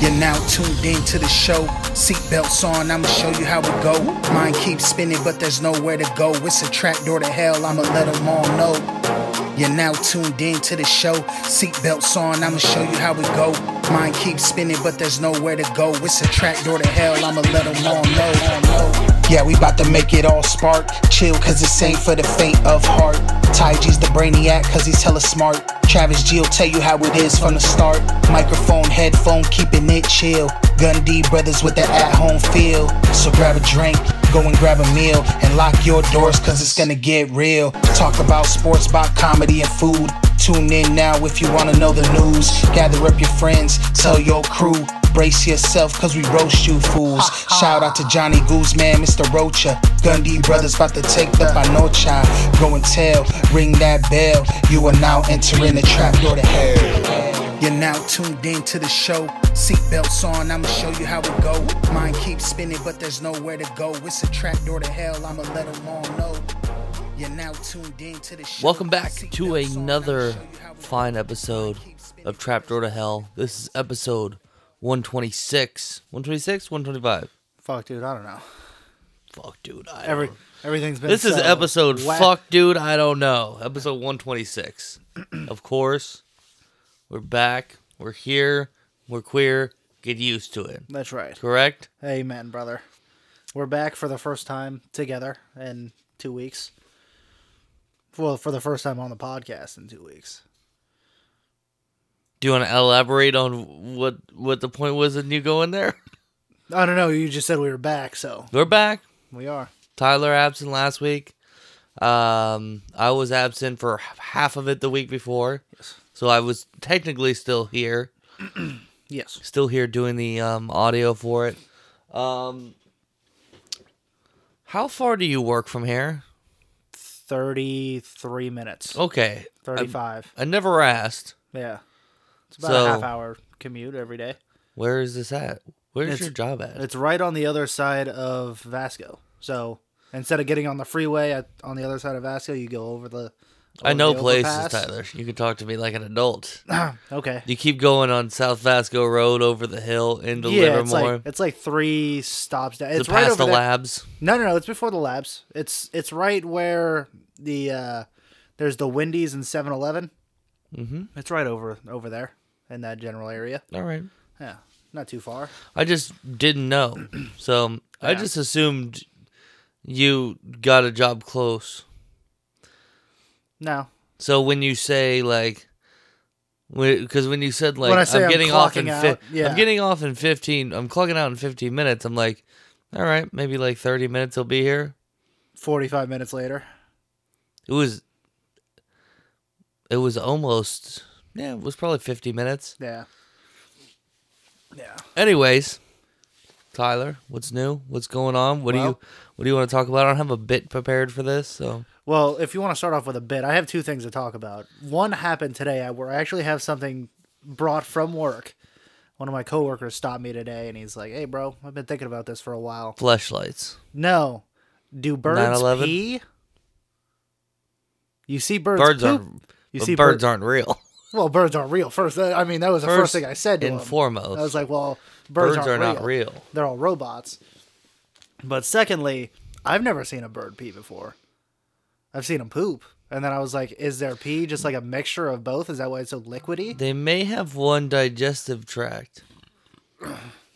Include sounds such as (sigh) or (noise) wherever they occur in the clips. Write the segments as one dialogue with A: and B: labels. A: You're now tuned in to the show. Seatbelts on, I'ma show you how we go. Mine keeps spinning, but there's nowhere to go. It's a trap door to hell, I'ma let them all know. You're now tuned in to the show. Seatbelts on, I'ma show you how we go. Mine keeps spinning, but there's nowhere to go. It's a trap door to hell, I'ma let them all know. Yeah, we bout to make it all spark. Chill, cause this ain't for the faint of heart. Ty G's the brainiac, cause he's hella smart. Travis G will tell you how it is from the start. Microphone, headphone, keeping it chill. Gun D brothers with that at home feel. So grab a drink, go and grab a meal, and lock your doors, cause it's gonna get real. Talk about sports, about comedy, and food. Tune in now if you wanna know the news. Gather up your friends, tell your crew. Brace yourself, cause we roast you fools. Shout out to Johnny Guzman, Mr. Rocha. Gundy brothers about to take the Panocha. Go and tell, ring that bell. You are now entering the trap door to hell. You're now tuned in to the show. Seatbelts on, I'ma show you how it go. Mine keeps spinning, but there's nowhere to go. It's a trap door to hell, I'ma let them all know. You're now tuned in to the show.
B: Welcome back to another fine episode of Trapdoor to Hell. This is episode 126. 126? 125.
C: Fuck, dude, I don't know.
B: Fuck, dude. I
C: Every
B: don't-
C: everything's been.
B: This is
C: so
B: episode
C: whack.
B: Fuck, dude. I don't know. Episode 126. (clears throat) of course, we're back. We're here. We're queer. Get used to it.
C: That's right.
B: Correct?
C: Amen, brother. We're back for the first time together in two weeks. Well, for the first time on the podcast in two weeks.
B: Do you want to elaborate on what what the point was in you going there? (laughs)
C: I don't know. You just said we were back, so
B: We're back.
C: we are.
B: Tyler absent last week. Um, I was absent for h- half of it the week before, so I was technically still here,
C: Yes.
B: still here doing the um, audio for it. Um, how far do you work from here?
C: Thirty-three
B: Oh,
C: minutes.
B: Okay,
C: Thirty-five.
B: I never asked.
C: yeah. It's about
B: So-
C: a half-hour commute every day.
B: Where is this at? Where's
C: It's-
B: your job at?
C: It's right on the other side of Vasco. So instead of getting on the freeway at, on the other side of Vasco, you go over the.
B: I know
C: over the
B: places,
C: overpass.
B: Tyler. You can talk to me like an adult.
C: Okay.
B: You keep going on South Vasco Road over the hill into
C: Yeah, it's
B: Livermore.
C: like it's like three stops down. It's
B: the
C: right
B: past
C: over
B: the
C: there.
B: labs.
C: No, no, no. It's before the labs. It's it's right where the uh, there's the Wendy's and 7-Eleven. Mm-hmm. It's right over over there in that general area.
B: All right.
C: Yeah, not too far.
B: I just didn't
C: (clears throat)
B: know. So I
C: Yeah.
B: just assumed you got a job close.
C: No,
B: So when you say like, because when you said like
C: When I say
B: I'm
C: I'm
B: getting off in
C: clocking
B: fi-
C: out, yeah.
B: I'm getting off in 15, I'm clocking out in 15 minutes. I'm like, all right, maybe like 30 minutes. I'll be here.
C: forty five minutes later.
B: It was, it was almost yeah, it was probably 50 minutes.
C: Yeah, yeah.
B: Anyways, Tyler, what's new? What's going on? What do you
C: Well-
B: what do you want to talk about? I don't have a bit prepared for this, so
C: Well, if you want to start off with a bit, I have two things to talk about. One happened today I- where I actually have something brought from work. One of my coworkers stopped me today and he's like, "Hey, bro, I've been thinking about this for a while."
B: fleshlights.
C: No, do birds
B: 9/11?
C: pee? You see birds.
B: birds
C: poop?
B: aren't
C: You
B: but
C: see
B: birds
C: bird-
B: aren't real.
C: Well, birds aren't real. First, I mean that was the first,
B: First
C: thing I said to
B: and
C: him.
B: foremost.
C: I was like, "Well, (laughs) birds,
B: Birds, are
C: aren't
B: not real.
C: They're all robots." But secondly, I've never seen a bird pee before. I've seen them poop, and then I was like, "Is their pee just like a mixture of both? Is that why it's so liquidy?
B: They may have one digestive tract.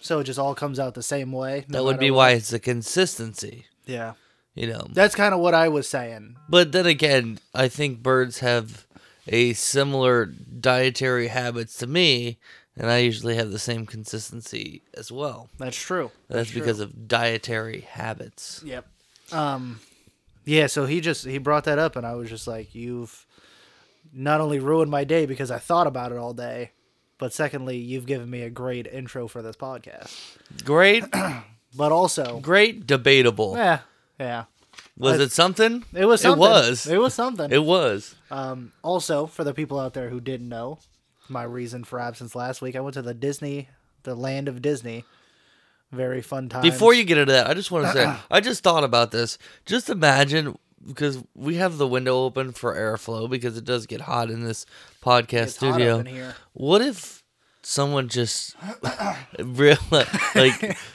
C: So it just all comes out the same way?" no
B: That would
C: matter
B: be
C: what?
B: why it's the consistency,
C: Yeah,
B: you know.
C: that's kind of what I was saying.
B: But then again, I think birds have a similar dietary habits to me, and I usually have the same consistency as well.
C: That's true.
B: That's because of dietary habits.
C: Yep. Um, yeah. So he just he brought that up, and I was just like, "You've not only ruined my day because I thought about it all day, but secondly, you've given me a great intro for this podcast.
B: Great,
C: But also,
B: (coughs) great, debatable.
C: yeah, yeah,
B: Was it something?
C: it was something.
B: It was.
C: It was something.
B: It was.
C: um, also, for the people out there who didn't know, my reason for absence last week, I went to the Disney, the land of Disney. Very fun time.
B: Before you get into that, I just want to
C: (clears throat)
B: say, I just thought about this. Just imagine, because we have the window open for airflow because it does get hot in this podcast
C: hot up
B: studio.
C: in here.
B: What if someone
C: (clears throat)
B: just real like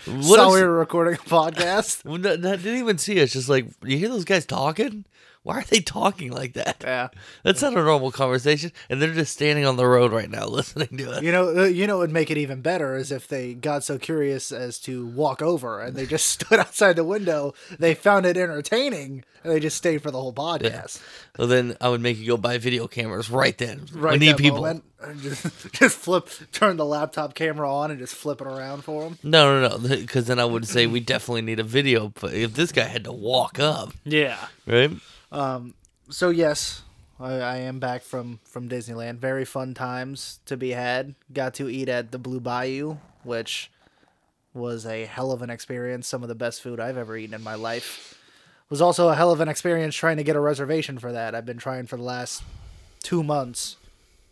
B: what
C: Saw
B: if-
C: we were recording a
B: (laughs)
C: podcast.
B: Well, no, no, I didn't even see it. It's just like you hear those guys talking. Why are they talking like that?
C: yeah.
B: That's not a normal conversation, and they're just standing on the road right now (laughs) listening to it.
C: You know, uh, you know, what would make it even better is if they got so curious as to walk over and they just (laughs) stood outside the window. They found it entertaining and they just stayed for the whole podcast.
B: Well, then I would make you go buy video cameras right then.
C: Right,
B: we need
C: that
B: people.
C: moment, and just, (laughs) just flip, turn the laptop camera on and just flip it around for them.
B: No, no, no, because then I would say we definitely need a video. But if this guy had to walk up,
C: Yeah.
B: right?
C: So yes, I, I am back from from Disneyland. Very fun times to be had. Got to eat at the Blue Bayou, which was a hell of an experience. Some of the best food I've ever eaten in my life. Was also a hell of an experience trying to get a reservation for that. I've been trying for the last two months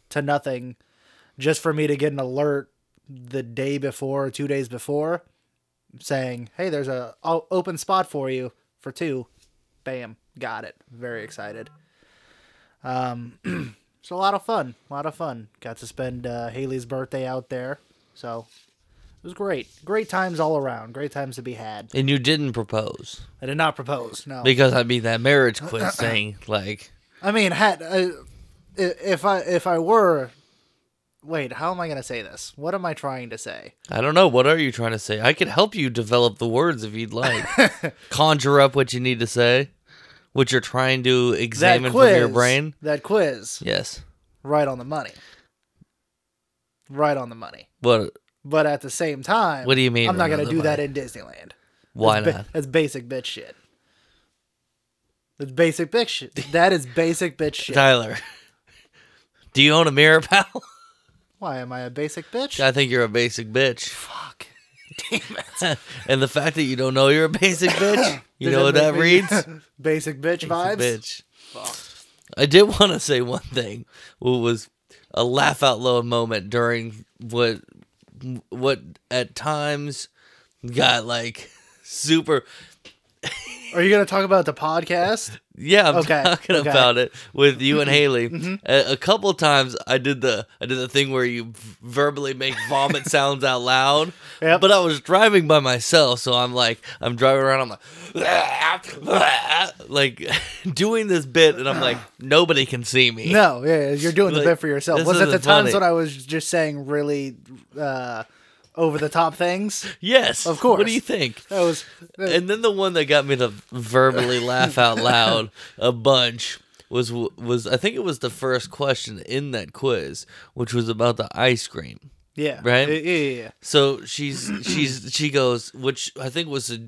C: to nothing, just for me to get an alert the day before, two days before, saying, "Hey, there's a o- open spot for you for two. Bam, got it. Very excited. Um, (clears throat) it's a lot of fun. A lot of fun. Got to spend uh, Haley's birthday out there, so it was great. Great times all around. Great times to be had.
B: And you didn't propose
C: I did not propose. No,
B: because I mean that marriage
C: (clears throat)
B: quiz thing. Like,
C: I mean, had uh, i- if I if I were, wait, how am I gonna say this? What am I trying to say?
B: I don't know. What are you trying to say? I could help you develop the words if you'd
C: (laughs)
B: like. Conjure up what you need to say, what you're trying to examine from your brain.
C: That quiz.
B: Yes.
C: Right on the money. Right on the money.
B: What?
C: But at the same time,
B: What do you mean,
C: I'm not
B: right
C: gonna
B: on the
C: do that
B: money?
C: in Disneyland.
B: Why
C: That's ba-
B: not?
C: that's basic bitch shit. That's basic bitch shit. That is basic bitch shit.
B: Tyler, (laughs) do you own a mirror, pal? (laughs)
C: Why am I a basic bitch?
B: I think you're a basic bitch.
C: Fuck.
B: (laughs)
C: (laughs)
B: and the fact that you don't know you're a
C: (laughs)
B: basic bitch, you
C: Does
B: know what that
C: make
B: reads?
C: (laughs) me- basic bitch vibes.
B: Bitch. I did (laughs) want to say one thing. What was a laugh out loud moment during what what at times got like (laughs) super.
C: Are you gonna talk about
B: (laughs)
C: the podcast?
B: Yeah, I'm
C: Okay,
B: talking
C: okay. Mm-hmm.
B: about it with you and Haley. A, a couple times I did the I did the thing where you v- verbally make
C: (laughs)
B: vomit sounds out loud.
C: Yep.
B: But I was driving by myself, so I'm like I'm driving around. I'm like (laughs) like doing this bit, and
C: (sighs)
B: I'm like nobody can see me.
C: No, yeah, yeah, you're doing the
B: Like,
C: bit for yourself.
B: this
C: Was it the
B: isn't
C: times
B: funny.
C: when I was just saying really uh, over the top things?
B: Yes,
C: Of course.
B: What do you think?
C: That was
B: And then the one that got me to verbally laugh
C: (laughs)
B: out loud a bunch was was I think it was the first question in that quiz, which was about the ice cream.
C: yeah,
B: Right?
C: Yeah, yeah, yeah.
B: So she's
C: (clears throat)
B: she's she goes, which I think was a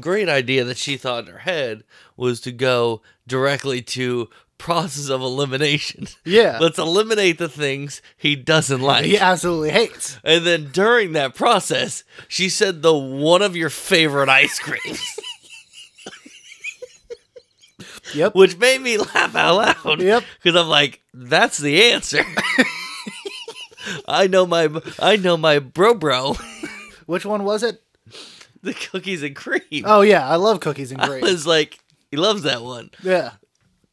B: great idea that she thought in her head was to go directly to process of elimination.
C: Yeah.
B: let's eliminate the things he doesn't like.
C: He absolutely hates.
B: And then during that process, she said the one of your favorite ice creams,
C: (laughs) Yep.
B: which made me laugh out loud.
C: Yep.
B: Because I'm like, that's the
C: (laughs)
B: answer. I know my I know my bro bro,
C: Which one was it?
B: the cookies and cream.
C: Oh yeah, I love cookies and
B: I
C: cream.
B: was like, he loves that one.
C: Yeah.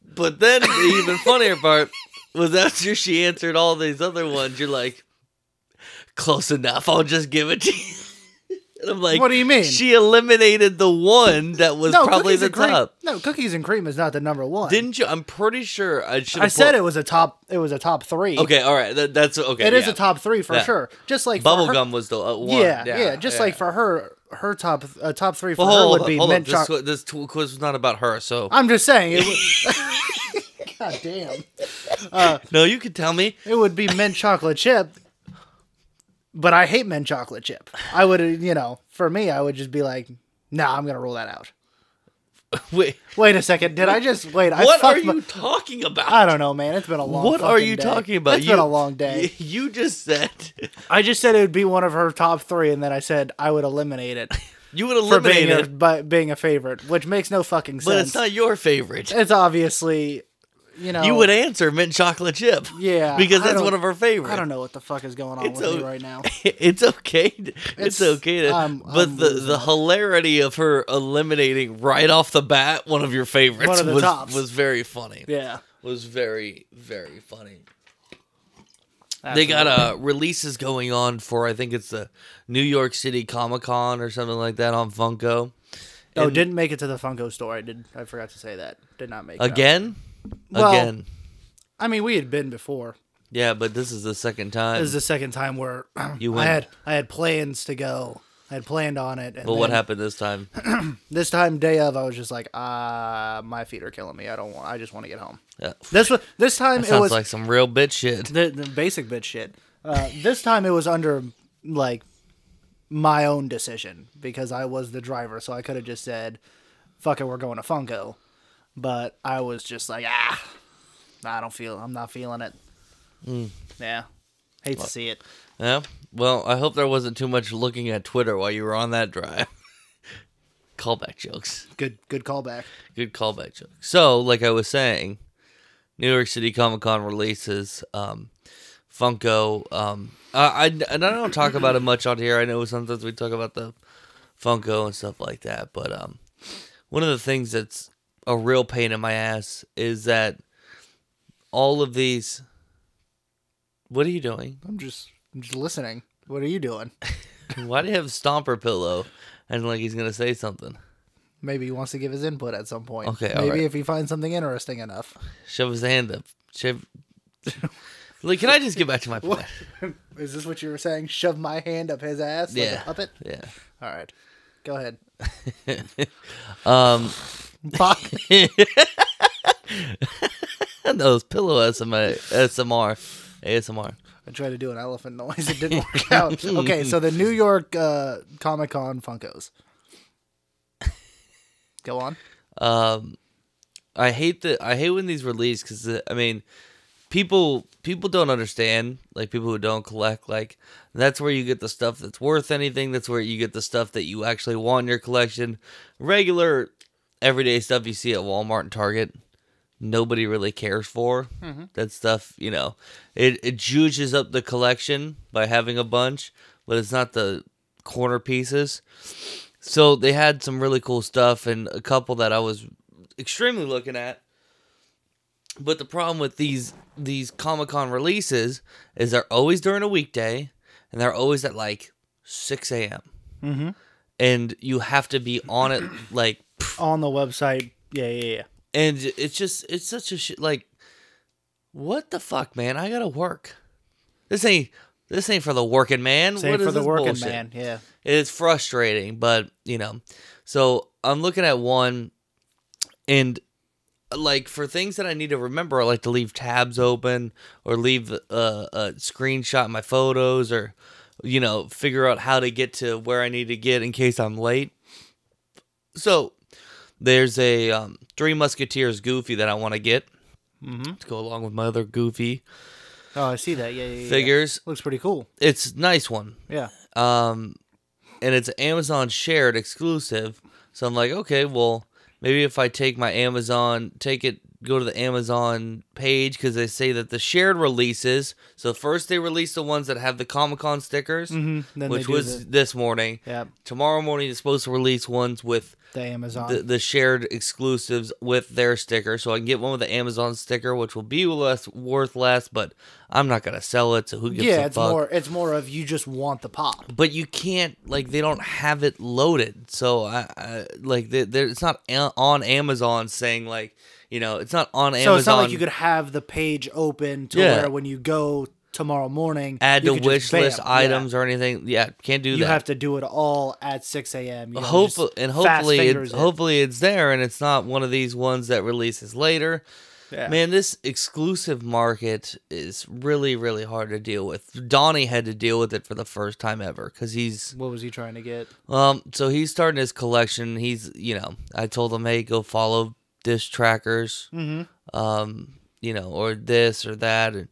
B: But then the even funnier part was after she answered all these other ones, you're like, close enough. I'll just give it to you. (laughs) And I'm like,
C: What do you mean?
B: She eliminated the one that was probably
C: cookies
B: the
C: and cream.
B: top.
C: No, cookies and cream is not the number one.
B: Didn't you? I'm pretty sure I should.
C: I said it was a top? It was a top three.
B: Okay, all right. That, that's okay.
C: It is
B: yeah.
C: a top three for
B: Yeah.
C: sure. Just like for her-
B: Bubblegum was the uh, one.
C: Yeah, yeah, Just like for her, her top uh, top three for
B: Well, hold,
C: her would
B: on,
C: be
B: hold on.
C: mint
B: This,
C: chocolate.
B: qu- this t- quiz was not about her, so
C: I'm just saying. It would-
B: (laughs)
C: (laughs) God damn.
B: no, you could tell me.
C: It would be mint chocolate chip. But I hate mint chocolate chip. I would, uh, you know, for me, I would just be like, nah, I'm gonna roll that out.
B: Wait,
C: Wait a second. Did I just wait? I
B: what are
C: fucked my-
B: you talking about?
C: I don't know, man. It's been a long.
B: what are
C: fucking
B: you
C: day.
B: talking about?
C: It's
B: you,
C: been a long day.
B: (laughs) You just said
C: I just said it would be one of her top three, and then I said I would
B: (laughs)
C: eliminate it
B: you would
C: for being
B: eliminate
C: a,
B: it,
C: by, being a favorite, which makes no fucking
B: but
C: sense.
B: it's not your favorite.
C: It's obviously, you know,
B: You would answer mint chocolate chip.
C: (laughs) Yeah,
B: because
C: I
B: that's
C: don't-
B: one of her favorites.
C: I don't know what the fuck is going on
B: It's
C: with me
B: o-
C: right now.
B: (laughs) it's okay. to-
C: It's-
B: It's, okay. To,
C: I'm-
B: but
C: I'm
B: the
C: losing
B: the
C: it.
B: hilarity of her eliminating right off the bat one of your favorites
C: One of the
B: was
C: tops.
B: was very funny.
C: Yeah,
B: Was very very funny. They got uh, releases going on for I think it's the New York City Comic Con or something like that on Funko.
C: Oh,
B: And
C: didn't make it to the Funko store. I did. I forgot to say that. Did not make it.
B: again,
C: Well-
B: again.
C: I mean, we had been before.
B: Yeah, but this is the second time.
C: This is the second time where (clears throat)
B: You
C: I
B: went.
C: had I had plans to go. I had planned on it. And
B: well, what
C: then
B: happened this
C: (laughs)
B: time?
C: This time, day of, I was just like, ah, my feet are killing me. I don't want. I just want to get home.
B: Yeah.
C: This was this time it
B: Sounds
C: was
B: like some real bitch shit.
C: the, the basic bit shit. Uh, this time it was under like my own decision because I was the driver, so I could have just said, "Fuck it, we're going to Funko," but I was just like, "Ah, I don't feel. I'm not feeling it."
B: Mm.
C: Yeah, hate to see it.
B: Yeah. Well, I hope there wasn't too much looking at Twitter while you were on that drive. (laughs) callback jokes.
C: Good, good callback.
B: Good callback jokes. So, like I was saying, New York City Comic Con releases um, Funko. Um, I, I and I don't talk about it much on here. I know sometimes we talk about the Funko and stuff like that, but um, one of the things that's a real pain in my ass is that all of these. What are you doing?
C: I'm just, I'm just listening. What are you doing?
B: Why do you have Stomper pillow? And like he's gonna say something.
C: Maybe he wants to give his input at some point.
B: Okay, all
C: maybe
B: right.
C: if he finds something interesting enough.
B: Shove his hand up. Shove. (laughs) like, can I just get back to my point?
C: Is this what you were saying? Shove my hand up his ass like
B: Yeah.
C: a puppet.
B: Yeah.
C: All right, go ahead.
B: (laughs) Um.
C: Fuck.
B: (laughs) Those pillow SMA, SMR, ASMR.
C: I tried to do an elephant noise. It didn't
B: (laughs)
C: work out. Okay, so the New York uh, Comic Con Funkos. Go on.
B: Um, I hate the I hate when these release because I mean, people people don't understand like people who don't collect like that's where you get the stuff that's worth anything. That's where you get the stuff that you actually want in your collection. Regular everyday stuff you see at Walmart and Target, nobody really cares for. That stuff you know, it it juices up the collection by having a bunch, but it's not the corner pieces. So they had some really cool stuff and a couple that I was extremely looking at. But the problem with these these Comic Con releases is they're always during a weekday, and they're always at like six a.m. Mm-hmm. And you have to be on it like,
C: On the website. Yeah, yeah, yeah.
B: and it's just it's such a shit. Like, what the fuck, man? I gotta work. This ain't this ain't for the working man.
C: Same
B: What
C: for
B: is
C: the
B: this
C: working
B: bullshit?
C: man. Yeah.
B: it's frustrating, but you know. So I'm looking at one, and like for things that I need to remember, I like to leave tabs open or leave uh, a screenshot in my photos or you know figure out how to get to where I need to get in case I'm late. So there's a um, Three Musketeers Goofy that I want to get mm-hmm. to go along with my other Goofy
C: Oh, I see that. Yeah, yeah, yeah.
B: figures.
C: Looks pretty cool.
B: It's a nice one
C: Yeah.
B: um, and it's Amazon shared exclusive. So I'm like, okay, well, maybe if I take my Amazon, take it, go to the Amazon page because they say that the shared releases. So first they release the ones that have the Comic Con stickers,
C: Mm-hmm. Then
B: which
C: they do
B: was
C: the,
B: this morning.
C: yeah,
B: Tomorrow morning is supposed to release ones with
C: the Amazon.
B: the, the shared exclusives with their sticker. So I can get one with the Amazon sticker, which will be less worth less, but I'm not gonna sell it. So who gives
C: yeah,
B: a
C: it's
B: fuck?
C: more. It's more of you just want the pop.
B: but you can't like they don't have it loaded so i, I like they, they, it's not a- on amazon saying like you know it's not on
C: So
B: amazon
C: it's not like you could have the page open to
B: Yeah.
C: where when you go tomorrow morning,
B: add
C: you
B: to
C: could just
B: wish
C: bam,
B: list
C: yeah.
B: items or anything yeah can't do
C: You
B: that
C: have to do it all at 6 a.m. You know,
B: hopefully
C: just
B: and
C: fast
B: hopefully it,
C: fingers it.
B: hopefully it's there and it's not one of these ones that releases later
C: Yeah.
B: man this exclusive market is really really hard to deal with donnie had to deal with it for the first time ever because he's
C: What was he trying to get?
B: Um, so he's starting his collection. He's, you know, I told him, hey, go follow disc trackers, mm-hmm. um, you know, or this or that, and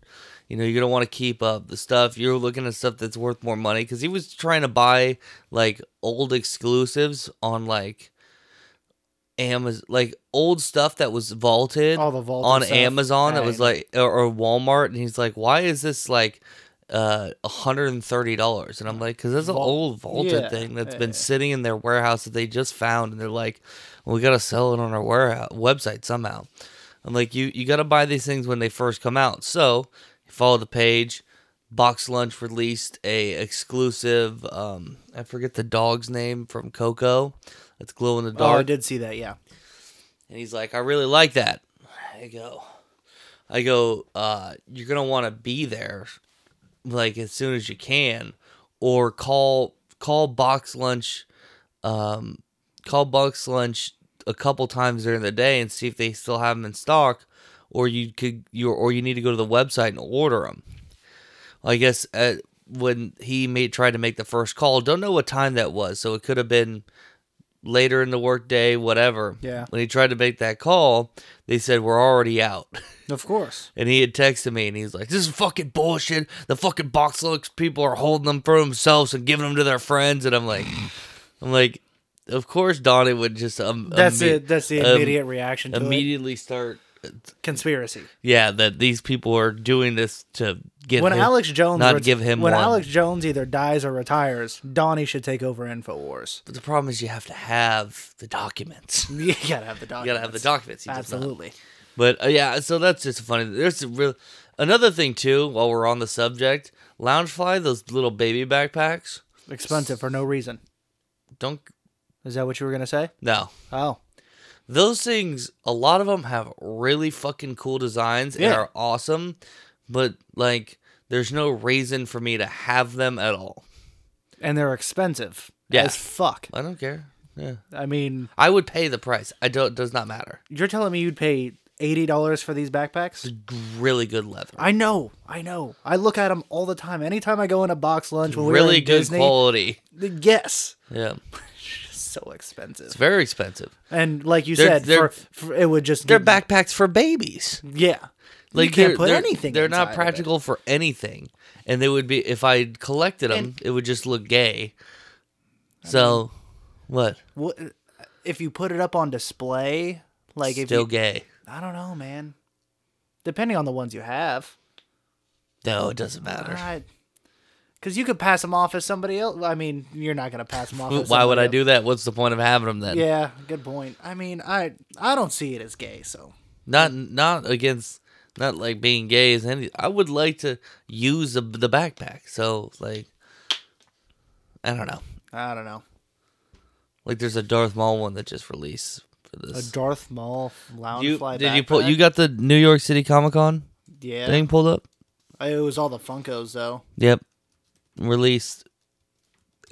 B: you know, you're gonna want to keep up the stuff. You're looking at stuff that's worth more money because he was trying to buy like old exclusives on like Amazon, like old stuff that was vaulted
C: All the vaulted
B: on
C: stuff.
B: Amazon. That
C: Yeah,
B: was
C: I know.
B: like or, or Walmart, and he's like, why is this like? uh $130 and i'm like because that's an
C: Vault-
B: old vaulted
C: Yeah,
B: thing that's
C: yeah,
B: been
C: yeah.
B: sitting in their warehouse that they just found and they're like well, we gotta sell it on our warehouse website somehow i'm like you you gotta buy these things when they first come out so you follow the page Box Lunch released a exclusive. Um, I forget the dog's name from Coco. That's glow in the
C: Oh, I
B: dark.
C: did see that. Yeah.
B: And he's like, I really like that. I go, I go. Uh, you're gonna want to be there, like as soon as you can, or call call Box Lunch, um, call Box Lunch a couple times during the day and see if they still have them in stock, or you could you or you need to go to the website and order them. I guess uh when he made tried to make the first call, don't know what time that was, so it could have been later in the workday, whatever.
C: Yeah.
B: When he tried to make that call, they said we're already out.
C: Of course.
B: And he had texted me and he's like, This is fucking bullshit. The fucking box looks people are holding them for themselves and giving them to their friends. And I'm like, I'm like, of course Donnie would just um,
C: That's
B: imme-
C: it. That's the
B: um,
C: immediate reaction to it.
B: immediately start
C: conspiracy.
B: (laughs) yeah, that these people are doing this to get
C: When
B: him-
C: Alex Jones
B: not
C: ret-
B: give him
C: when
B: one.
C: Alex Jones either dies or retires, Donnie should take over Infowars. (laughs)
B: But the problem is you have to have the documents. (laughs) You
C: You gotta have the documents.
B: gotta have the documents. He does not.
C: Absolutely.
B: But uh, yeah, so that's just funny. There's a real another thing too. While we're on the subject, Loungefly, those little baby backpacks.
C: Expensive for no reason.
B: Don't
C: Is that what you were gonna say?
B: no.
C: Oh,
B: Those things, a lot of them have really fucking cool designs and
C: Yeah.
B: are awesome, but like, there's no reason for me to have them at all.
C: and they're expensive.
B: Yeah.
C: As fuck.
B: I don't care. Yeah,
C: I mean,
B: I would pay the price. I don't. Does not matter.
C: you're telling me you'd pay eighty dollars for these backpacks?
B: Really good leather.
C: I know, I know. I look at them all the time. Anytime I go in a box lunch when we were
B: really
C: in
B: good
C: Disney,
B: quality.
C: yes,
B: Yeah,
C: so expensive.
B: it's very expensive.
C: And like you
B: They're-
C: said,
B: they're-
C: for, for it would just
B: They're backpacks for babies.
C: Yeah,
B: Like
C: you can't
B: they're,
C: put
B: they're-
C: anything.
B: They're
C: inside of
B: not
C: it.
B: practical for anything, and they would be if I collected them, it would just look gay. So, what?
C: What if you put it up on display? Like if
B: Still
C: you,
B: gay?
C: I don't know, man. Depending on the ones you have,
B: No, it doesn't matter.
C: Because you could pass them off as somebody else. I mean, you're not gonna pass them off.
B: Who-
C: as
B: Why would
C: somebody
B: I
C: else.
B: do that? What's the point of having them then?
C: Yeah, good point. I mean, I I don't see it as gay, so
B: Not not against not like being gay is any. I would like to use the, the backpack. So like, I don't know.
C: I don't know.
B: Like there's a Darth Maul one that just released for this.
C: A Darth Maul lounge
B: you,
C: fly.
B: did you pull? You
C: backpack?
B: got the New York City Comic Con
C: yeah.
B: thing pulled up?
C: It was all the Funkos though.
B: Yep. Released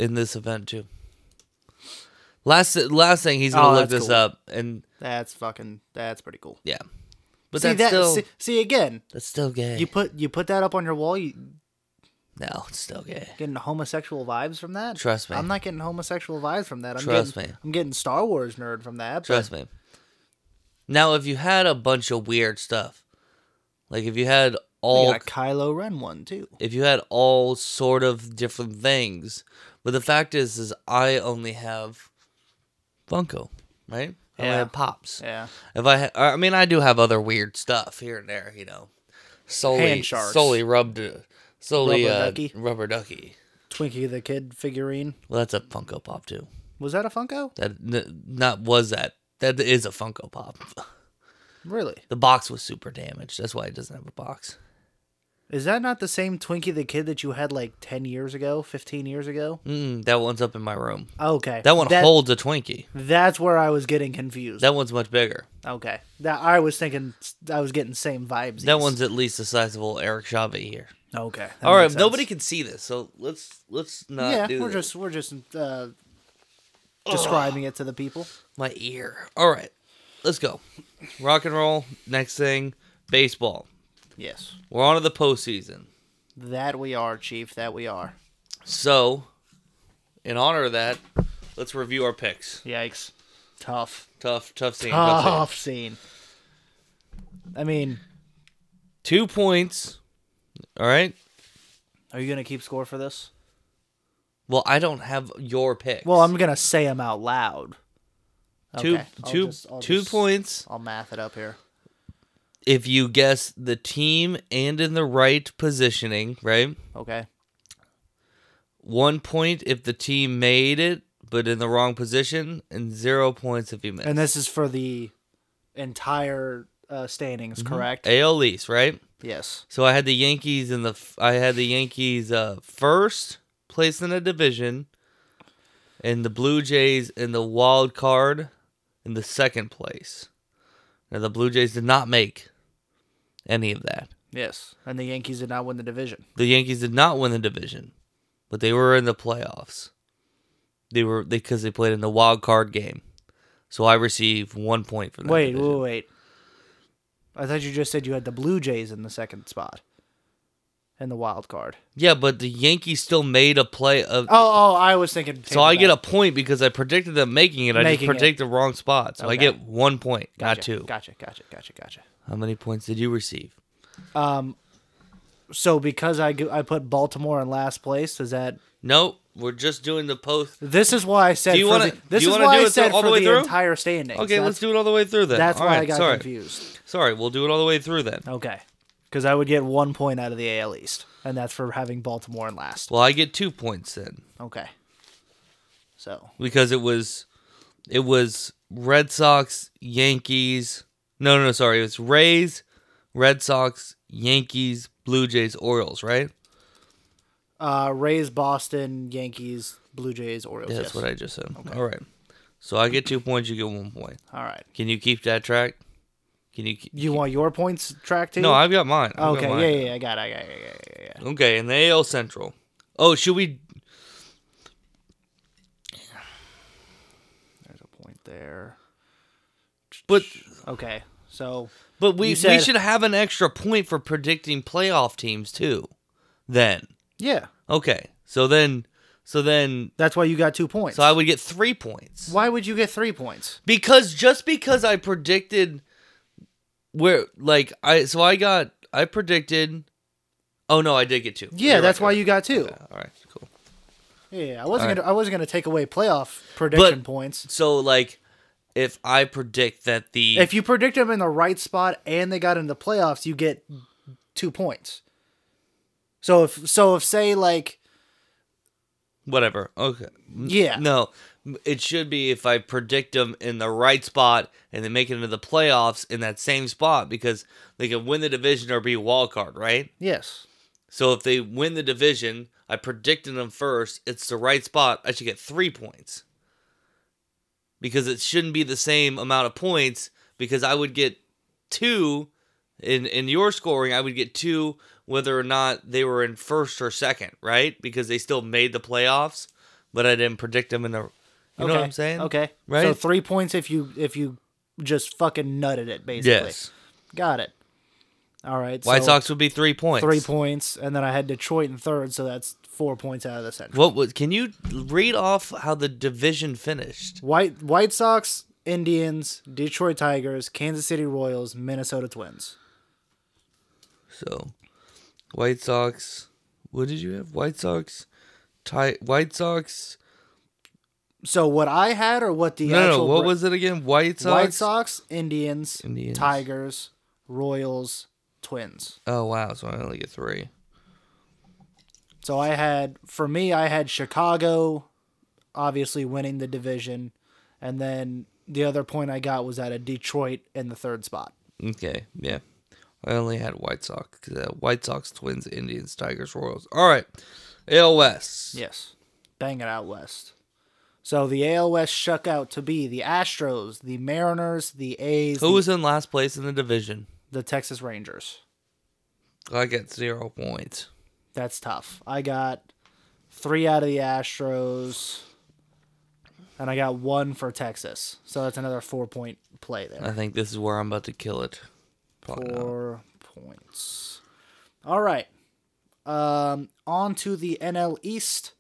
B: in this event too. Last last thing he's gonna
C: Oh,
B: look
C: that's
B: this
C: cool.
B: up and
C: That's fucking. That's pretty cool.
B: yeah. But
C: see
B: that's
C: that?
B: still
C: See, see again.
B: that's still gay.
C: You put you put that up on your wall. You
B: no, it's still gay.
C: getting homosexual vibes from that?
B: Trust me.
C: I'm not getting homosexual vibes from that. I'm
B: Trust
C: getting,
B: me.
C: I'm getting Star Wars nerd from that. but-
B: Trust me. Now if you had a bunch of weird stuff, like if you had
C: We
B: all
C: got a Kylo Ren one too.
B: if you had all sort of different things, but the fact is is I only have Funko, right? I only
C: Yeah.
B: have pops.
C: Yeah.
B: If I, ha- I mean, I do have other weird stuff here and there, you know, solely
C: Hand sharks.
B: solely rubbed, uh, solely
C: Rubber
B: uh,
C: ducky.
B: rubber ducky.
C: Twinkie the Kid figurine.
B: Well, that's a Funko Pop too.
C: Was that a Funko?
B: That n- not was that that is a Funko Pop. (laughs)
C: Really?
B: The box was super damaged. That's why it doesn't have a box.
C: Is that not the same Twinkie the Kid that you had like 10 years ago, 15 years ago?
B: Mm, that one's up in my room.
C: Okay.
B: That one holds a Twinkie.
C: That's where I was getting confused.
B: That one's much bigger.
C: okay. That I was thinking I was getting same vibes.
B: That one's at least the size of old Eric Chavez here.
C: Okay. that
B: All right,
C: makes sense.
B: nobody can see this, so let's let's not.
C: Yeah,
B: do
C: we're
B: this.
C: just we're just uh describing it to the people.
B: my ear. All right, let's go. Rock and roll. Next thing, baseball.
C: Yes.
B: We're on to the postseason.
C: That we are, chief, that we are.
B: So, in honor of that, let's review our picks.
C: Yikes. Tough.
B: Tough, tough scene. tough scene.
C: Tough scene. I mean,
B: Two points. All right.
C: are you gonna keep score for this?
B: Well, I don't have your picks.
C: Well, I'm gonna say them out loud.
B: two,
C: Okay, I'll
B: two,
C: just- I'll
B: two
C: just-
B: points.
C: I'll math it up here.
B: If you guess the team and in the right positioning, right?
C: Okay.
B: One point if the team made it, but in the wrong position, and zero points if you missed.
C: And this is for the entire uh, standings,
B: Mm-hmm.
C: correct?
B: AL East, right?
C: Yes.
B: So I had the Yankees in the f- I had the Yankees uh, first place in a division, and the Blue Jays in the wild card in the second place. Now the Blue Jays did not make any of that.
C: Yes. And the Yankees did not win the division.
B: The Yankees did not win the division, but they were in the playoffs. They were because they, played in the wild card game. So I received one point for that.
C: Wait,
B: division.
C: wait, wait. I thought you just said you had the Blue Jays in the second spot in the wild card.
B: yeah, but the Yankees still made a play of
C: Oh, oh, I was thinking.
B: So I get a point because I predicted them making it. I
C: Making it.
B: just predict the wrong spot. So I
C: Okay.
B: get one point, not two.
C: Gotcha, gotcha, gotcha, gotcha.
B: How many points did you receive?
C: Um, so because I g- I put Baltimore in last place, does that?
B: Nope. We're just doing the post.
C: This is why I said.
B: Do you
C: for
B: wanna-
C: the,
B: do
C: This
B: you
C: is
B: wanna
C: why
B: do
C: I
B: it
C: said
B: through- all
C: for
B: the way
C: the
B: through?
C: entire standings.
B: Okay,
C: That's-
B: let's do it all the way through then.
C: That's
B: All
C: why I
B: right,
C: got
B: sorry.
C: confused.
B: Sorry, we'll do it all the way through then.
C: Okay, because I would get one point out of the AL East, and that's for having Baltimore in last.
B: Well, I get two points then
C: Okay. So
B: because it was, it was Red Sox, Yankees. No, no, no, sorry. It was Rays, Red Sox, Yankees, Blue Jays, Orioles. Right?
C: uh, Rays, Boston, Yankees, Blue Jays, Orioles.
B: Yeah,
C: yes.
B: that's what I just said. All right. So I get two points. You get one point.
C: All right.
B: Can you keep that track? Can you? keep-
C: You want your points tracked too?
B: No, I've got mine. I've
C: Okay.
B: got
C: Yeah,
B: mine.
C: yeah, yeah. I got. It, I got. It, I got. It, I got. It.
B: Okay, and the AL Central. Oh, should we?
C: There's a point there.
B: But
C: Okay. So
B: but we
C: You said-
B: we should have an extra point for predicting playoff teams too. Then
C: yeah,
B: okay, so then so then
C: that's why you got two points.
B: so I would get three points
C: Why would you get three points?
B: because just because I predicted where like I so I got I predicted. Oh no, I did get two.
C: Yeah,
B: You're
C: that's
B: right,
C: why
B: you're
C: you got two.
B: right. Yeah, All right, cool.
C: Yeah, I wasn't
B: All right.
C: gonna I wasn't gonna take away playoff prediction
B: But-
C: points.
B: So like, if I predict that the
C: If you predict them in the right spot and they got into the playoffs, you get two points. So if so if say like
B: whatever. Okay. N-
C: Yeah.
B: No, it should be if I predict them in the right spot and they make it into the playoffs in that same spot because they can win the division or be a wild card, right?
C: yes.
B: So if they win the division, I predicted them first. It's the right spot. I should get three points because it shouldn't be the same amount of points because I would get two in in your scoring. I would get two whether or not they were in first or second, right? Because they still made the playoffs, but I didn't predict them in the. You know what
C: Okay,
B: I'm saying?
C: Okay.
B: Right?
C: So three points if you if you just fucking nutted it basically.
B: Yes.
C: Got it. All right.
B: White
C: so
B: Sox would be three points.
C: three points, and then I had Detroit in third, so that's four points out of the central.
B: What was? Can you read off how the division finished?
C: White White Sox, Indians, Detroit Tigers, Kansas City Royals, Minnesota Twins.
B: So, White Sox. What did you have? White Sox. Ti- White Sox.
C: So what I had, or what the
B: No, no,
C: actual
B: no. What
C: br-
B: was it again? White Sox.
C: White Sox, Indians,
B: Indians.
C: Tigers, Royals, Twins.
B: Oh wow! So I only get three.
C: So I had for me, I had Chicago, obviously winning the division, and then the other point I got was out of Detroit in the third spot.
B: Okay. Yeah. I only had White Sox. 'cause, uh, White Sox, Twins, Indians, Tigers, Royals. All right. AL West.
C: Yes. Bang it out west. So the AL West shook out to be the Astros, the Mariners, the A's,
B: Who
C: the,
B: was in last place in the division?
C: the Texas Rangers.
B: I get zero points.
C: That's tough. I got three out of the Astros, and I got one for Texas. So that's another four point play there.
B: I think this is where I'm about to kill it. Probably not.
C: Four points. All right. Um, on to the NL East,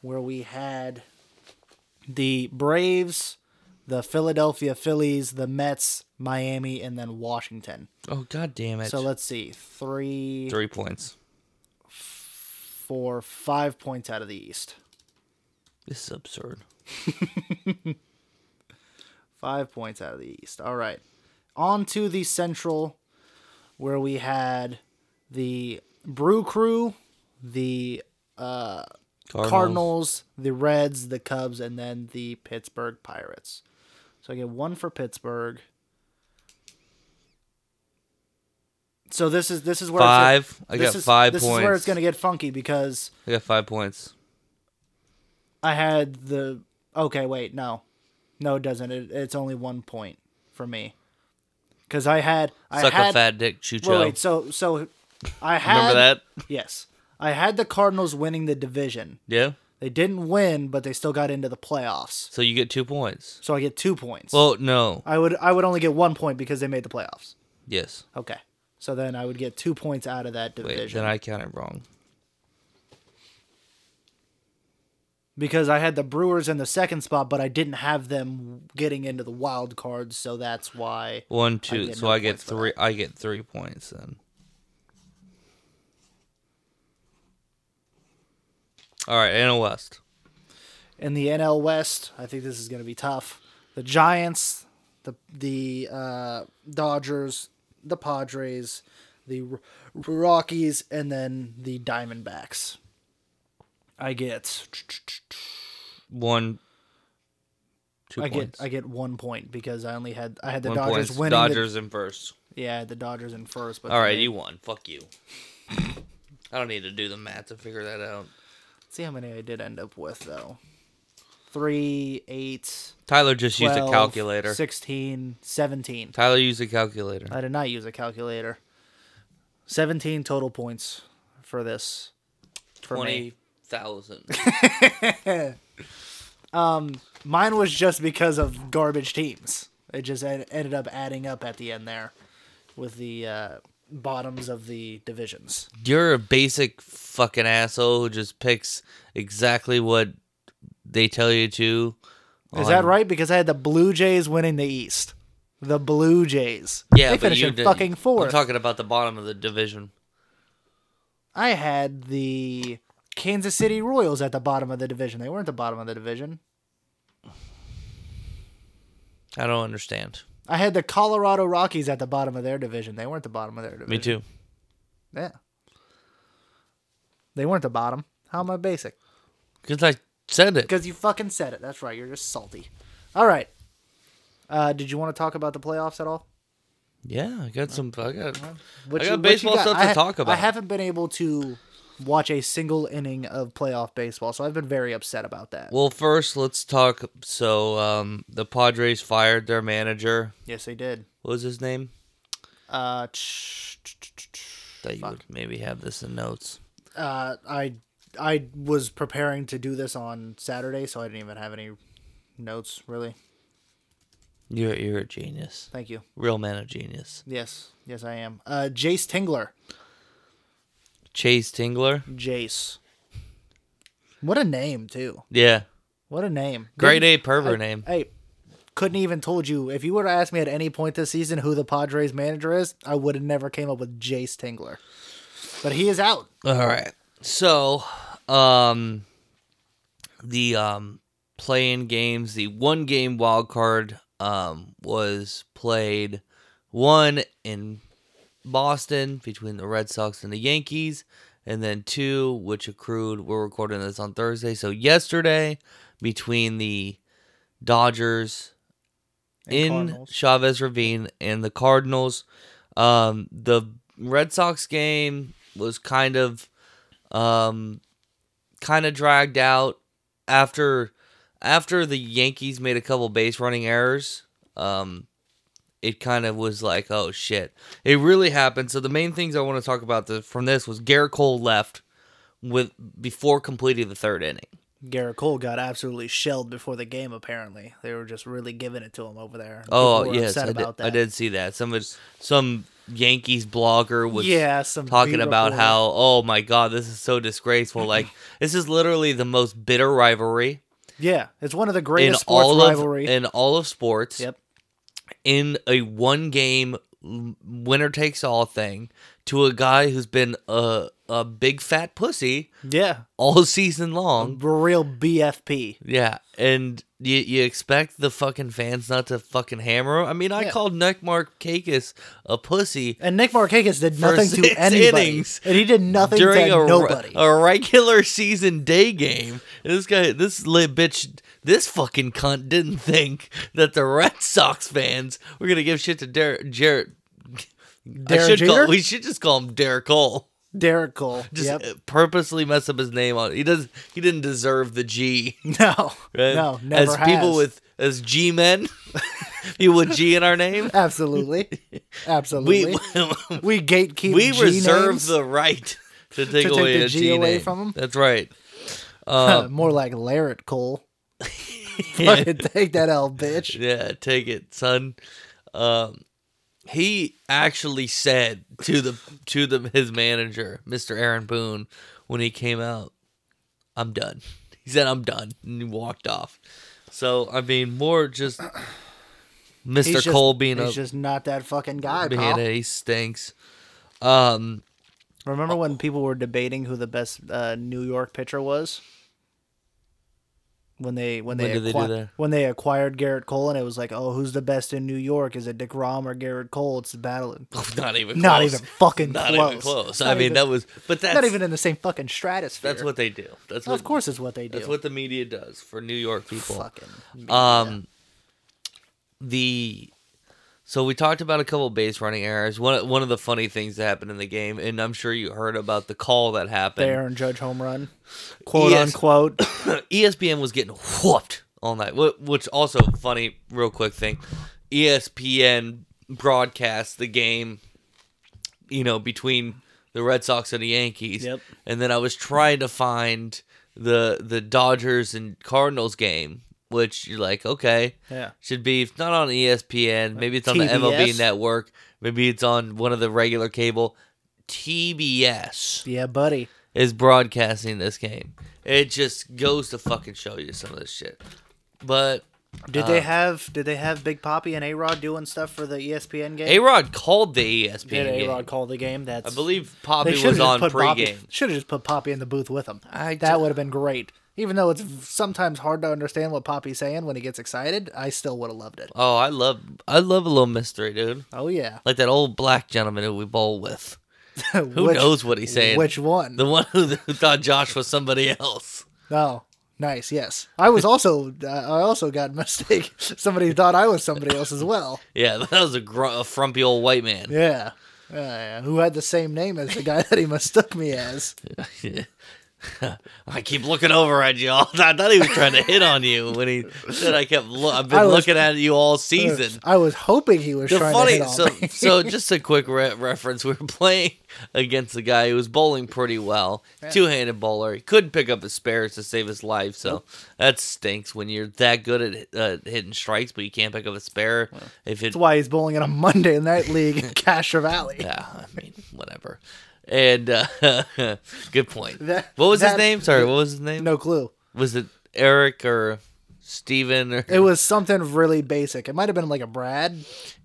C: where we had the Braves, the Philadelphia Phillies, the Mets, Miami, and then Washington.
B: Oh god damn it!
C: So let's see. Three,
B: three points.
C: four, five points out of the East.
B: This is absurd.
C: Five points out of the East. All right. On to the Central, where we had the Brew Crew, the
B: Cardinals.
C: Cardinals, the Reds, the Cubs, and then the Pittsburgh Pirates. So I get one for Pittsburgh. So this is this is where It's,
B: Five. I
C: this
B: got
C: is-
B: five
C: This
B: points.
C: is where it's gonna get funky because
B: I got five points.
C: I had the okay. Wait, no, no, it doesn't. It, it's only one point for me because I had I
B: Suck
C: had
B: a fat dick, Chucho.
C: wait, wait. So so I had
B: Remember that?
C: Yes, I had the Cardinals winning the division.
B: Yeah.
C: They didn't win, but they still got into the playoffs.
B: So you get two points.
C: So I get two points.
B: Well, no.
C: I would I would only get one point because they made the playoffs.
B: Yes.
C: Okay. So then I would get two points out of that
B: Wait,
C: division
B: then I counted wrong.
C: because I had the Brewers in the second spot, but I didn't have them getting into the wild cards, so that's why.
B: One, two.
C: get
B: so
C: no
B: I get
C: points for
B: three. I get three points then. All right, NL West.
C: In the NL West, I think this is going to be tough. The Giants, the the uh, Dodgers, the Padres, the R- Rockies, and then the Diamondbacks. I get
B: One, two
C: I
B: points.
C: get I get one point because I only had I had the
B: One
C: Dodgers
B: points.
C: winning. the-
B: Dodgers in first.
C: yeah, I had the Dodgers in first. But
B: All right,
C: they-
B: you won. Fuck you. I don't need to do the math to figure that out.
C: see how many I did end up with though. Three, eight,
B: Tyler just
C: 12,
B: used a calculator.
C: 16, 17.
B: Tyler used a calculator.
C: I did not use a calculator. 17 total points for this. For me.
B: Twenty thousand.
C: Mine was just because of garbage teams. It just en- ended up adding up at the end there with the uh, bottoms of the divisions.
B: (laughs) You're a basic fucking asshole who just picks exactly what they tell you to.
C: Is
B: on-
C: that right? Because I had the Blue Jays winning the East. The Blue Jays.
B: Yeah,
C: they
B: but
C: finished
B: you
C: in
B: didn't-
C: fucking
B: I'm
C: fourth.
B: talking about the bottom of the division.
C: I had the Kansas City Royals at the bottom of the division. They weren't the bottom of the division.
B: I don't understand.
C: I had the Colorado Rockies at the bottom of their division. They weren't the bottom of their division.
B: Me too.
C: Yeah. They weren't the bottom. How am I basic?
B: Because I said it.
C: Because you fucking said it. That's right. You're just salty. All right. Uh, did you want to talk about the playoffs at all?
B: Yeah, I got some. I got.
C: What
B: I got
C: you- what you
B: baseball
C: got?
B: stuff
C: I
B: to
C: ha-
B: talk about.
C: I haven't been able to watch a single inning of playoff baseball, so I've been very upset about that.
B: Well, first let's talk. So um, the Padres fired their manager.
C: yes, they did.
B: What was his name?
C: Uh, tch, tch, tch, tch, tch.
B: That you would maybe have this in notes.
C: uh, I I was preparing to do this on Saturday, so I didn't even have any notes really.
B: You're you're a genius.
C: Thank you.
B: Real man of genius.
C: Yes, yes, I am. Uh, Jace Tingler.
B: Chase Tingler.
C: Jace. What a name too.
B: Yeah,
C: What a name.
B: grade
C: Didn't-
B: A pervert name.
C: Hey, couldn't even told you if you would have asked me at any point this season who the Padres manager is, I would have never came up with Jace Tingler. But he is out.
B: All right. So, um, the um, playing games, the one game wild card, um, was played one in Boston between the Red Sox and the Yankees, and then two, which accrued. We're recording this on Thursday, so yesterday between the Dodgers in
C: Cardinals.
B: Chavez Ravine and the Cardinals. Um, the Red Sox game was kind of, um, kind of dragged out after after the Yankees made a couple base running errors. Um, it kind of was like, oh shit, it really happened. So the main things I want to talk about the, from this was Garrett Cole left with before completing the third inning.
C: Garrett Cole got absolutely shelled before the game. Apparently, they were just really giving it to him over there.
B: Oh
C: People were
B: yes,
C: upset
B: I did,
C: about
B: I
C: that.
B: did see that. Some of- some Yankees blogger was
C: Yeah, some
B: talking
C: beat
B: about
C: reporter.
B: how oh my god, this is so disgraceful. like this is literally the most bitter rivalry
C: Yeah, it's one of the
B: in
C: greatest sports
B: all
C: rivalry.
B: of in all of sports.
C: yep.
B: in a one game winner takes all thing to a guy who's been a a big fat pussy
C: Yeah.
B: all season
C: Mm-hmm.
B: long.
C: Real BFP.
B: Yeah, and you you expect the fucking fans not to fucking hammer him. I mean, I
C: Yeah.
B: called Nick Mark Kakis a pussy
C: And Nick Markakis did nothing to
B: six
C: anybody.
B: innings
C: and he did nothing
B: during
C: to
B: a, Oh. re-
C: nobody.
B: a regular season day game. And This guy, this lit bitch, this fucking cunt didn't think that the Red Sox fans were gonna give shit to Der- Jarrett I
C: Derek
B: should call,
C: Jeter?
B: we should just call him Derek Cole.
C: Derek Cole.
B: (laughs) Just
C: yep.
B: uh, purposely mess up his name on. He does. He didn't deserve the G.
C: (laughs) No.
B: uh, right?
C: No. Never
B: as people
C: has.
B: with as G men, (laughs) people with G in our name.
C: Absolutely. Absolutely.
B: (laughs) We
C: We,
B: (laughs)
C: gatekeep.
B: we
C: G
B: reserve
C: names. (laughs)
B: the right to take
C: take
B: away
C: the
B: a
C: G
B: G
C: away
B: name.
C: from 'em?
B: That's right. um,
C: more like
B: (laughs)
C: Larrett Cole. Fucking take that L, bitch.
B: Yeah, take it, son. Um, he actually said to the to the his manager, Mr. Aaron Boone, when he came out, "I'm done." He said, "I'm done," and he walked off. So I mean, more
C: (clears throat)
B: just Mr.
C: He's just-
B: Cole being a
C: He's just not that fucking guy,
B: being
C: pal.
B: a he stinks. Um, (laughs)
C: Remember when people were debating who the best uh, New York pitcher was? When they when they,
B: When did they do
C: acqui-
B: that?
C: when they acquired Garrett Cole and it was like, oh, who's the best in New York? Is it Degrom or Garrett Cole? It's the battle.
B: not even
C: Not
B: close.
C: even fucking
B: not
C: close.
B: even close.
C: Not
B: I mean,
C: even-
B: that was but that's
C: not even in the same fucking stratosphere.
B: that's what they do. That's what
C: of course, is what they do.
B: That's what the media does for New York people.
C: fucking.
B: Um, the so we talked about a couple base running errors. One one of the funny things that happened in the game, and I'm sure you heard about the call that happened. E
C: the Aaron Judge home run,
B: (laughs)
C: quote
B: Yes. (coughs) (clears throat)
C: unquote.
B: ESPN was getting whooped all night, wh- which also funny. Real quick thing, E ESPN broadcast the game, you know, between the Red Sox and the Yankees.
C: Yep.
B: And then I was trying to find the the Dodgers and Cardinals game, which you're like, okay,
C: Yeah.
B: should be if not on E
C: Uh,
B: ESPN, maybe it's on the
C: TBS?
B: MLB network, maybe it's on one of the regular cable. TBS
C: yeah, buddy.
B: is broadcasting this game. It just goes to fucking show you some of this shit. But
C: Did
B: Uh.
C: they have Did they have Big Poppy and A Rod doing stuff for the E ESPN game?
B: A Rod called the E ESPN
C: Did A
B: game.
C: Rod call the game? That's
B: I believe
C: they
B: Poppy
C: should've
B: was
C: just
B: on
C: put
B: pregame.
C: Should have just put Poppy in the booth with him.
B: I
C: that
B: ju-
C: would have been great. Even though it's sometimes hard to understand what Poppy's saying when he gets excited, I still would have loved it.
B: Oh, I love I love a little mystery, dude.
C: Oh yeah,
B: Like that old black gentleman who we bowl with. (laughs) Who
C: Which-
B: knows what he's saying?
C: Which one?
B: The one who, (laughs) who thought Josh was somebody else.
C: Oh, nice. Yes, I was also. uh, I also got a (laughs) mistake. Somebody thought I was somebody else as well.
B: Yeah, (laughs) that was a, gr- a frumpy old white man.
C: Yeah. Uh, yeah. Who had the same name as the guy that he mistook me as?
B: I keep looking over at you. All, I thought he was trying to hit on you when he said I kept. Lo- I've been
C: I was-
B: looking at you all season.
C: Uh, I was hoping he was
B: The
C: trying
B: funny,
C: to hit on
B: so
C: me.
B: so just a quick re- reference. We were playing against a guy who was bowling pretty well, two-handed bowler. He couldn't pick up his spares to save his life, so that stinks when you're that good at uh, hitting strikes, but you can't pick up a spare. If it
C: That's why he's bowling in a Monday night league in (laughs) Castro Valley.
B: Yeah, I mean, whatever. And uh, (laughs) good point.
C: That-
B: what was his
C: that-
B: name? Sorry, what was his name?
C: No clue.
B: Was it Eric or Steven or
C: It was something really basic. It might have been like a Brad.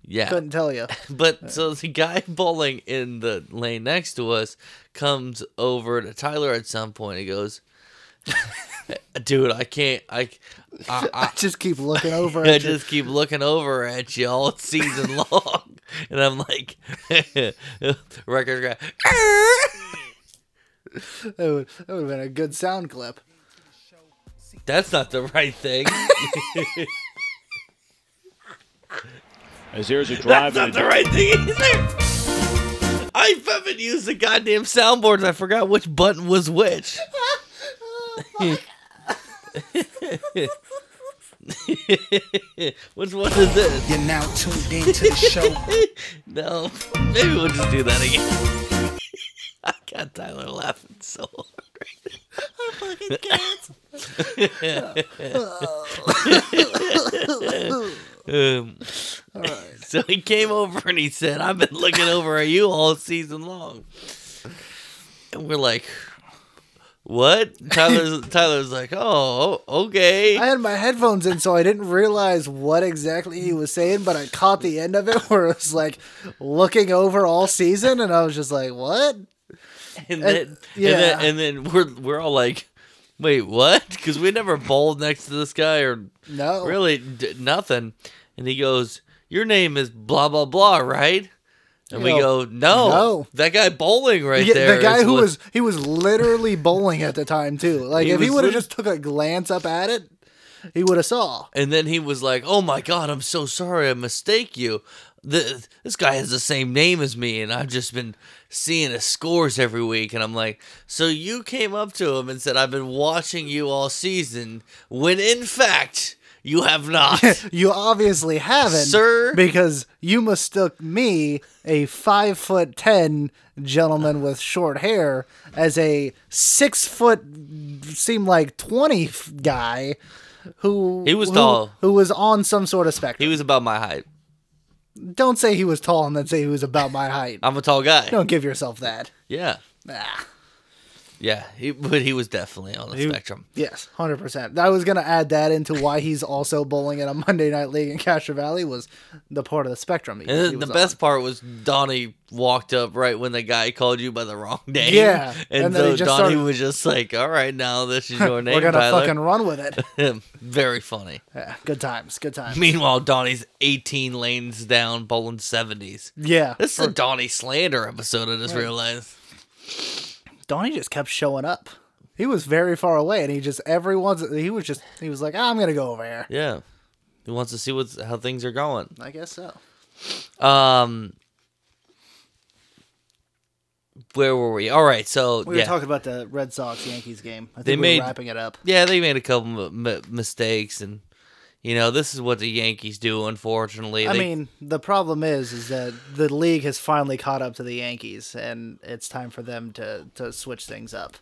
B: yeah?
C: Couldn't tell you.
B: But so the guy (laughs) bowling in the lane next to us comes over to Tyler at some point. He goes, (laughs) "Dude, I can't. I, I, (laughs) I
C: I (laughs) just keep looking over.
B: I
C: at you.
B: just keep looking over at you all season (laughs) long, and I'm like, (laughs) record guy.
C: That would, that would have been a good sound clip.
B: That's not the right thing.
D: As here's a drive
B: That's not the
D: and a
B: right thing either. I haven't used the goddamn soundboards. I forgot which button was which. (laughs) which one is this?
A: You're now tuned in to the
B: (laughs)
A: show.
B: No. (laughs) Maybe we'll just do that again. (laughs) I got Tyler laughing so hard right (laughs) now. um, So he came over and he said, I've been looking over at you all season long. And we're like, what? Tyler's, Tyler's like, oh, okay.
C: I had my headphones in, so I didn't realize what exactly he was saying, but I caught the end of it where it was like looking over all season, and I was just like, what?
B: and then,
C: yeah.
B: and then and then we're we're all like, wait, what? Because we never bowled next to this guy or
C: No.
B: really d- nothing. And he goes, "Your name is blah blah blah, right?" And we go,
C: Yo,
B: "No,
C: no."
B: that guy bowling right
C: Yeah,
B: there."
C: the guy
B: is
C: who
B: what-
C: was he was literally bowling at the time too. Like
B: He
C: if he
B: was
C: would have
B: lit-
C: just took a glance up at it, he would have saw.
B: And then he was like, "Oh my god, I'm so sorry, I mistake you. The, this guy has the same name as me, and I've just been seeing his scores every week." And I'm like, "So you came up to him and said, "I've been watching you all season," when in fact you have (laughs) not.
C: You obviously haven't,
B: Sir?
C: because you mistook me, a five foot ten gentleman with short hair, as a six foot, seemed like twenty f- guy, who
B: He was
C: who-
B: tall.
C: who was on some sort of
B: he
C: spectrum.
B: was about my height.
C: Don't say he was tall and then say he was about
B: (laughs)
C: my height.
B: I'm a tall guy.
C: Don't give yourself that.
B: Yeah,
C: Ah.
B: yeah. He, but he was definitely on the spectrum.
C: Yes, hundred percent. I was gonna add that into why he's also bowling in a Monday Night League in Castro Valley was the part of the spectrum. he-
B: And
C: he
B: then the
C: was
B: best
C: on.
B: part was Donnie walked up right when the guy called you by the wrong name.
C: Yeah,
B: And,
C: and then
B: so
C: he just
B: Donnie
C: started-
B: was just like, all right, now
C: (laughs)
B: this is your name,
C: We're gonna
B: (laughs)
C: fucking
B: Tyler.
C: run with it.
B: Very funny.
C: Yeah, good times, good times.
B: Meanwhile, Donnie's 18 lanes down, bowling 70s.
C: Yeah,
B: This is a Donnie slander episode, I just realized.
C: Donnie just kept showing up. He was very far away, and he just every once he was just he was like, "Ah, "I'm gonna go over here."
B: Yeah. He wants to see what's, how things are going.
C: I guess so.
B: Um, Where were we? All right, so.
C: We were
B: yeah.
C: talking about the Red Sox Yankees game. I think
B: They
C: we
B: made-
C: were wrapping it up.
B: yeah, they made a couple m- m- mistakes, and you know this is what the Yankees do. Unfortunately,
C: I
B: They-
C: mean, the problem is, is that the league has finally caught up to the Yankees, and it's time for them to to switch things up.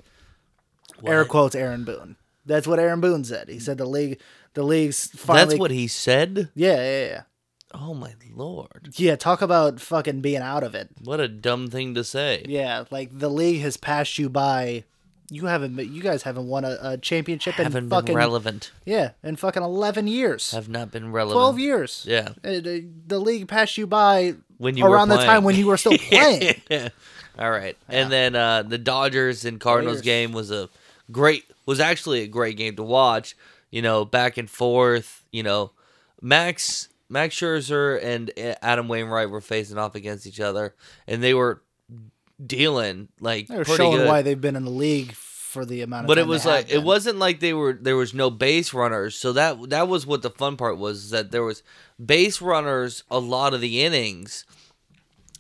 C: Air quotes Aaron Boone. That's what Aaron Boone said. He said the league, the league's finally.
B: that's what he said.
C: Yeah, yeah, yeah.
B: Oh my lord,
C: Yeah, talk about fucking being out of it.
B: what a dumb thing to say.
C: Yeah, like the league has passed you by. You haven't. been- You guys haven't won a, a championship
B: Haven't
C: in fucking
B: been relevant.
C: yeah, in fucking eleven years,
B: Have not been relevant.
C: twelve years.
B: Yeah.
C: Uh, the, the league passed you by
B: When you were
C: around the
B: playing.
C: time when you
B: (laughs)
C: were still playing.
B: All right, and then uh, the Dodgers and Cardinals
C: Warriors.
B: game was a great was actually a great game to watch. You know, back and forth. You know, Max Max Scherzer and uh, Adam Wainwright were facing off against each other, and they were dealing like
C: They're
B: pretty
C: showing
B: good.
C: why they've been in the league for the amount of
B: but
C: time.
B: it was
C: they have
B: like it
C: been.
B: wasn't like they were there was no base runners so that that was what the fun part was is that there was base runners a lot of the innings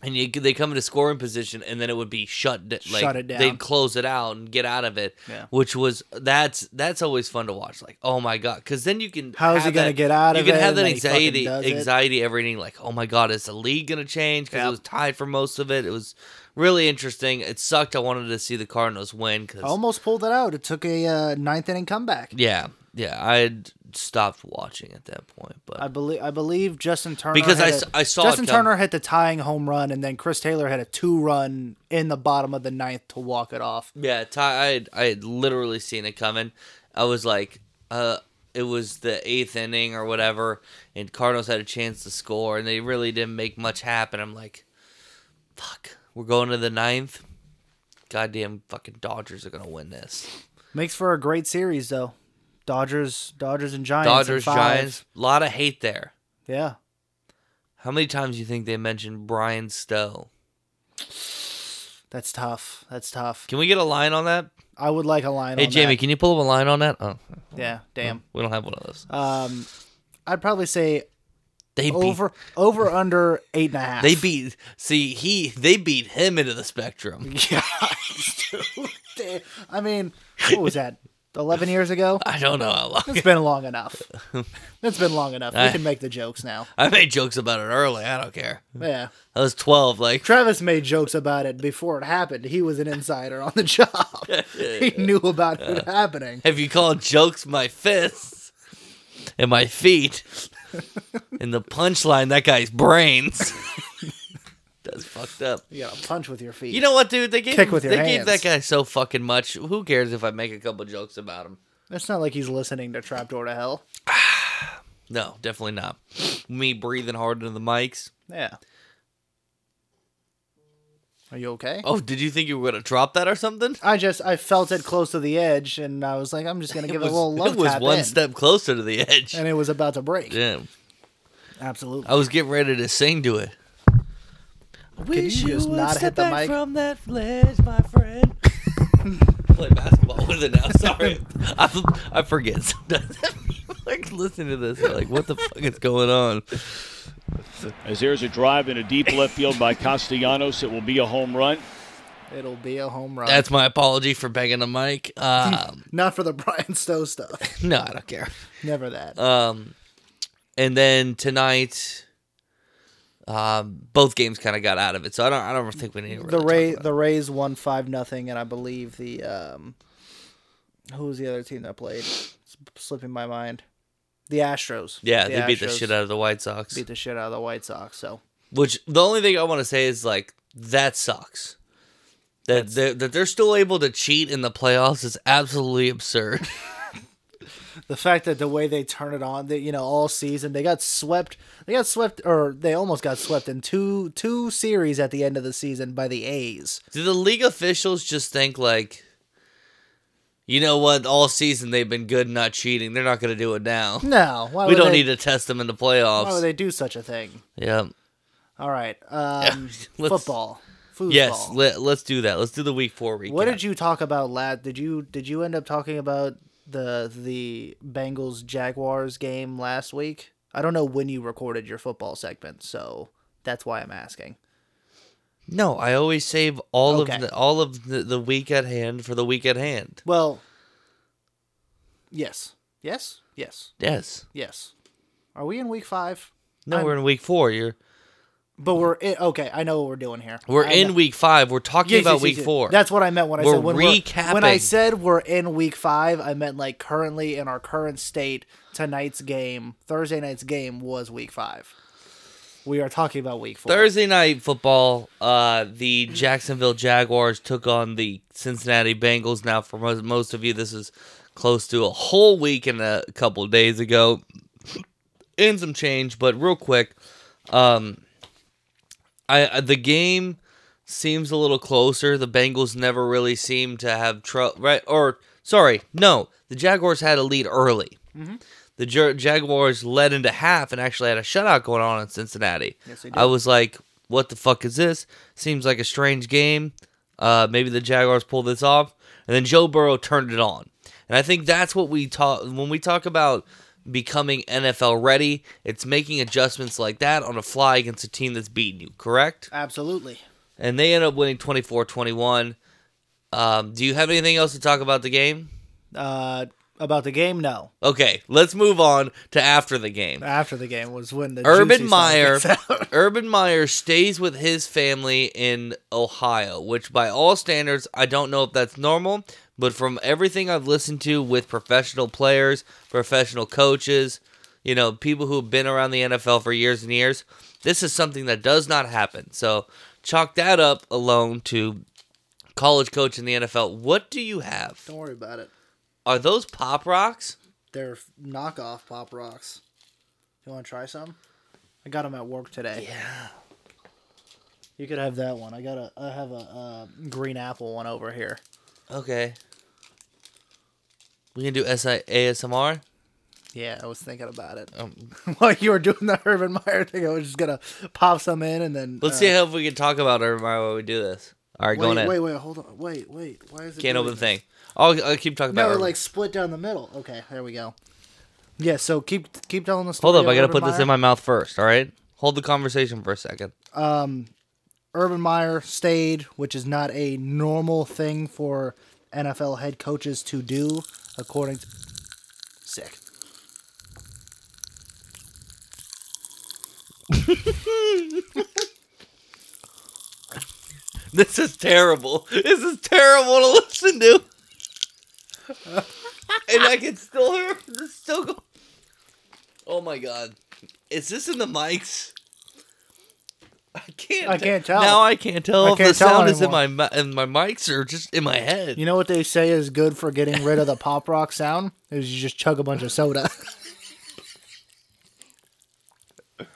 B: and you, they come into scoring position and then it would be shut d- like
C: Shut it down.
B: they'd close it out and get out of it
C: Yeah.
B: which was that's that's always fun to watch like oh my god cuz then you can
C: How is he
B: have
C: gonna
B: that-
C: get out
B: you
C: of
B: can
C: it?
B: have
C: And
B: that
C: then he fucking
B: anxiety
C: does it.
B: anxiety every inning like oh my god is the league going to change cuz
C: Yep.
B: it was tied for most of it it was really interesting it sucked i wanted to see the cardinals win cuz
C: I almost pulled it out. It took a uh, ninth inning comeback.
B: yeah, yeah. I had stopped watching at that point, but
C: I believe I believe Justin Turner
B: Because I
C: hit
B: s-
C: a-
B: I saw it
C: Justin
B: come.
C: Turner hit the tying home run, and then Chris Taylor had a two run in the bottom of the ninth to walk it off.
B: yeah, Ty, I had I had literally seen it coming. I was like, uh, it was the eighth inning or whatever, and Cardinals had a chance to score, and they really didn't make much happen. I'm like, fuck, we're going to the ninth. Goddamn, fucking Dodgers are gonna win this.
C: Makes for a great series though. Dodgers, Dodgers and Giants. in
B: Dodgers,
C: five.
B: Giants, a lot of hate there.
C: Yeah,
B: How many times do you think they mentioned Brian Stowe?
C: that's tough. That's tough.
B: Can we get a line on that?
C: I would like a line.
B: Hey,
C: on
B: Jamie,
C: that.
B: can you pull up a line on that? Oh,
C: Yeah, damn.
B: we don't have one of those.
C: Um, I'd probably say
B: They
C: over over under eight and a half.
B: Beat, they
C: (laughs)
B: beat. See, he they beat him into the spectrum.
C: Yeah, dude. I mean, what was that? Eleven years ago.
B: I don't know how long.
C: (laughs) It's been long enough. It's been long enough.
B: I-
C: We can make the jokes now.
B: I made jokes about it early. I don't care.
C: Yeah.
B: I was twelve. Like
C: Travis made jokes about it before it happened. He was an insider on the job. (laughs) he knew about it happening.
B: Have you called jokes my fists and my
C: (laughs)
B: feet? and the punchline, that guy's
C: (laughs)
B: brains. That's fucked up.
C: You gotta punch with your feet.
B: You know what, dude? They gave
C: Kick with your
B: they gave that
C: hands.
B: guy so fucking much. Who cares if I make a couple jokes about him?
C: it's not like he's listening to Trapdoor to Hell.
B: No, definitely not. Me breathing hard into the mics.
C: Yeah. Are you okay?
B: Oh, did you think you were gonna drop that or something?
C: I just I felt it close to the edge, and I was like, I'm just gonna give it, a little love
B: it was
C: tap
B: one
C: in.
B: step closer to the edge.
C: and it was about to break.
B: Damn.
C: Absolutely.
B: I was getting ready to sing to it.
C: wish you you just would not step hit the back mic?
B: from that ledge, my (laughs) friend.
C: (laughs)
B: Play basketball with it now. Sorry, I, I forget sometimes. (laughs) like listening to this, they're like, what the fuck is going on?
D: As there's a drive in a deep left field by Castellanos, it will be a home run.
C: It'll be a home run.
B: Oh. That's my apology for banging the mic.
C: (laughs)
B: Um,
C: Not for the Brian
B: (laughs)
C: Stowe stuff.
B: no, I don't care.
C: Never that.
B: Um, and then tonight, um, both games kind of got out of it, so I don't. I don't think we need to really
C: the Ray
B: talk about
C: the Rays won five nothing, and I believe the um, who was the other team that played? It's slipping my mind. The Astros.
B: it. yeah,
C: The
B: they beat the
C: Astros
B: shit out of the White Sox.
C: beat the shit out of the White Sox. So
B: Which the only thing I want to say is like that sucks. That they're, that they're still able to cheat in the playoffs is absolutely absurd.
C: (laughs) the fact that the way they turn it on, that you know, all season they got swept, they got swept, or they almost got swept in two two series at the end of the season by the A's.
B: Do the league officials just think like, you know what? All season they've been good, not cheating. They're not going to do it now.
C: No, why
B: We
C: would
B: don't
C: they-
B: need to test them in the
C: Why would
B: playoffs.
C: they do such a thing?
B: Yeah. (laughs)
C: All right, um,
B: let's-
C: football, foosball.
B: Yes. Let, let's do that. Let's do the week four recap.
C: What did you talk about, lad? Did you did you end up talking about the the Bengals Jaguars game last week? I don't know when you recorded your football segment, so that's why I'm asking.
B: No, I always save all
C: Okay.
B: of the, all of the, the week at hand for the week at hand.
C: Well, yes, yes, yes,
B: Yes.
C: yes. Are we in week five?
B: No,
C: I'm-
B: we're in week four. You're
C: But we're in, okay. I know what we're doing here.
B: we're
C: I
B: in
C: know-
B: week five. We're talking
C: Yes,
B: about
C: yes, yes,
B: week
C: yes.
B: four.
C: That's what I meant when I
B: We're
C: said when we're when I
B: recapping.
C: said we're in week five. I meant like currently in our current state. Tonight's game, Thursday night's game, was week five. We are talking about week four.
B: Thursday night football. Uh, the Jacksonville Jaguars took on the Cincinnati Bengals. Now, for most, most of you, this is close to a whole week and a couple of days ago, and some change. But real quick, um, I I- the game seems a little closer. The Bengals never really seemed to have trouble, right? Or sorry, no, the Jaguars had a lead early. The Ja- Jaguars led into half and actually had a shutout going on in Cincinnati.
C: Yes, they did.
B: I was like, "What the fuck is this? Seems like a strange game. Uh, maybe the Jaguars pull this off." And then Joe Burrow turned it on, and I think that's what we talk when we talk about becoming NFL ready. It's making adjustments like that on a fly against a team that's beating you. Correct?
C: Absolutely.
B: and they end up winning 24-21 um, do you have anything else to talk about the game
C: Uh, about the game, no.
B: okay let's move on to after the game
C: After the game was when the
B: urban
C: juicy stuff
B: meyer
C: gets out. (laughs)
B: urban meyer stays with his family in ohio which by all standards i don't know if that's normal but from everything i've listened to with professional players professional coaches you know people who've been around the nfl for years and years this is something that does not happen so chalk that up alone to college coach in the nfl what do you have
C: Don't worry about it.
B: are those pop rocks
C: They're knockoff pop rocks. You want to try some? I got them at work today. Yeah. You could have that one. I got a. I have a, uh green apple one over here.
B: okay we can do SI- asmr
C: Yeah, I was thinking about it
B: um,
C: (laughs) while you were doing the Urban Meyer thing. I was just gonna pop some in and then.
B: Let's
C: uh,
B: see how if we can talk about Urban Meyer while we do this. All right,
C: Wait,
B: going
C: wait,
B: in.
C: wait, hold on. Wait, wait. Why is it?
B: Can't
C: doing
B: open the
C: this?
B: thing. I'll, I'll keep talking
C: No,
B: about
C: it
B: Urban.
C: like split down the middle. Okay, there we go. Yeah. So keep keep telling the story.
B: Hold up,
C: of
B: I gotta
C: Urban
B: put this
C: Meyer.
B: in my mouth first. All right, hold the conversation for a second. (laughs)
C: Urban Meyer stayed, which is not a normal thing for NFL head coaches to do, according to. Sick.
B: This is terrible. This is terrible to listen to. (laughs) and I can still hear (laughs) this still go. Oh my god, is this in the mics? I can't.
C: I
B: te-
C: can't tell.
B: Now I can't tell
C: I
B: if the
C: can't tell
B: sound is in
C: anymore.
B: my mi- in my mics or just in my head.
C: You know what they say is good for getting rid of the pop rock sound? Is you just chug a bunch of soda. (laughs)
B: (laughs) I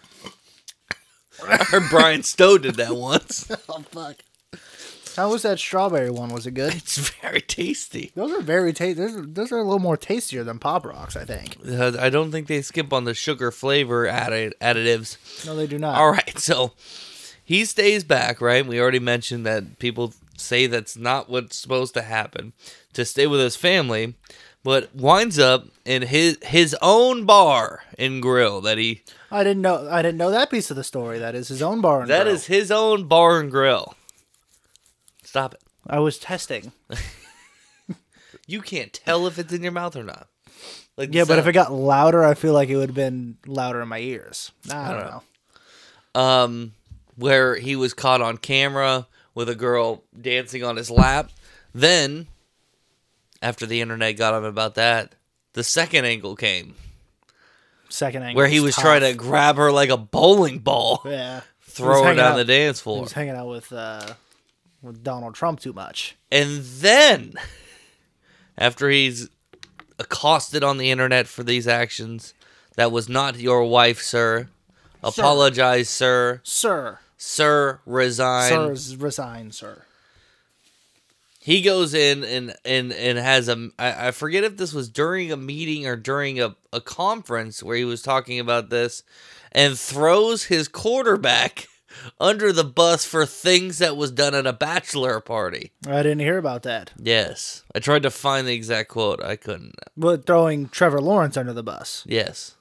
B: heard Brian Stowe did
C: (laughs)
B: that once.
C: oh, fuck. How was that strawberry one? Was it good?
B: It's (laughs) very tasty.
C: Those are very tasty. Those, are- those are a little more tastier than pop rocks, I think.
B: Uh, I don't think they skip on the sugar flavor added additives.
C: No, they do not.
B: All right, (laughs) so he stays back, right? We already mentioned that people say that's not what's supposed to happen to stay with his family, but winds up in his his own bar and grill that he
C: I didn't know. I didn't know that piece of the story. That is his own bar. And
B: that
C: grill.
B: is his own bar and grill. Stop it.
C: I was testing.
B: You can't tell if it's in your mouth or not. Like
C: Yeah, but if
B: so-
C: it got louder, I feel like it would have been louder in my ears. I
B: Uh,
C: don't know.
B: um, where he was caught on camera with a girl dancing on his lap. Then, after the internet got him about that, the second angle came
C: Second angle.
B: where he was trying to grab her like a bowling ball,
C: yeah
B: throw her
C: hanging
B: down
C: out-
B: the dance
C: He
B: floor.
C: was hanging out with uh, with Donald Trump too much.
B: And then, after he's accosted on the internet for these actions, that was not your wife, sir. Apologize, sir.
C: Sir,
B: Sir, resign.
C: sir, s- resign, sir.
B: he goes in and and and has a I, I forget if this was during a meeting or during a, a conference where he was talking about this and throws his quarterback (laughs) under the bus for things that was done at a bachelor party
C: I didn't hear about that.
B: yes i tried to find the exact quote i couldn't
C: But throwing Trevor Lawrence under the bus.
B: yes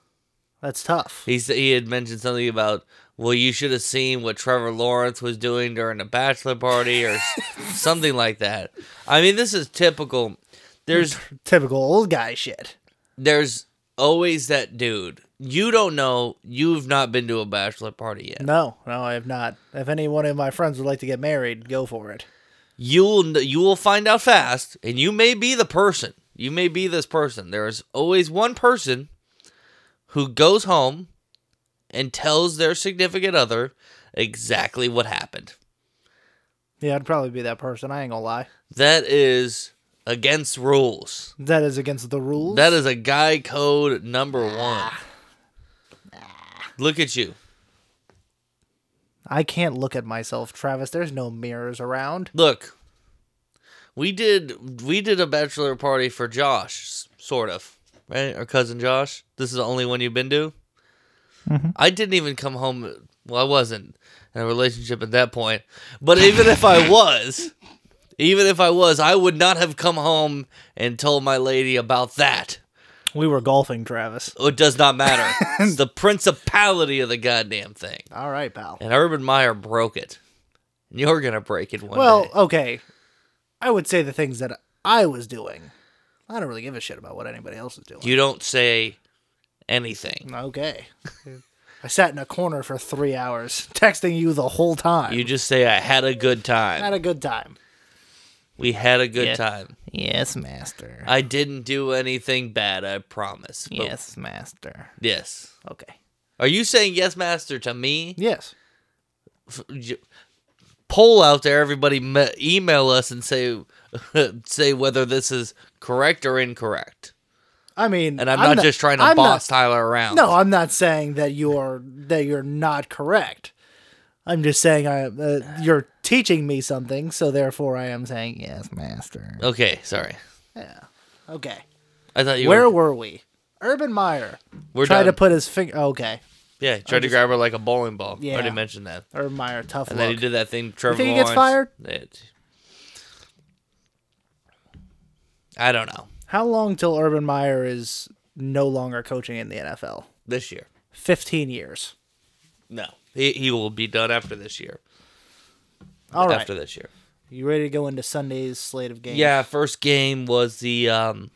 C: That's tough.
B: he said he had mentioned something about well you should have seen what trevor lawrence was doing during a bachelor party or (laughs) s- something like that i mean this is typical (laughs) there's
C: Typical old guy shit.
B: there's always that dude. You don't know. You've not been to a bachelor party yet.
C: No, no, I have not. If any one of my friends would like to get married, go for it.
B: You will. kn- You will find out fast, and you may be the person. You may be this person. There is always one person who goes home and tells their significant other exactly what happened.
C: Yeah, I'd probably be that person. I ain't gonna lie.
B: That is against rules.
C: That is against the rules.
B: That is a guy code number one. Look at you.
C: I can't look at myself, Travis. There's no mirrors around.
B: Look, we did we did a bachelor party for Josh, s- sort of, right? Our cousin Josh. This is the only one you've been to. I didn't even come home. Well, I wasn't in a relationship at that point, but even if I was, even if I was, I would not have come home and told my lady about that.
C: We were golfing, Travis.
B: Oh, It does not matter. it's the principality of the goddamn thing.
C: All right, pal.
B: And Urban Meyer broke it. And you're gonna break it one
C: Well,
B: day.
C: okay. I would say the things that I was doing. I don't really give a shit about what anybody else is doing.
B: You don't say anything. (laughs)
C: okay. I sat in a corner for three hours, (laughs) texting you the whole time.
B: You just say, I had a good
C: had
B: time.
C: a good time.
B: We had a good
C: Yeah.
B: time.
C: Yes, master.
B: I didn't do anything bad, I promise. But-
C: master.
B: Yes.
C: Okay.
B: Are you saying yes, master, to me?
C: Yes.
B: F- j- Poll out there, everybody me- email us and say (laughs) say whether this is correct or incorrect.
C: I mean,
B: And I'm, not, just trying to
C: I'm not-
B: boss Tyler around.
C: No, I'm not saying that you're that you're not correct. I'm just saying I uh, you're teaching me something, so therefore I am saying yes, master.
B: Okay, sorry.
C: Okay.
B: I thought you
C: Where
B: were.
C: were we? Urban Meyer
B: We're
C: tried to
B: done.
C: put his finger. Okay,
B: yeah, tried to grab her like a bowling ball. I already
C: Yeah.
B: mentioned that.
C: Urban Meyer, tough
B: And
C: look.
B: then he did that thing. Trevor
C: think he gets
B: Lawrence. It- I don't know.
C: How long till Urban Meyer is no longer coaching in the NFL?
B: This year,
C: Fifteen years.
B: no, he, he will be done after this year.
C: All right.
B: after this year.
C: You ready to go into Sunday's slate of games?
B: Yeah, first game was the um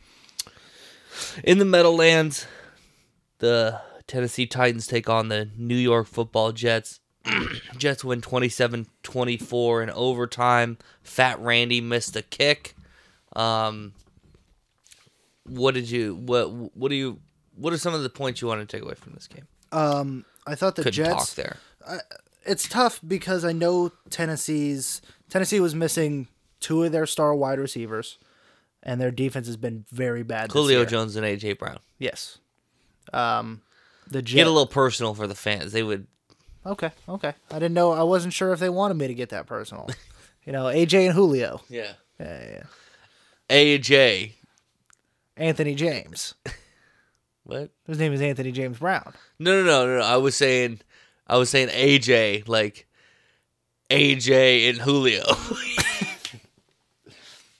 B: in the Meadowlands. The Tennessee Titans take on the New York Football Jets. (clears throat) Jets win 27-24 in overtime. Fat Randy missed a kick. Um what did you what what do you what are some of the points you want to take away from this game?
C: I thought the
B: Couldn't talk
C: Jets.
B: there.
C: it's tough because I know Tennessee's Tennessee was missing two of their star wide receivers, and their defense has been very bad. this year.
B: Julio Jones and AJ Brown.
C: Yes. Um, the Jets.
B: Get a little personal for the fans. They would
C: okay, okay. I didn't know. I wasn't sure if they wanted me to get
B: (laughs)
C: that personal. you know, AJ and Julio,
B: Yeah.
C: Yeah, yeah, yeah.
B: AJ.
C: Anthony James.
B: What?
C: His name is Anthony James Brown.
B: No, no, no, no, no. I was saying, I was saying AJ, like AJ and Julio.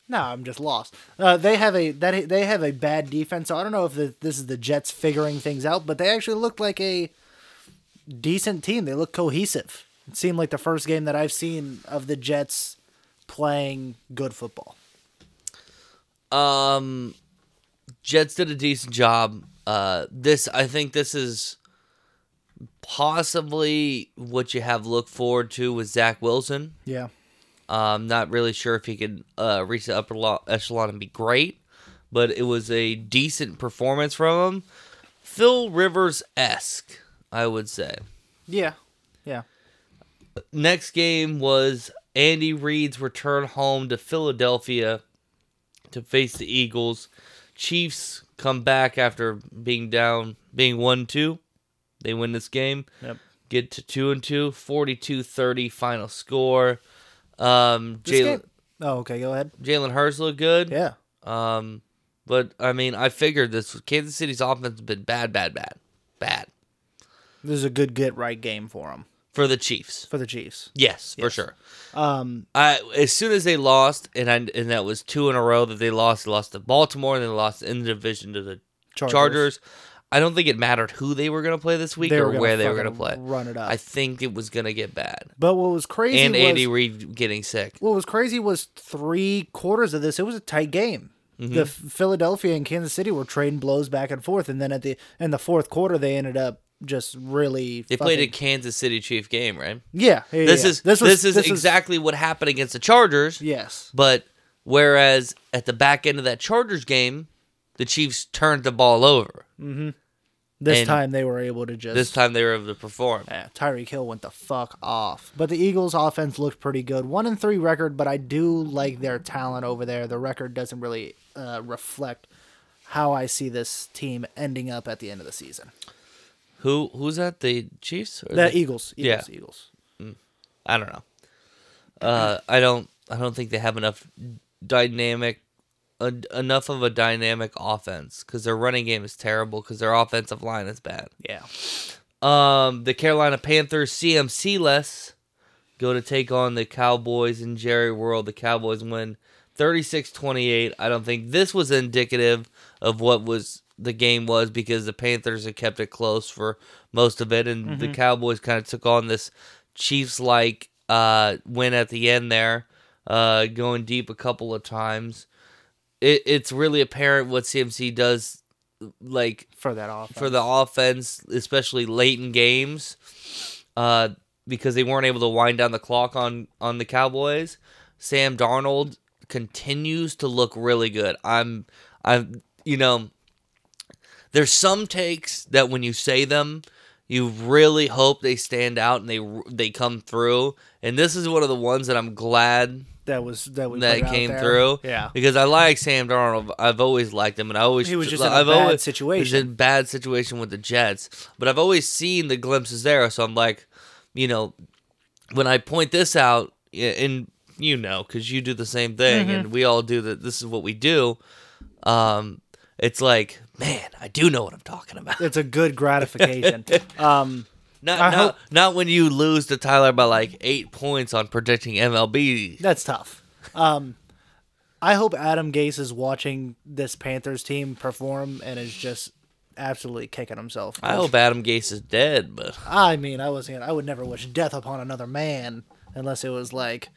C: No, I'm just lost. Uh, they have a that they have a bad defense. So I don't know if the, this is the Jets figuring things out, but they actually looked like a decent team. They look cohesive. It seemed like the first game that I've seen of the Jets playing good football.
B: Um, (laughs) Jets did a decent job. Uh, this I think this is possibly what you have looked forward to with Zach Wilson.
C: Yeah.
B: I'm not really sure if he could uh, reach the upper lo- echelon and be great, but it was a decent performance from him. Phil Rivers esque, I would say.
C: Yeah. Yeah.
B: Next game was Andy Reid's return home to Philadelphia to face the Eagles. Chiefs come back after being down, being 1 2. They win this game.
C: Yep.
B: Get to 2 and 2, 42 30 final score. Um,
C: This
B: Jalen.
C: game- Oh, okay. Go ahead.
B: Jalen Hurts looked good.
C: Yeah.
B: Um, but I mean, I figured this Kansas City's offense has been bad, bad, bad, bad
C: This is a good get right game for them
B: for the Chiefs.
C: for the Chiefs.
B: Yes, for sure.
C: Um.
B: I as soon as they lost, and I, and that was two in a row that they lost. They lost to Baltimore, and they lost in the division to the Chargers.
C: Chargers.
B: I don't think it mattered who they were going to play this week
C: They were
B: or
C: gonna
B: where they were going to
C: fucking
B: play.
C: run it up.
B: I think it was going to get bad.
C: But what was crazy
B: And
C: was
B: Andy Reid getting sick.
C: what was crazy was three quarters of this. It was a tight game.
B: Mm-hmm.
C: The F- Philadelphia and Kansas City were trading blows back and forth, and then at the in the fourth quarter, they ended up just really.
B: They played a
C: fucking-
B: Kansas City Chief game, right?
C: Yeah, yeah,
B: This
C: yeah.
B: is this,
C: this, was,
B: is
C: this was-
B: exactly what happened against the Chargers.
C: yes,
B: But whereas at the back end of that Chargers game, the Chiefs turned the ball over.
C: this
B: and-
C: time they were able to just.
B: This time they were able to perform.
C: Yeah, Tyreek Hill went the fuck off. But the Eagles' offense looked pretty good. One and three record, but I do like their talent over there. The record doesn't really uh, reflect how I see this team ending up at the end of the season.
B: Who who's that? The Chiefs? Or
C: The
B: the-
C: Eagles, Eagles,
B: Yeah.
C: Eagles.
B: I don't know. Uh, I don't I don't think they have enough dynamic uh, enough of a dynamic offense because their running game is terrible because their offensive line is bad.
C: Yeah.
B: Um, the Carolina Panthers CMC less go to take on the Cowboys in Jerry World. The Cowboys win 36-28. I don't think this was indicative of what was the game was because the Panthers had kept it close for most of it and the Cowboys kind of took on this Chiefs like uh win at the end there, uh going deep a couple of times. It, it's really apparent what CMC does like
C: For that offense.
B: for the offense, especially late in games, uh, because they weren't able to wind down the clock on on the Cowboys. Sam Darnold continues to look really good. I'm I'm you know there's some takes that when you say them, you really hope they stand out and they they come through. And this is one of the ones that I'm glad
C: that was that we put
B: that
C: out
B: came
C: there.
B: through. (laughs)
C: Yeah.
B: because I like Sam Darnold. I've always liked him, and I always
C: He was just in a
B: I've
C: bad
B: always,
C: situation.
B: He was in a bad situation with the Jets, but I've always seen the glimpses there. So I'm like, you know, when I point this out, y- and you know, because you do the same thing, and we all do that. This is what we do. Um, it's like, man, I do know what I'm talking about.
C: It's a good
B: (laughs)
C: gratification. um,
B: Not
C: I
B: not,
C: hope-
B: not when you lose to Tyler by like eight points on predicting MLB.
C: that's tough. Um, I hope Adam Gase is watching this Panthers team perform and is just absolutely kicking himself.
B: I hope Adam Gase is dead, but
C: I mean, I wasn't. I would never wish death upon another man unless it was like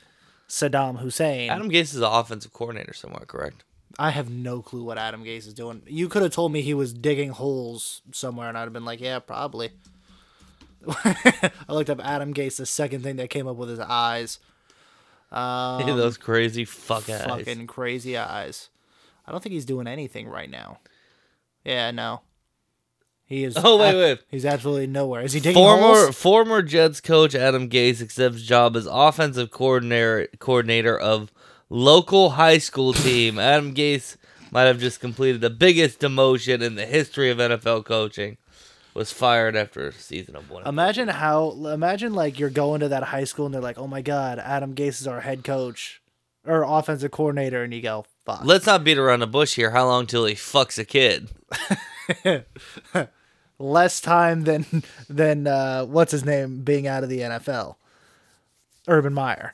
C: Saddam Hussein.
B: Adam Gase is the offensive coordinator somewhere, correct? (laughs)
C: I have no clue what Adam Gase is doing. You could have told me he was digging holes somewhere, and I'd have been like, yeah, probably. (laughs) I looked up Adam Gase. The second thing that came up with his eyes,
B: Those crazy fuck eyes.
C: Um, fucking crazy eyes. I don't think he's doing anything right now. Yeah, no. He is.
B: Oh, wait, wait.
C: He's absolutely nowhere. Is he digging
B: Former
C: holes?
B: former Jets coach Adam Gase accepts job as offensive coordinator coordinator of local high school
C: (laughs)
B: team. Adam Gase might have just completed the biggest demotion in the history of NFL coaching. Was fired after a season of one.
C: Imagine how. Imagine like you're going to that high school and they're like, "Oh my God, Adam Gase is our head coach or offensive coordinator," and you go, "Fuck."
B: Let's not beat around the bush here. How long till he fucks a kid?
C: less time than than uh, what's his name being out of the NFL. Urban Meyer.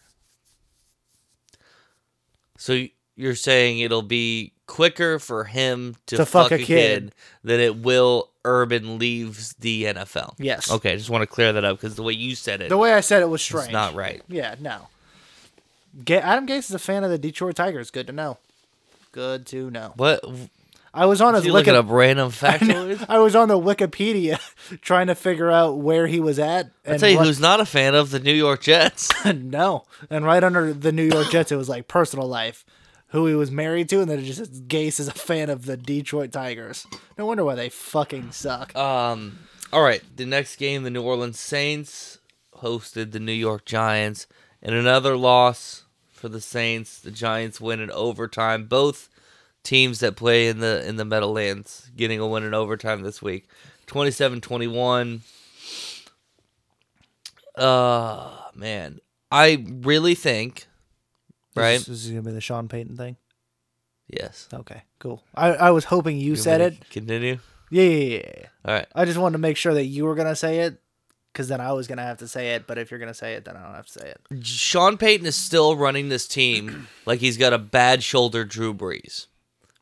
B: So you're saying it'll be quicker for him to,
C: To
B: fuck, a kid, than it will Urban leaves the NFL.
C: Yes.
B: Okay, I just want to clear that up because the way you said it,
C: The way I said it was strange.
B: it's not right.
C: Yeah, no. Ga- Adam Gase is a fan of the Detroit Tigers. Good to know. Good to know.
B: What?
C: I was on his
B: You looking
C: Wiki-
B: up random factoids?
C: (laughs) I was on the Wikipedia (laughs) trying to figure out where he was at.
B: I'll
C: and
B: tell you
C: what- (laughs)
B: who's not a fan of the New York Jets.
C: no. And right under the New York Jets, it was like personal life, who he was married to, and then it just says Gase is a fan of the Detroit Tigers. No wonder why they fucking suck.
B: Um. All right. The next game, the New Orleans Saints hosted the New York Giants, and another loss for the Saints. The Giants win in overtime. Both teams that play in the in the Meadowlands getting a win in overtime this week, 27-21. Uh man, I really think, right?
C: This, this is gonna be the Sean Payton thing.
B: yes.
C: Okay, cool. I, I was hoping you, said it.
B: Continue.
C: Yeah, yeah, yeah, yeah.
B: All right.
C: I just wanted to make sure that you were gonna say it, because then I was gonna have to say it. But if you're gonna say it, then I don't have to say it.
B: Sean Payton is still running this
C: (clears throat)
B: team like he's got a bad shoulder Drew Brees.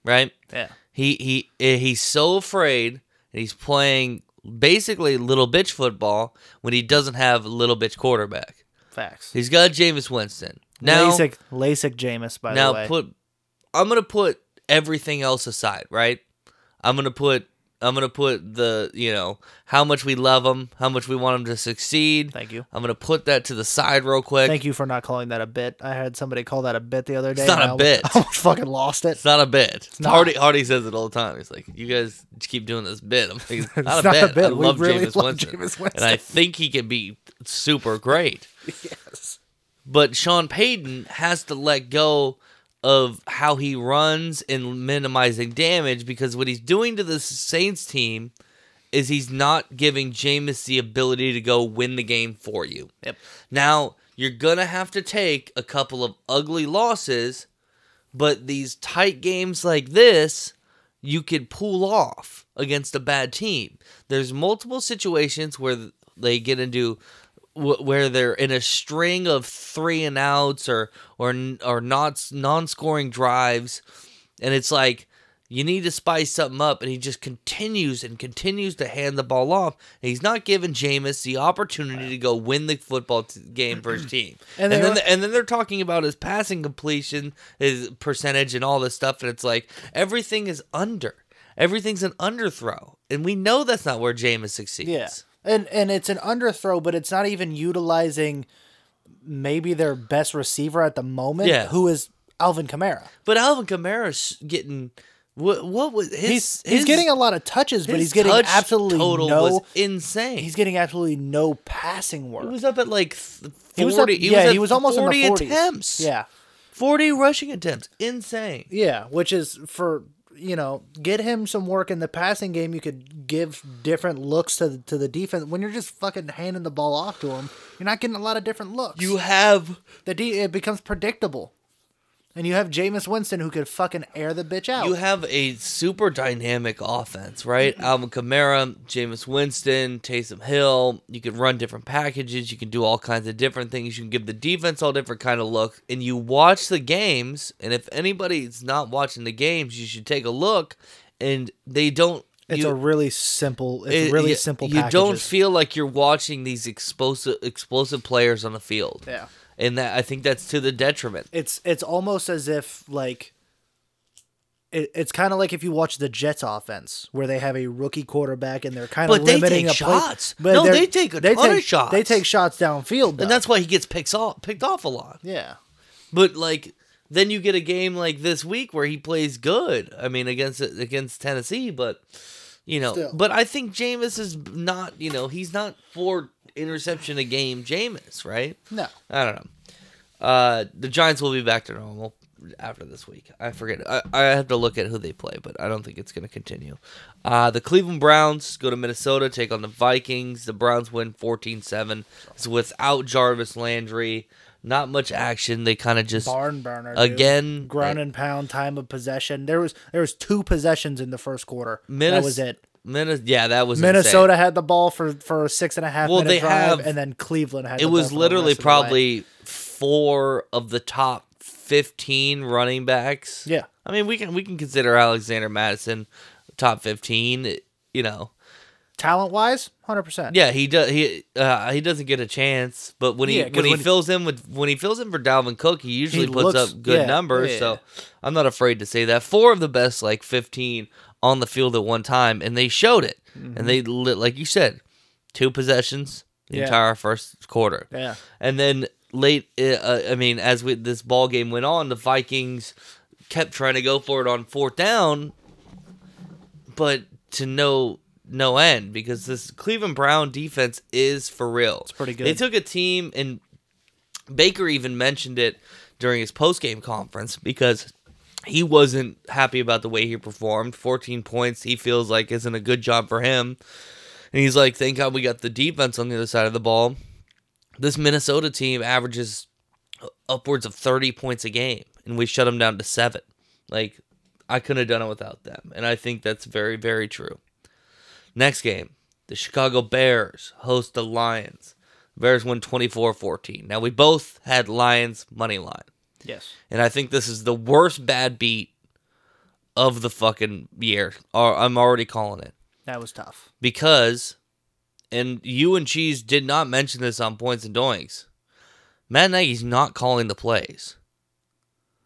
B: Right?
C: Yeah.
B: He he eh, he's so afraid and he's playing basically little bitch football when he doesn't have a little bitch quarterback.
C: Facts.
B: He's got Jameis Winston. Now
C: LASIK, LASIK Jameis, by
B: now
C: the way.
B: put I'm gonna put everything else aside, right? I'm gonna put I'm gonna put the you know how much we love him, how much we want him to succeed.
C: Thank you.
B: I'm gonna put that to the side real quick.
C: Thank you for not calling that a bit. I had somebody call that a bit the other day.
B: not
C: and
B: a
C: I al-
B: bit.
C: (laughs) I almost fucking lost it.
B: It's not a bit.
C: not.
B: Hardy Hardy says it all the time. He's like, "You guys keep doing this bit." I'm like,
C: (laughs)
B: "It's not, a,
C: not
B: bit.
C: a bit.
B: I
C: We
B: love
C: really
B: Jameis
C: love
B: Winston,
C: Jameis Winston.
B: and I think he can be super
C: (laughs)
B: great. yes, but Sean Payton has to let go of how he runs and minimizing damage because what he's doing to the Saints team is he's not giving Jameis the ability to go win the game for you.
C: Yep.
B: Now you're gonna have to take a couple of ugly losses but these tight games like this you could pull off against a bad team there's multiple situations where th- they get into wh- where they're in a string of three and outs or or n- or not non-scoring drives and it's like you need to spice something up and he just continues and continues to hand the ball off and he's not giving Jameis the opportunity to go win the football t- game for his team
C: And
B: and
C: they
B: then
C: were-
B: the- and then they're talking about his passing completion, his percentage, and all this stuff, and it's like everything is under. Everything's an underthrow, and we know that's not where Jameis succeeds.
C: Yeah. And and it's an underthrow, but it's not even utilizing maybe their best receiver at the moment,
B: Yeah.
C: who is Alvin Kamara.
B: But Alvin Kamara's getting what? What was his?
C: He's he's,
B: his-
C: getting a lot of touches, but
B: his
C: he's getting
B: touch
C: absolutely
B: total
C: no
B: was insane.
C: he's getting absolutely no passing work.
B: he was up at like th- forty.
C: He was up- yeah,
B: at
C: he was almost in the 40s.
B: attempts.
C: Yeah.
B: forty rushing attempts. Insane.
C: Yeah, which is for you know, get him some work in the passing game. You could give different looks to the, to the defense. When you're just fucking handing the ball off to him, you're not getting a lot of different looks.
B: You have
C: the D it becomes predictable, and you have Jameis Winston who could fucking air the bitch out.
B: You have a super dynamic offense, right?
C: Mm-hmm.
B: Alvin Kamara, Jameis Winston, Taysom Hill. You can run different packages. You can do all kinds of different things. You can give the defense all different kind of look. And you watch the games. And if anybody's not watching the games, you should take a look. And they don't.
C: it's
B: you-
C: a really simple. It's
B: it-
C: really
B: you-
C: simple.
B: You don't
C: packages.
B: feel like you're watching these explosive explosive players on the field.
C: Yeah.
B: And that I think that's to the detriment.
C: it's it's almost as if like it, it's kind of like if you watch the Jets offense where they have a rookie quarterback and they're kind of
B: But they
C: limiting
B: take
C: the play-
B: shots. No,
C: they're-
B: they take a ton of shots.
C: They take shots downfield.
B: And
C: though.
B: that's why he gets picked off, picked off a lot.
C: yeah.
B: But like then you get a game like this week where he plays good. I mean against against Tennessee, but you know,
C: Still.
B: but I think Jameis is not, you know, he's not for interception a game Jameis, right?
C: No.
B: I don't know. Uh the Giants will be back to normal after this week. I forget. I, I have to look at who they play, but I don't think it's going to continue. Uh the Cleveland Browns go to Minnesota, take on the Vikings. The Browns win 14-7. It's without Jarvis Landry. Not much action. They kind of just
C: Barn burner dude.
B: again
C: Ground
B: uh,
C: and pound time of possession. There was there was two possessions in the first quarter.
B: Minnes-
C: that was it.
B: Minnes- yeah that was insane.
C: Minnesota had the ball for for a six and a half
B: Well,
C: minute
B: they
C: drive,
B: have-
C: and then Cleveland had.
B: it
C: the
B: was
C: ball for the
B: literally
C: rest of the way.
B: probably four of the top 15 running backs.
C: Yeah.
B: I mean, we can we can consider Alexander Madison top 15, you know.
C: Talent wise, hundred percent.
B: Yeah, he does. He uh, he doesn't get a chance, but when he
C: Yeah, 'cause
B: when he
C: when he-
B: fills in with when he fills in for Dalvin Cook, he usually puts
C: looks-
B: up good
C: yeah,
B: numbers. So I'm not afraid to say that four of the best like 15 on the field at one time, and they showed it. And they lit, like you said, two possessions the
C: Mm-hmm. Yeah.
B: entire first quarter.
C: Yeah.
B: and then late. uh, Uh, I mean, as we, this ball game went on, the Vikings kept trying to go for it on fourth down but to no no end because this Cleveland Brown defense is for real. It's
C: pretty good.
B: They took a team and Baker even mentioned it during his post game conference because he wasn't happy about the way he performed. 14 points he feels like isn't a good job for him. And he's like, "Thank God we got the defense on the other side of the ball." This Minnesota team averages upwards of 30 points a game and we shut them down to 7. Like I couldn't have done it without them. And I think that's very, very true. Next game, the Chicago Bears host the Lions. Bears win 24 14. Now, we both had Lions money line.
C: Yes.
B: And I think this is the worst bad beat of the fucking year. Or I'm already calling it.
C: That was tough.
B: Because, and you and Cheese did not mention this on Points and Doings, Matt Nagy's not calling the plays.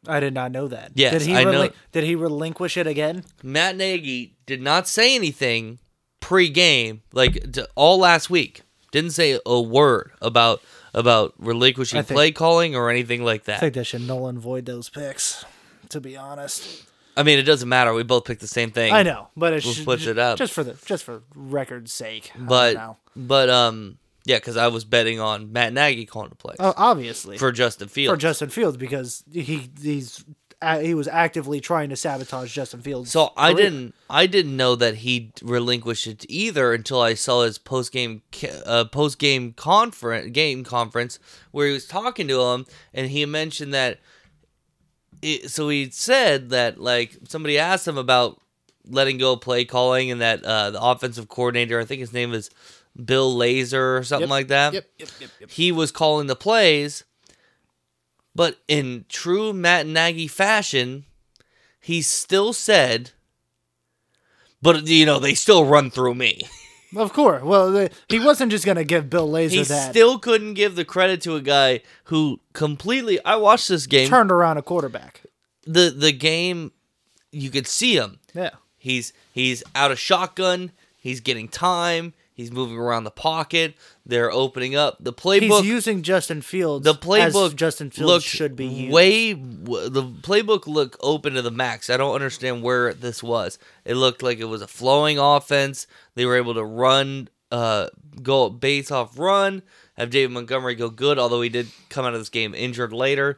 C: I did not know that.
B: Yes,
C: did he
B: I know-
C: Did he relinquish it again?
B: Matt Nagy did not say anything pre-game, like d all last week. Didn't say a word about about relinquishing
C: I think-
B: play calling or anything like that.
C: I think they should null and void those picks. To be honest,
B: I mean, it doesn't matter. We both picked the same thing.
C: I know, but it
B: We'll
C: should,
B: switch it up.
C: just for the just for record's sake. I don't
B: but
C: know.
B: but um, yeah, because I was betting on Matt Nagy calling the play
C: Oh, obviously
B: for Justin Fields.
C: for Justin Fields because he he's uh, he was actively trying to sabotage Justin Fields.
B: So I
C: career.
B: didn't I didn't know that he relinquished it either until I saw his post game uh, post game conference game conference where he was talking to him and he mentioned that it, so he said that like somebody asked him about letting go of play calling and that uh, the offensive coordinator I think his name is Bill Lazor or something like that
C: Yep, yep, yep, yep.
B: he was calling the plays but in true Matt Nagy fashion he still said, but you know, they still run through me.
C: Of course. Well, the, he wasn't just gonna give Bill
B: He
C: Lazor that
B: still couldn't give the credit to a guy who completely I watched this game.
C: turned around a quarterback.
B: The the game you could see him.
C: Yeah.
B: He's he's out of shotgun, he's getting time, he's moving around the pocket, they're opening up the
C: He's
B: playbook.
C: using Justin Fields.
B: the playbook
C: as Justin Fields
B: looked
C: should be used.
B: way w- the playbook looked open to the max. I don't understand where this was. It looked like it was a flowing offense. They were able to run, uh, go base off run, have David Montgomery go good, although he did come out of this game injured later,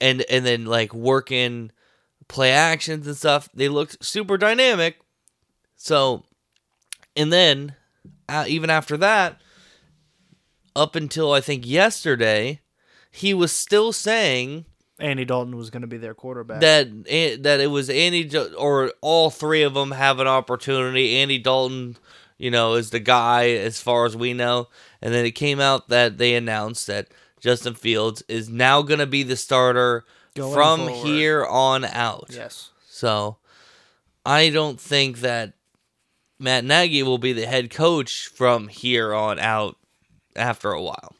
B: and and then like work in play actions and stuff. They looked super dynamic. So, and then uh, even after that, up until I think yesterday he was still saying
C: Andy Dalton was gonna be their quarterback.
B: that eh, that it was Andy Jo- or all three of them have an opportunity. Andy Dalton, you know, is the guy as far as we know. And then it came out that they announced that Justin Fields is now going to be the starter
C: Going
B: from
C: forward.
B: here on out.
C: yes.
B: So I don't think that Matt Nagy will be the head coach from here on out after a while.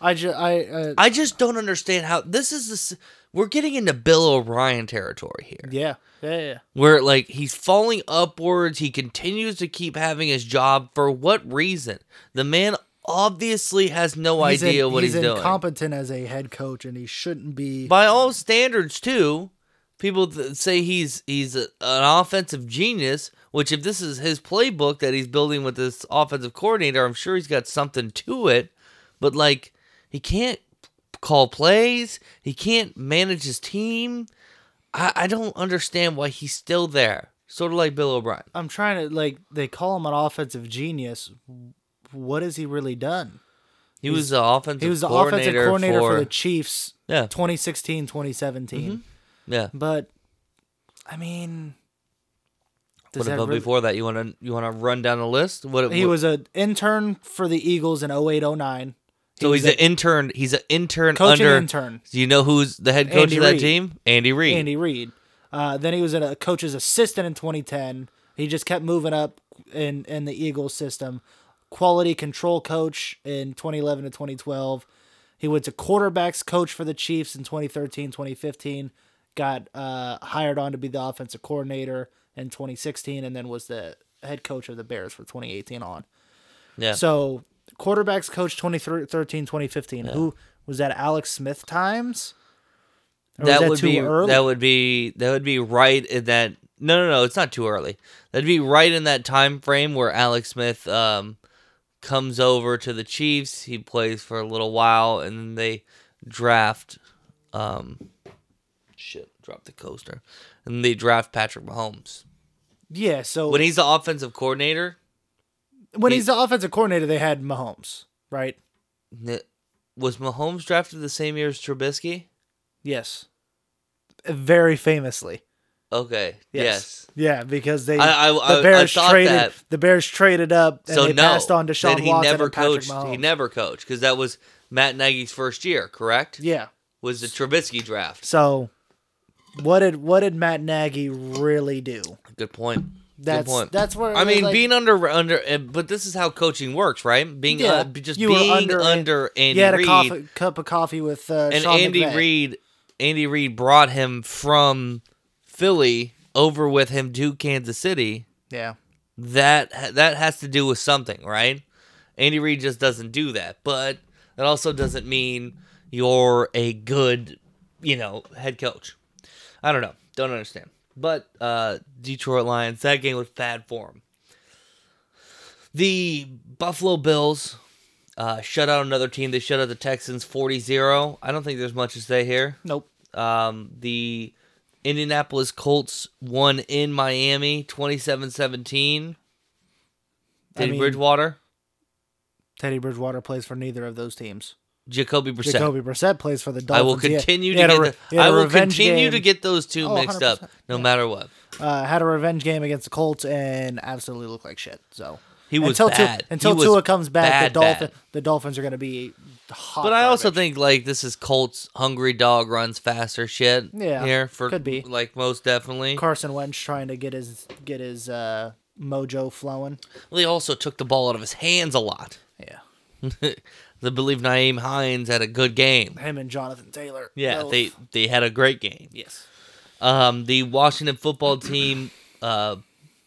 C: I just I uh,
B: I just don't understand how this is this. We're getting into Bill O'Brien territory here,
C: yeah yeah yeah.
B: where like he's falling upwards. He continues to keep having his job for what reason? The man obviously has no
C: He's in-
B: idea what he's, doing.
C: incompetent as a head coach, and he shouldn't be.
B: By all standards, too, people th- say he's he's a, an offensive genius. Which, if this is his playbook that he's building with this offensive coordinator, I'm sure he's got something to it. But like, he can't call plays. He can't manage his team. I, I don't understand why he's still there. Sort of like Bill O'Brien.
C: I'm trying to like they call him an offensive genius. What has he really done?
B: He was the offensive.
C: He was the
B: coordinator
C: offensive coordinator for,
B: for Mm-hmm.
C: the Chiefs
B: Yeah.
C: 2016 2017.
B: yeah.
C: But I mean, does
B: What
C: that
B: about
C: really-
B: before that? You want to you want to run down the list? What
C: He
B: what-
C: oh was an intern for the Eagles in 0809
B: So
C: He's
B: he's, an intern. He's an intern
C: Coach and
B: under.
C: intern.
B: Do you know who's the head coach
C: Andy
B: of that
C: Reid.
B: team? Andy Reid.
C: Andy Reid. Uh, then he was a coach's assistant in 2010. He just kept moving up in in the Eagles system. Quality control coach in 2011 to 2012. He went to quarterbacks coach for the Chiefs in 2013, 2015. Got uh, hired on to be the offensive coordinator in 2016, and then was the head coach of the Bears for 2018 on.
B: Yeah.
C: So quarterbacks coach 2013, 2015. Who was that? Alex Smith times. Or was
B: that would
C: too
B: be
C: early?
B: that would be that would be right in that. No, no, no. It's not too early. That'd be right in that time frame where Alex Smith um, comes over to the Chiefs. He plays for a little while, and then they draft. Um, shit, drop the coaster, and they draft Patrick Mahomes
C: yeah. So
B: when he's the offensive coordinator.
C: when
B: He-
C: he's the offensive coordinator, they had Mahomes, right?
B: n- Was Mahomes drafted the same year as Trubisky?
C: Yes. Very famously.
B: Okay. Yes.
C: Yes. Yeah, because they
B: I- I- I- I
C: the Bears
B: thought
C: traded
B: that.
C: the Bears traded up and
B: so
C: they
B: no.
C: passed on to Sean
B: then he
C: Watson
B: never
C: and Patrick
B: coached.
C: Mahomes.
B: He never coached because that was Matt Nagy's first year, correct?
C: yeah.
B: Was the Trubisky draft?
C: So what did what did Matt Nagy really do?
B: Good point.
C: That's
B: Good point.
C: that's where it
B: I
C: was
B: mean,
C: like-
B: being under under, uh, but this is how coaching works, right? Being
C: yeah,
B: uh, just
C: you were
B: being under,
C: An-
B: Andy
C: You had a
B: Reid
C: coffee, cup of coffee with uh,
B: and
C: Sean
B: Andy
C: McVay.
B: Reid. Andy Reid brought him from Philly over with him to Kansas City.
C: Yeah.
B: that that has to do with something, right? Andy Reid just doesn't do that, but that also doesn't mean you're a good, you know, head coach. I don't know, don't understand. But uh, Detroit Lions, that game was bad form. The Buffalo Bills uh, shut out another team. They shut out the Texans 40-0. I don't think there's much to say here.
C: Nope.
B: Um, the Indianapolis Colts won in Miami 27 17.
C: I
B: Teddy
C: mean-
B: Bridgewater,
C: Teddy Bridgewater plays for neither of those teams.
B: Jacoby Brissett.
C: Jacoby Brissett plays for the Dolphins.
B: I will
C: He had-
B: continue
C: he had
B: to
C: a re-
B: get
C: he
B: the,
C: had
B: I
C: a
B: will
C: revenge
B: continue to
C: game.
B: get those two
C: Oh,
B: mixed up
C: 100%,
B: no matter what.
C: uh, had a revenge game against the Colts and absolutely looked like shit. So
B: He was
C: until Tua-
B: bad. He
C: until
B: was
C: Tua comes back,
B: bad,
C: the Dolphin,
B: bad.
C: the Dolphins are going to be hot.
B: But I also
C: garbage.
B: think like this is Colts hungry dog runs faster shit
C: Yeah,
B: here for
C: could be.
B: like most definitely.
C: Carson Wentz trying to get his get his uh, mojo flowing.
B: they also took the ball out of his hands a lot.
C: Yeah,
B: I believe Naeem Hines had a good game.
C: him and Jonathan Taylor.
B: Yeah,
C: both.
B: they they had a great game.
C: yes.
B: Um, the Washington football team uh,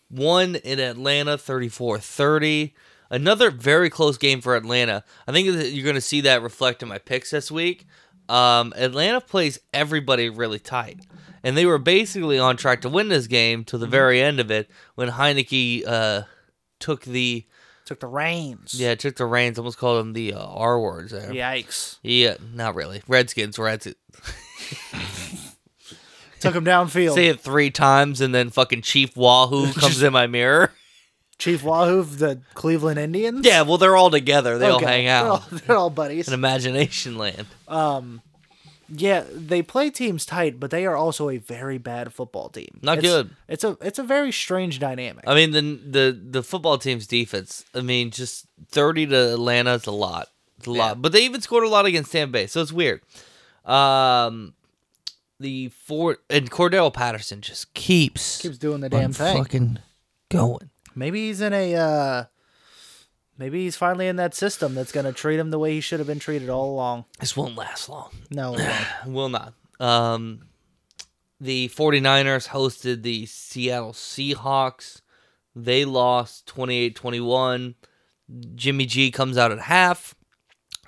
B: won in Atlanta 34 30. Another very close game for Atlanta. I think that you're going to see that reflect in my picks this week. Um, Atlanta plays everybody really tight. And they were basically on track to win this game to the very end of it when Heineke uh, took the
C: Took the reins.
B: yeah took the reins. Almost called them the uh, R words there.
C: Yikes.
B: yeah, not really. Redskins, Redskins.
C: Took him downfield.
B: Say it three times, and then fucking Chief (laughs) Wahoo comes in my mirror.
C: Chief Wahoo of the Cleveland Indians.
B: Yeah, well, they're all together. They all (laughs)
C: Okay.
B: hang
C: They're all,
B: out
C: they're all buddies.
B: in Imagination Land.
C: Yeah, they play teams tight, but they are also a very bad football team.
B: Not
C: It's-
B: good.
C: It's a it's a very strange dynamic.
B: I mean, the the the football team's defense. I mean, just thirty to Atlanta is a lot. It's a lot. But they even scored a lot against Tampa Bay, so it's weird. Um, the four and Cordell Patterson just keeps
C: Keeps doing the damn
B: on
C: thing.
B: fucking going.
C: Maybe he's in a uh maybe he's finally in that system that's gonna treat him the way he should have been treated all along.
B: This won't last long.
C: No, it won't.
B: Will not. Um, the 49ers hosted the Seattle Seahawks. They lost 28 21. Jimmy G comes out at half.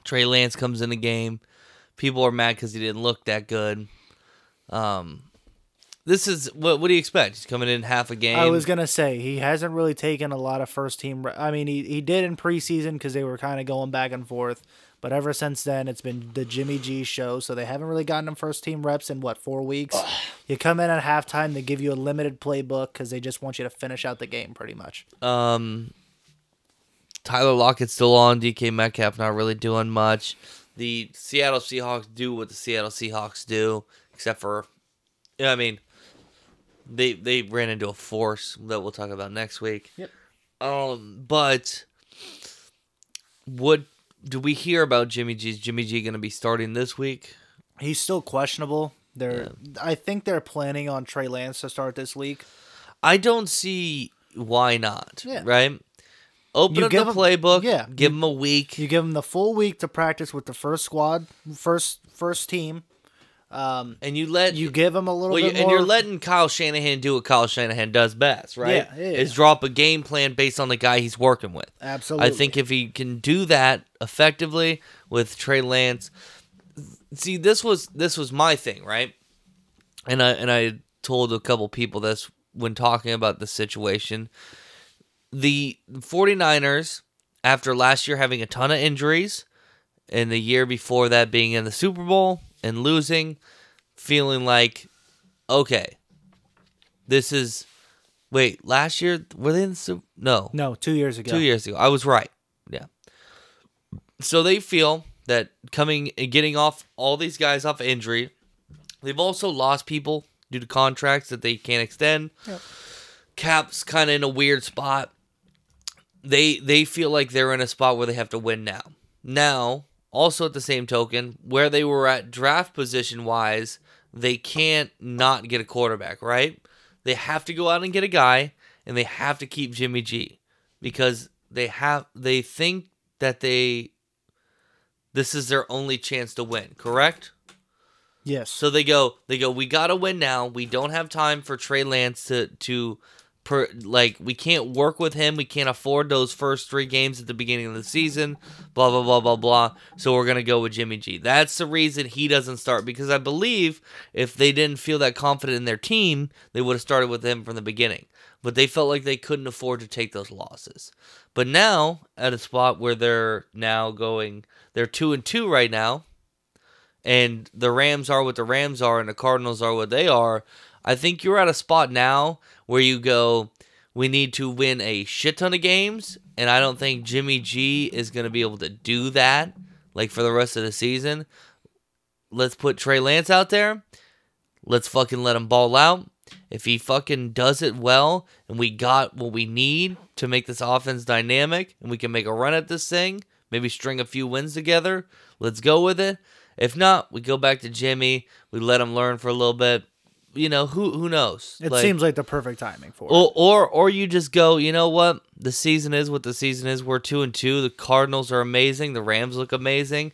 B: Trey Lance comes in the game. People are mad because he didn't look that good. Um, this is what what do you expect? He's coming in half a game.
C: I was gonna say he hasn't really taken a lot of first team. re- I mean, he he did in preseason because they were kind of going back and forth. But ever since then, it's been the Jimmy G show. So they haven't really gotten him first team reps in what four weeks. you come in at halftime, they give you a limited playbook because they just want you to finish out the game pretty much.
B: Um, Tyler Lockett's still on. DK Metcalf not really doing much. The Seattle Seahawks do what the Seattle Seahawks do, except for, yeah, I mean, they they ran into a force that we'll Um, talk about next week.
C: Yep.
B: Um, but would do we hear about Jimmy G? Is Jimmy G going to be starting this week?
C: He's still questionable. They're I think they're planning on Trey Lance to start this week.
B: I don't see why not.
C: Yeah.
B: Right. Open
C: You
B: up
C: give
B: the
C: 'em-
B: playbook.
C: yeah.
B: Give him a week.
C: You give him the full week to practice with the first squad, first first team.
B: and you let
C: You give him a little
B: Well, you,
C: bit
B: and
C: more.
B: you're letting Kyle Shanahan do what Kyle Shanahan does best, right?
C: Yeah, yeah,
B: Is
C: yeah.
B: drop a game plan based on the guy he's working with. I
C: Absolutely.
B: think if he can do that effectively with Trey Lance, see this was this was my thing, right? And I and I told a couple people this when talking about the situation. The 49ers after last year having a ton of injuries and the year before that being in the Super Bowl and losing, feeling like okay, this is wait, last year were they in the Super No.
C: no, two years ago.
B: Two years ago. I was right. Yeah. So they feel that coming and getting off all these guys off injury, they've also lost people due to contracts that they can't extend. Cap's kind of in a weird spot. They they feel like they're in a spot where they have to win now. Now, also at the same token, where they were at draft position wise, they can't not get a quarterback, right? They have to go out and get a guy and they have to keep Jimmy G because they have they think that they this is their only chance to win, correct?
C: Yes.
B: So they go, they go. We gotta win now. We don't have time for Trey Lance to to per, like. We can't work with him. We can't afford those first three games at the beginning of the season. Blah blah blah blah blah. So we're gonna go with Jimmy G. That's the reason he doesn't start because I believe if they didn't feel that confident in their team, they would have started with him from the beginning. But they felt like they couldn't afford to take those losses. But now at a spot where they're now going, they're two and two right now and the Rams are what the Rams are and the Cardinals are what they are, I think you're at a spot now where you go, we need to win a shit ton of games, and I don't think Jimmy G is going to be able to do that like for the rest of the season. Let's put Trey Lance out there. Let's fucking let him ball out. If he fucking does it well and we got what we need to make this offense dynamic and we can make a run at this thing, maybe string a few wins together, let's go with it. If not, we go back to Jimmy. We let him learn for a little bit. You know, who who knows?
C: it seems like the perfect timing for it.
B: Or, or or you just go, you know what? The season is what the season is. We're two and two. The Cardinals are amazing. The Rams look amazing.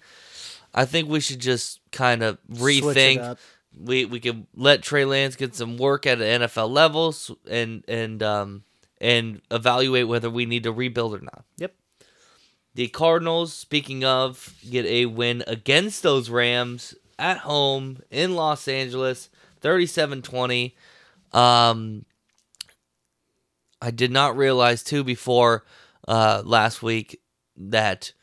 B: I think we should just kind of
C: Switch it
B: rethink.
C: up.
B: We we could let Trey Lance get some work at an NFL level s- and and um and evaluate whether we need to rebuild or not.
C: Yep.
B: The Cardinals, speaking of, get a win against those Rams at home in Los Angeles, 37 20. Um, I did not realize, too, before uh, last week that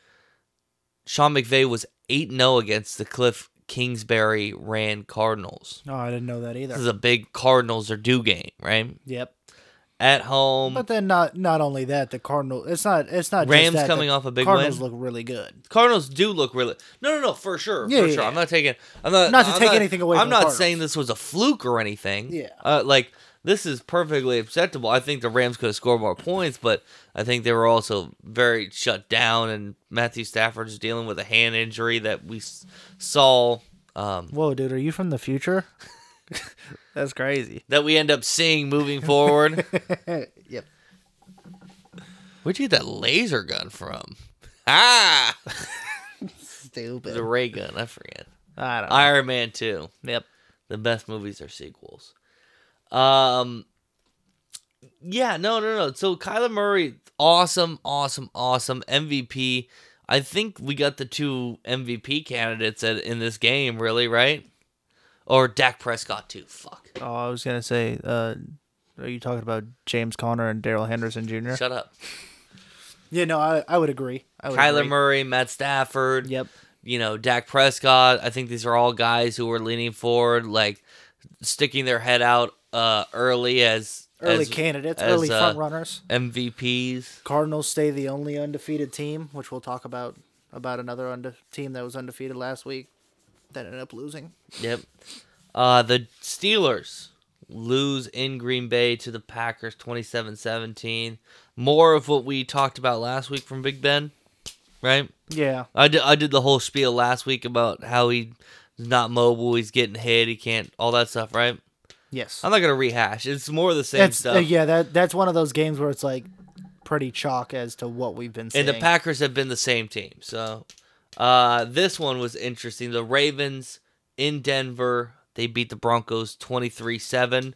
B: Sean McVay was 8 0 against the Cliff Kingsbury Rand Cardinals.
C: No, Oh, I didn't know that either.
B: This is a big Cardinals are due game, right?
C: yep.
B: At home.
C: But then not not only that, the Cardinal it's not it's not
B: Rams
C: just that,
B: coming
C: the
B: off a big
C: Cardinals
B: win.
C: look really good.
B: Cardinals do look really. No, no, no, for sure,
C: Yeah,
B: for
C: yeah,
B: sure. I'm
C: yeah.
B: not taking. I'm not.
C: Not to
B: I'm
C: take anything away
B: I'm
C: from the
B: not
C: Cardinals.
B: saying this was a fluke or anything.
C: Yeah.
B: Uh, like this is perfectly acceptable. I think the Rams could have scored more points, but I think they were also very shut down, and Matthew Stafford's dealing with a hand injury that we s- saw. Um,
C: Whoa, dude, are you from the future? (laughs) That's crazy.
B: that we end up seeing
C: (laughs)
B: moving forward.
C: Yep.
B: Where'd you get that laser gun from? Ah,
C: (laughs) Stupid.
B: the ray gun. I forget.
C: I don't know.
B: Iron Man Two.
C: yep.
B: The best movies are sequels. Um Yeah, no, no, no. So Kyler Murray, awesome, awesome, awesome MVP. I think we got the two MVP candidates at, in this game, really, right? Or Dak Prescott too. Fuck.
C: Oh, I was gonna say, uh, are you talking about James Conner and Daryl Henderson Jr.?
B: Shut up.
C: Yeah, no, I, I would agree. I would
B: Kyler
C: agree.
B: Murray, Matt Stafford.
C: Yep.
B: you know, Dak Prescott. I think these are all guys who were leaning forward, like sticking their head out uh, early as
C: Early
B: as-
C: candidates,
B: as,
C: early
B: uh,
C: front runners.
B: MVPs.
C: Cardinals stay the only undefeated team, which we'll talk about about another unde- team that was undefeated last week that ended up losing.
B: Yep. Uh, the Steelers lose in Green Bay to the Packers 27-17. More of what we talked about last week from Big Ben. right?
C: Yeah.
B: I did, I did the whole spiel last week about how he's not mobile, he's getting hit, he can't, all that stuff, right?
C: Yes.
B: I'm not gonna rehash. It's more of the same
C: That's
B: stuff.
C: uh, yeah. That that's one of those games where it's like pretty chalk as to what we've been seeing.
B: And the Packers have been the same team. So uh, this one was interesting. The Ravens in Denver, they beat the Broncos 23 7.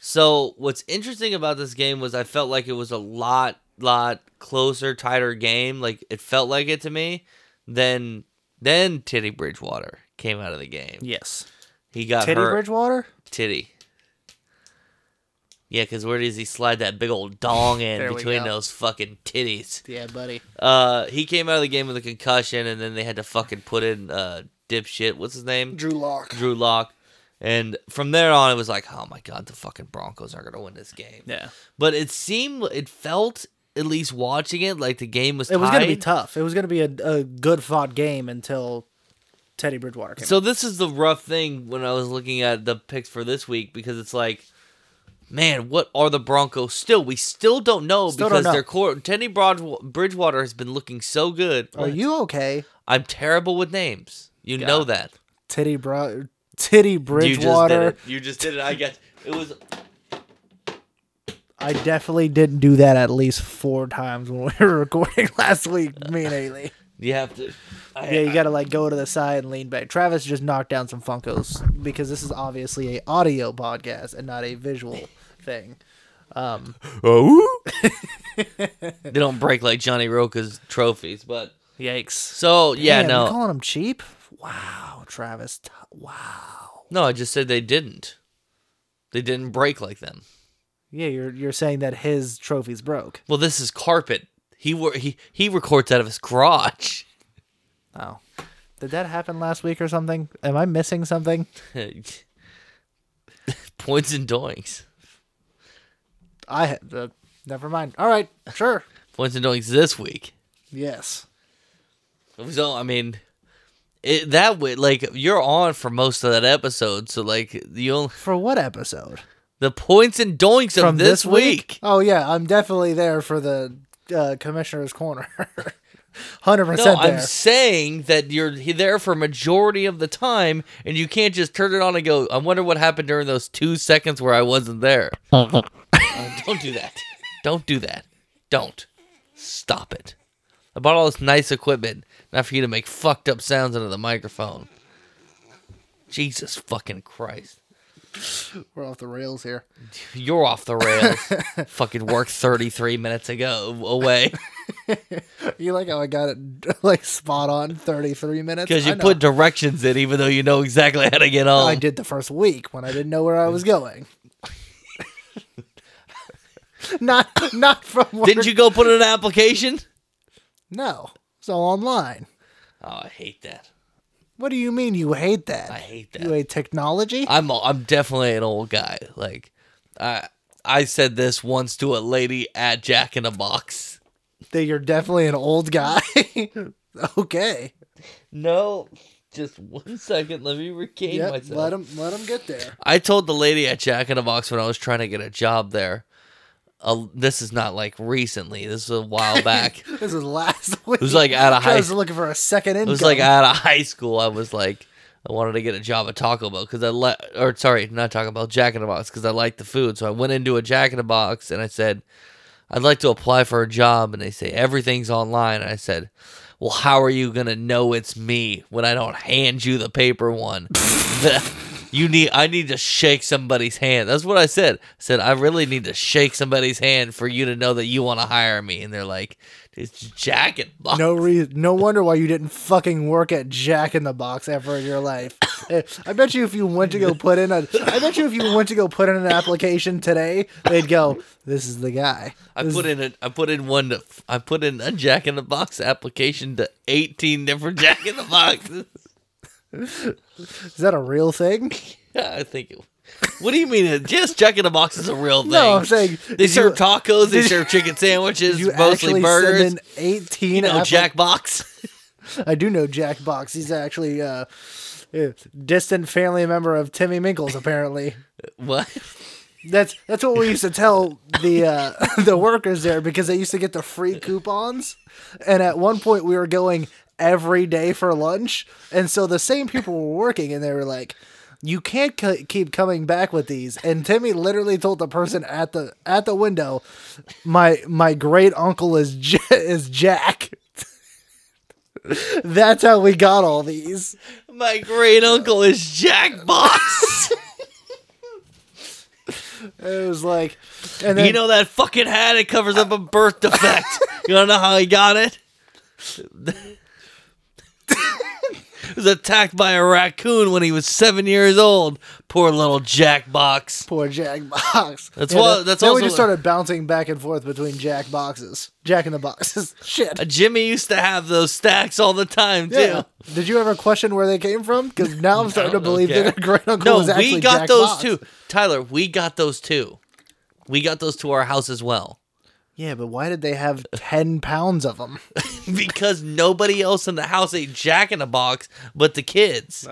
B: So what's interesting about this game was I felt like it was a lot, lot closer, tighter game. Like it felt like it to me. Then, then Titty Bridgewater came out of the game.
C: Yes.
B: He got
C: Teddy
B: hurt.
C: Bridgewater.
B: Titty. Yeah, because where does he slide that big old dong
C: (laughs) There
B: in
C: we
B: between
C: go.
B: those fucking titties?
C: Yeah, buddy.
B: Uh, he came out of the game with a concussion, and then they had to fucking put in uh dipshit. What's his name?
C: Drew Lock.
B: Drew Lock. And from there on, it was like, oh my god, the fucking Broncos are gonna win this game.
C: Yeah.
B: But it seemed, it felt, at least watching it, like the game was.
C: It was gonna be
B: tied.
C: tough. It was gonna be a, a good fought game until Teddy Bridgewater came.
B: So this is the rough thing when I was looking at the picks for this week because it's like, man, what are the Broncos still? We still don't know
C: Still don't
B: because
C: know.
B: their core Teddy Broad- Bridgewater has been looking so good.
C: out. Are you okay?
B: I'm terrible with names. You know that.
C: Teddy Bro- Teddy Bridgewater.
B: You just did it. You just did it. I guess (laughs) it was.
C: I definitely didn't do that at least four times when we were (laughs) recording last week. Me and Haley.
B: You have to. (laughs) I,
C: Yeah, you gotta like go to the side and lean back. Travis just knocked down some Funkos because this is obviously a audio podcast and not a visual thing.
B: they don't break like Johnny Roca's trophies, but
C: Yikes!
B: so yeah,
C: Damn, you
B: no,
C: calling them cheap? Wow, Travis. t- Wow.
B: no. I just said they didn't. They didn't break like them.
C: Yeah, you're you're saying that his trophies broke.
B: Well, this is carpet. He wor- he he records out of his garage.
C: Oh, did that happen last week or something? Am I missing something?
B: (laughs) Points and doings.
C: I had. Uh, never mind. All right. Sure.
B: Points and doings this week.
C: (laughs) yes.
B: So I mean, it, that way like you're on for most of that episode. So like the only
C: For what episode?
B: the points and doings of this, week.
C: Oh yeah, I'm definitely there for the uh, commissioner's corner. (laughs) Hundred
B: No,
C: percent
B: I'm
C: there.
B: saying that you're he- there for majority of the time, and you can't just turn it on and go. I wonder what happened during those two seconds where I wasn't there. (laughs) Uh, don't do that. Don't do that. Don't. Stop it. I bought all this nice equipment, not for you to make fucked up sounds into the microphone. Jesus fucking Christ.
C: We're off the rails here.
B: You're off the
C: (laughs)
B: rails. fucking work 33 minutes ago away.
C: You like how I got it (laughs) like spot on 33 minutes?
B: Because
C: I
B: you
C: know.
B: put directions in, even though you know exactly how to get home.
C: I did the first week when I didn't know where I was going. (laughs) not not from work.
B: Didn't you go put in an application?
C: No. So online.
B: Oh, I hate that.
C: What do you mean you hate that?
B: I hate
C: You
B: that.
C: hate technology?
B: I'm a- I'm definitely an old guy. Like I I said this once to a lady at Jack in the Box.
C: that you're definitely an old guy. (laughs) okay.
B: No, just one second. Let me regain
C: Yep.
B: myself.
C: Let him let him get there.
B: I told the lady at Jack in the Box when I was trying to get a job there. Uh, this is not like recently. This was a (laughs) while back. it
C: This is last (laughs) week. It
B: was like out of
C: I
B: high.
C: was looking for a second income.
B: It was like out of (laughs) high school. I was like, I wanted to get a job at Taco Bell because I like, or sorry, not Taco Bell, Jack in the Box because I liked the food. So I went into a Jack in the Box and I said, I'd like to apply for a job. And they say, everything's online. And I said, well, how are you going to know it's me when I don't hand you the paper one? (laughs) The- You need. I need to shake somebody's hand. That's what I said. I said I really need to shake somebody's hand for you to know that you want to hire me. And they're like, "It's Jack in the Box."
C: (laughs) No reason. No wonder why you didn't fucking work at Jack in the Box ever in your
B: (laughs)
C: life. Eh, I bet you if you went to go put in a, I bet you if you went to go put in an application today, they'd go, "This is the guy."
B: I
C: This-
B: put in a, I put in one to, I put in a Jack in the Box application to eighteen different (laughs) Jack in the Boxes. (laughs)
C: Is that a real thing?
B: I think. It, what do you mean? it- Yes, Jack in the Box is a real thing.
C: No, I'm saying
B: they
C: did you-
B: serve tacos. They
C: did you-
B: serve chicken sandwiches,
C: You
B: mostly
C: actually
B: burgers.
C: send in eighteen.
B: you know,
C: appli-
B: Jack Box. (laughs)
C: I do know Jack Box. He's actually uh, a distant family member of Timmy Minkles, apparently.
B: what?
C: That's that's what we used to tell the uh, (laughs) the workers there because they used to get the free coupons, and at one point we were going every day for lunch, and so the same people were working, and they were like, "You can't c- keep coming back with these." And Timmy literally told the person at the at the window, "My my great uncle is J- is Jack." (laughs) That's how we got all these.
B: My great uncle is Jack Box. (laughs)
C: It was like, and then
B: you know that fucking hat? It covers up a birth
C: (laughs)
B: defect. you don't know how he got it? (laughs) he was attacked by a raccoon when he was seven years old. Poor little Jack Box.
C: poor Jack Box.
B: That's why-
C: Then,
B: that's
C: then we
B: also-
C: just started bouncing back and forth between Jack boxes, Jack in
B: (laughs)
C: the boxes. Shit.
B: Uh, Jimmy used to have those stacks all the time too.
C: Yeah. Did you ever question where they came from? Because now
B: (laughs)
C: I'm starting to believe
B: Okay.
C: that their great uncle
B: no,
C: was actually
B: we got
C: Jack
B: those
C: Box.
B: too. Tyler, we got those too. We got those to our house as well. (laughs)
C: Yeah, but why did they have ten pounds of them?
B: because nobody else in the house ate Jack in the Box but the kids.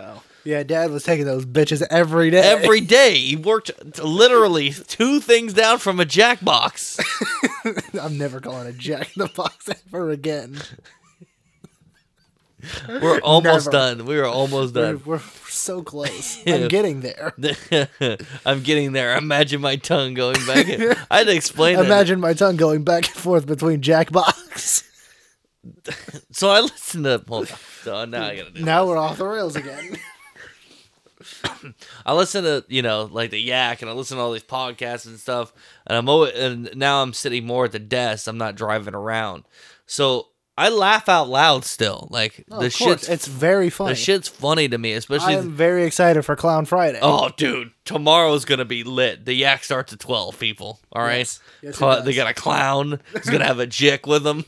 C: Yeah, Dad was taking those bitches every day.
B: Every day he worked t- literally two things down from a Jack box.
C: (laughs) I'm never calling a Jack in the Box ever again.
B: (laughs) We're
C: (laughs)
B: almost
C: Never.
B: done. We were almost
C: We're,
B: done.
C: we're
B: (laughs)
C: so close. I'm getting there.
B: I'm getting there. Imagine my tongue going back. in. I had to explain it.
C: Imagine my tongue going back and forth between Jack Box. (laughs)
B: So I listened to. Hold on. So now I gotta do.
C: Now we're off the rails again.
B: I listen to you know like the Yak, and I listen to all these podcasts and stuff. And I'm always, and now I'm sitting more at the desk. I'm not driving around, so I laugh out loud still. Like the
C: of course,
B: shit's
C: it's very funny.
B: the shit's funny to me, especially.
C: I'm very excited for Clown Friday.
B: oh, dude, tomorrow's gonna be lit. The Yak starts at twelve. People, all right.
C: Yes. Yes, it
B: Cl- they
C: does.
B: got a clown who's gonna have a jick with
C: (laughs)
B: him.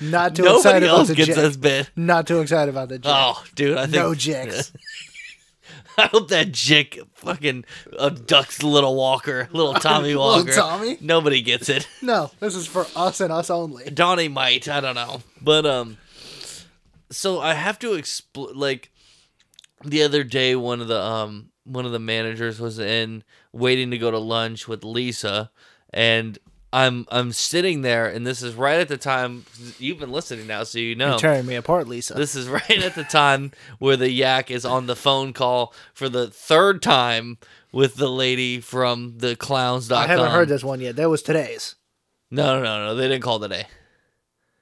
C: not too
B: Nobody
C: excited about
B: else
C: the
B: gets
C: Jack.
B: this bit.
C: Not too excited about the Jack.
B: Oh, dude, I think
C: no Jacks.
B: (laughs) I hope that Jick fucking abducts little Walker,
C: (laughs)
B: little Tommy
C: Little
B: Walker.
C: Tommy?
B: Nobody gets it.
C: no, this is for us and us only.
B: Donnie might. I don't know. But um, so I have to explain. Like the other day, one of the um one of the managers was in waiting to go to lunch with Lisa, and I'm I'm sitting there, and this is right at the time you've been listening now, so you know.
C: Tearing me apart, Lisa.
B: This is (laughs) right at the time where the yak is on the phone call for the third time with the lady from the clowns.com.
C: I haven't heard this one yet. That was today's.
B: No, no, no, no. They didn't call today.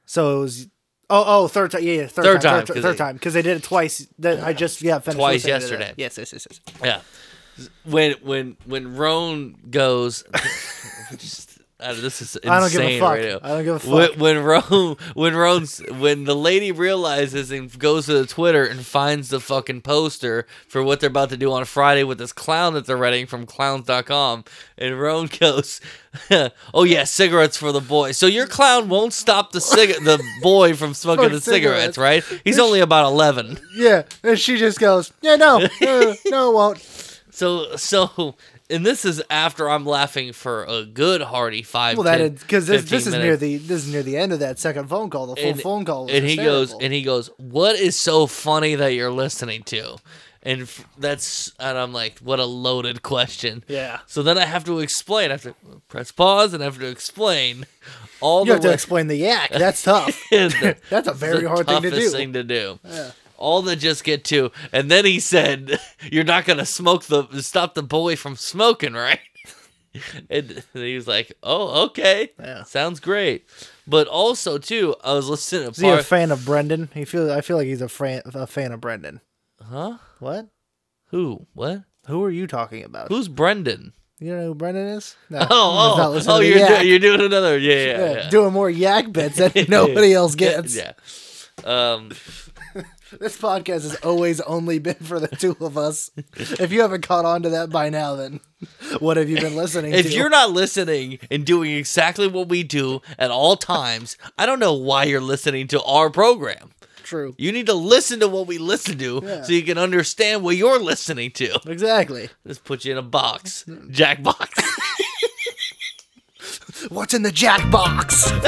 C: So it was. Oh, oh, third time. Yeah, yeah, third,
B: Third time,
C: time. Third,
B: 'cause
C: third
B: they-
C: time. Because they did it twice. That I just yeah finished
B: Twice
C: listening to that.
B: yesterday.
C: Yes, yes, yes, yes.
B: Yeah. When when when Roan goes, (laughs) just, uh, this is insane
C: I don't give a fuck.
B: radio.
C: I don't give a
B: When,
C: fuck.
B: when Roan when Roan's when the lady realizes and goes to the Twitter and finds the fucking poster for what they're about to do on Friday with this clown that they're renting from clowns.com, and Roan (laughs) goes, "Oh yeah, cigarettes for the boy." So your clown won't stop the cig- the boy
C: (laughs)
B: from smoking
C: Smoke
B: the cigarettes,
C: cigarettes.
B: right? He's only about eleven.
C: Yeah, and she just goes,
B: (laughs)
C: yeah, no, uh, no, it won't.
B: So so and this is after I'm laughing for a good hearty five.
C: Well, that
B: 10,
C: is because this,
B: 15
C: this is
B: minutes.
C: near the this is near the end of that second phone call. The full
B: And-
C: phone call. Was
B: and he goes
C: hysterical.
B: and he goes, "What is so funny that you're listening to?" And f- that's and I'm like, "What a loaded question."
C: Yeah.
B: So then I have to explain. I have to press pause and I have to explain all
C: You
B: the
C: have to
B: way-
C: explain the yak. That's
B: (laughs)
C: tough. (laughs) That's a very
B: the
C: hard thing to
B: toughest
C: do.
B: thing to do. All the just get to, and then he said, (laughs) "You're not gonna smoke the stop the boy from smoking, right?" (laughs) and he was like, "Oh, okay,
C: Yeah.
B: sounds great." But also too, I was listening to
C: Is he a
B: part.
C: fan of Brendan? He feel I feel like he's a fan a fan of Brendan.
B: huh?
C: What?
B: Who? What?
C: Who are you talking about?
B: Who's Brendan?
C: You know who Brendan is? No.
B: (laughs) Oh,
C: He's not
B: oh,
C: listening
B: oh!
C: to
B: You're
C: Yak.
B: do, you're doing another, yeah, yeah,
C: Yeah,
B: yeah.
C: doing more yak bits
B: (laughs)
C: that nobody else gets.
B: yeah.
C: (laughs)
B: Um,
C: This podcast has always only been for the two of us. If you haven't caught on to that by now, then what have you been listening to?
B: If you're not listening and doing exactly what we do at all times, I don't know why you're listening to our program.
C: true,
B: You need to listen to what we listen to
C: Yeah.
B: so you can understand what you're listening to.
C: exactly.
B: Let's put you in a box. Jack box.
C: What's in the jack box?
B: (laughs)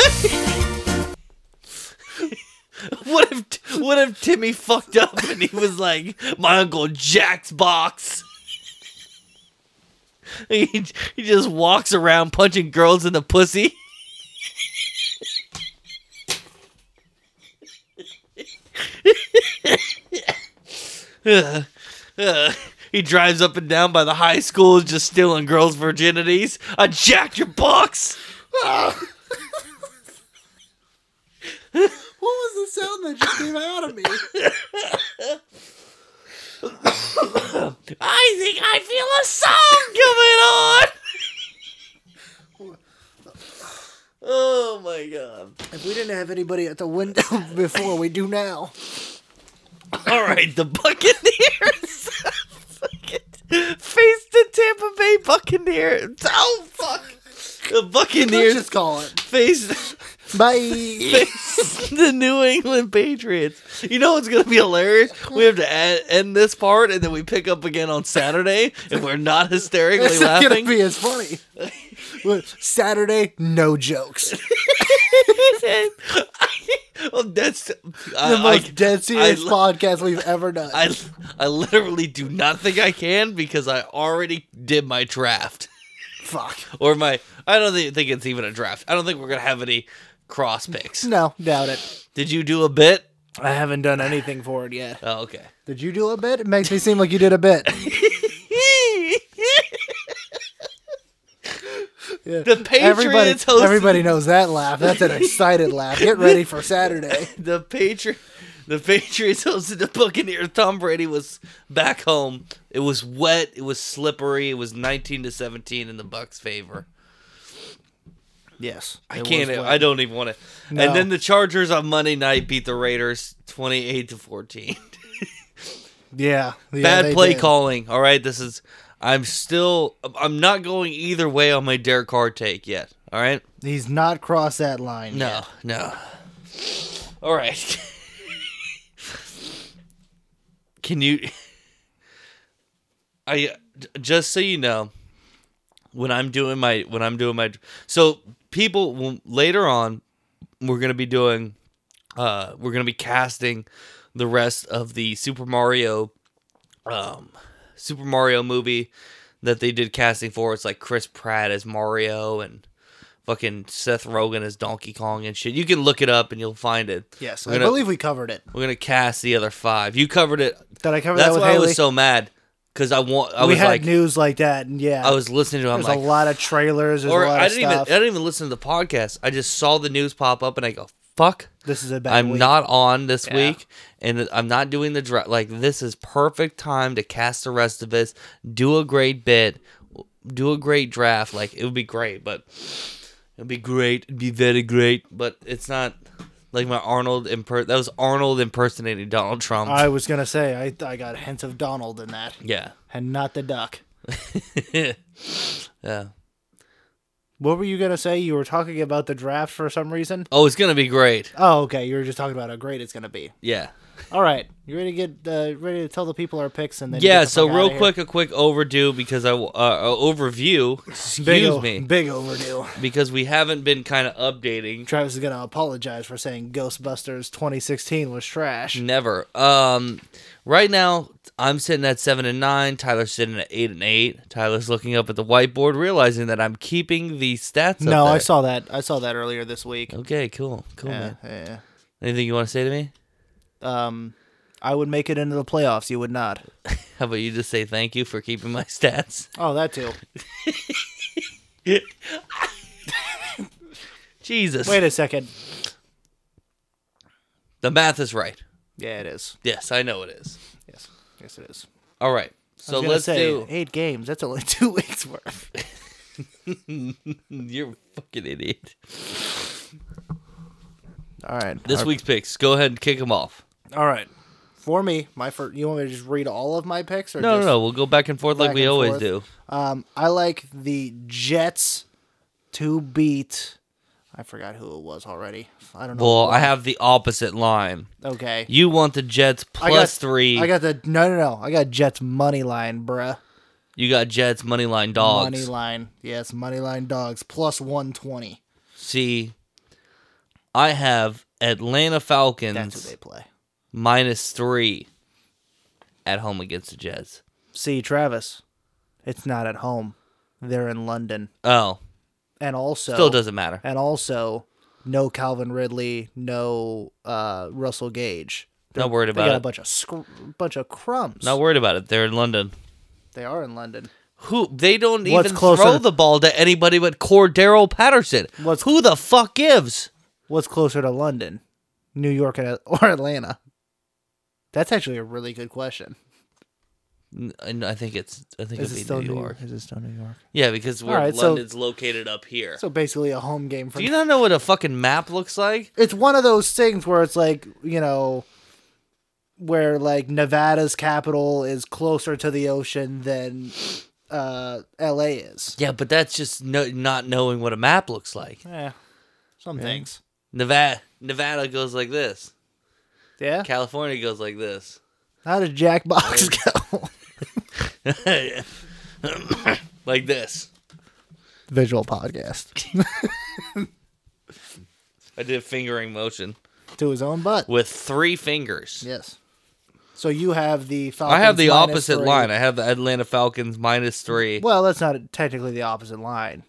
B: what if what if Timmy fucked up and he was like, my uncle Jack's box? (laughs) He, he just walks around punching girls in the pussy. (laughs) Ugh. Ugh. he drives up and down by the high schools just stealing girls' virginities. I jacked your box.
E: What was the sound that just came out of me?
B: I think I feel a song coming on. oh my god.
E: If we didn't have anybody at the
C: (laughs)
E: window before, we do now.
B: All right, the Buccaneers (laughs) fucking face the Tampa Bay Buccaneers. Oh fuck! The
E: Let's
B: Buccaneers
E: just call it.
B: face (laughs)
E: Bye.
B: face the New England Patriots. You know what's gonna be hilarious? We have to add, end this part, and then we pick up again on Saturday, and we're not hysterically
E: It's not gonna
B: laughing.
E: be as funny. Look, Saturday, no
B: (laughs)
E: jokes.
B: oh, that's
E: The
B: I,
E: most
B: I,
E: dead serious
B: I-
E: podcast we've ever done.
B: I, I literally do not think I can because I already did my draft (laughs)
E: Fuck.
B: or my. I don't thi- think it's even a draft. I don't think we're gonna have any cross picks.
E: No, doubt it.
B: Did you do a bit?
C: I haven't done anything for it yet.
E: (laughs)
B: Oh, okay.
E: Did you do a bit? It makes me seem like you did a
B: (laughs)
E: bit. Yeah.
B: the Patriots
E: everybody,
B: hosted-
E: everybody knows that laugh. That's an excited laugh. Get ready for
B: (laughs)
E: Saturday.
B: the Patri- the Patriots hosted the Buccaneers. Tom Brady was back home. It was wet. It was slippery. It was nineteen to seventeen in the Bucks' favor.
C: Yes.
B: I can't. e-, I don't even want to.
E: No.
B: And then the Chargers on Monday night beat the Raiders twenty-eight to fourteen.
E: Yeah. yeah,
B: (laughs) Bad
E: they
B: play
E: did.
B: calling. All right, this is. I'm still. I'm not going either way on my Derek Carr take yet. All right.
E: He's not crossed that line.
B: No.
E: yet.
B: No. (sighs) All right. Can you? I just so you know, when I'm doing my when I'm doing my so people will- later on we're gonna be doing uh we're gonna be casting the rest of the Super Mario um Super Mario movie that they did casting for. It's like Chris Pratt as Mario and fucking Seth Rogen as Donkey Kong and shit. You can look it up and you'll find it.
C: Yes.
B: We're
E: I
B: gonna-
E: believe we covered it.
B: we're gonna cast the other five. You covered it.
C: Did I cover
B: That's
C: that with
B: why I
C: Haley?
B: was so mad because I want. I
C: we
B: was
C: had
B: like,
C: news like that, and yeah,
B: I was listening to. It, I'm
C: there's
B: like,
C: a lot of trailers. There's
B: or
C: a lot
B: I
C: of
B: didn't
C: stuff.
B: even. I didn't even listen to the podcast. I just saw the news pop up and I go, fuck.
C: this is a bad.
B: I'm
C: week.
B: not on this
C: Yeah.
B: week, and I'm not doing the draft. Like this is perfect time to cast the rest of us. Do a great bit, do a great draft. Like it would be great, but it'd be great, it'd be very great. But it's not like my Arnold imper. That was Arnold impersonating Donald Trump.
C: I was gonna say I I got hints of Donald in that,
B: yeah,
C: and not the duck.
B: yeah.
C: What were you gonna say? You were talking about the draft for some reason.
B: Oh, it's gonna be great.
C: Oh, okay. You were just talking about how great it's gonna be.
B: Yeah.
C: All right, you ready to get uh, ready to tell the people our picks and then you
B: Yeah.
C: get the
B: So
C: fuck
B: real
C: outta
B: quick, a quick overdue because I w- uh, uh, overview.
C: here.
B: Excuse
C: big o-
B: me,
C: big overdue.
B: because we haven't been kind of updating.
C: Travis is gonna apologize for saying Ghostbusters 2016 was trash.
B: Never. Um, right now I'm sitting at seven and nine. Tyler's sitting at eight and eight. Tyler's looking up at the whiteboard, realizing that I'm keeping the stats. up
C: no, I
B: there.
C: saw that. I saw that earlier this week.
B: Okay, cool, cool.
C: Yeah,
B: Man.
C: yeah.
B: Anything you want to say to me?
C: Um, I would make it into the playoffs. You would not.
B: How about you just say thank you for keeping my (laughs) stats?
C: Oh, that too.
B: Jesus,
C: Wait a second.
B: the math is right.
C: Yeah, it is.
B: Yes, I know it is.
C: Yes, yes, it is.
B: All right, so
C: I was gonna
B: let's
C: say, eh,
B: do.
C: eight games. That's only (laughs) two weeks worth.
B: (laughs) You're a fucking idiot.
C: All right.
B: This week's picks. Go ahead and kick them off.
C: All right. For me, my first. You want me to just read all of my picks? Or
B: No, no,
C: just,
B: no. We'll go back and forth like
C: back
B: we
C: and
B: always
C: forth?
B: do.
C: Um, I like the Jets to beat. I forgot who it was already. I don't know.
B: Well, I have the opposite line.
C: okay.
B: You want the Jets
C: I got-
B: plus three.
C: I got the no, no, no. I got Jets money line, bruh.
B: you got Jets money line dogs.
C: Money line. Yes, money line dogs plus one twenty.
B: See, I have Atlanta Falcons
C: That's who they play.
B: minus three at home against the Jets.
C: See, Travis, it's not at home. they're in London,
B: Oh,
C: and also
B: still doesn't matter.
C: and also no Calvin Ridley, no uh, Russell Gage.
B: Not worried
C: They
B: about
C: got a
B: it.
C: bunch of scr- bunch of crumbs.
B: Not worried about it. They're in London.
C: they are in London.
B: Who they don't
C: What's
B: even
C: closer
B: throw
C: to-
B: the ball to anybody but Cordero Patterson.
C: What's-
B: Who the fuck gives?
C: What's closer to London, New York and- (laughs) or Atlanta? That's actually a really good question.
B: N- And I think it's I think
C: Is
B: it'd
C: it
B: be
C: still
B: New York.
C: Is it still New York?
B: Yeah, because we're
C: Alright, so-
B: London's located up here.
C: So basically, a home game for
B: Do you not know what a fucking map looks like?
C: it's one of those things where it's like you know where like nevada's capital is closer to the ocean than uh la is
B: Yeah, but that's just no, not knowing what a map looks like.
C: yeah some things
B: Nevada Nevada goes like this.
C: yeah
B: California goes like this. (coughs)
C: how did jack box (laughs) go
B: like this.
C: visual podcast
B: I did a fingering motion
C: (laughs) to his own butt
B: with three fingers.
C: yes so you have the
B: I
C: Falcons
B: have the
C: minus
B: opposite
C: three.
B: line. I have the Atlanta Falcons minus three.
C: well that's not technically the opposite line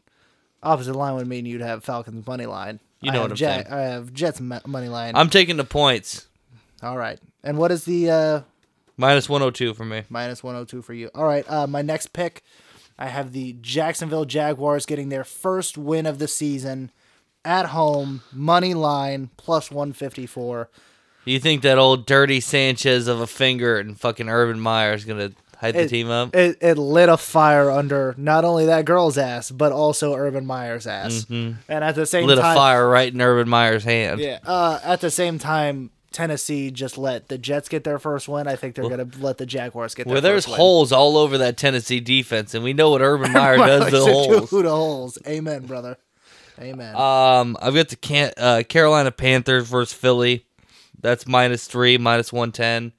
C: opposite line would mean you'd have falcons money line
B: You
C: I
B: know
C: have
B: what I'm
C: Jack-
B: saying.
C: i have jets mo- money line
B: I'm taking the points.
C: all right and what is the uh
B: Minus 102 for me.
C: minus 102 for you. All right, uh, my next pick, I have the Jacksonville Jaguars getting their first win of the season at home, money line plus 154.
B: You think that old dirty Sanchez of a finger and fucking Urban Meyer is going to hype the
C: It,
B: team up?
C: It, it lit a fire under not only that girl's ass, but also Urban Meyer's ass. And at the same
B: Mm-hmm. Lit a
C: time,
B: fire right in Urban Meyer's hand.
C: Yeah. Uh, at the same time, Tennessee just let the Jets get their first win. I think they're going to let the Jaguars get their
B: Where there's
C: first win.
B: holes all over that Tennessee defense, and we know what Urban Meyer
C: (laughs)
B: does to the holes.
C: Dude, holes. Amen, brother. Amen.
B: Um, I've got the can- uh, Carolina Panthers versus Philly. That's minus three, minus one ten.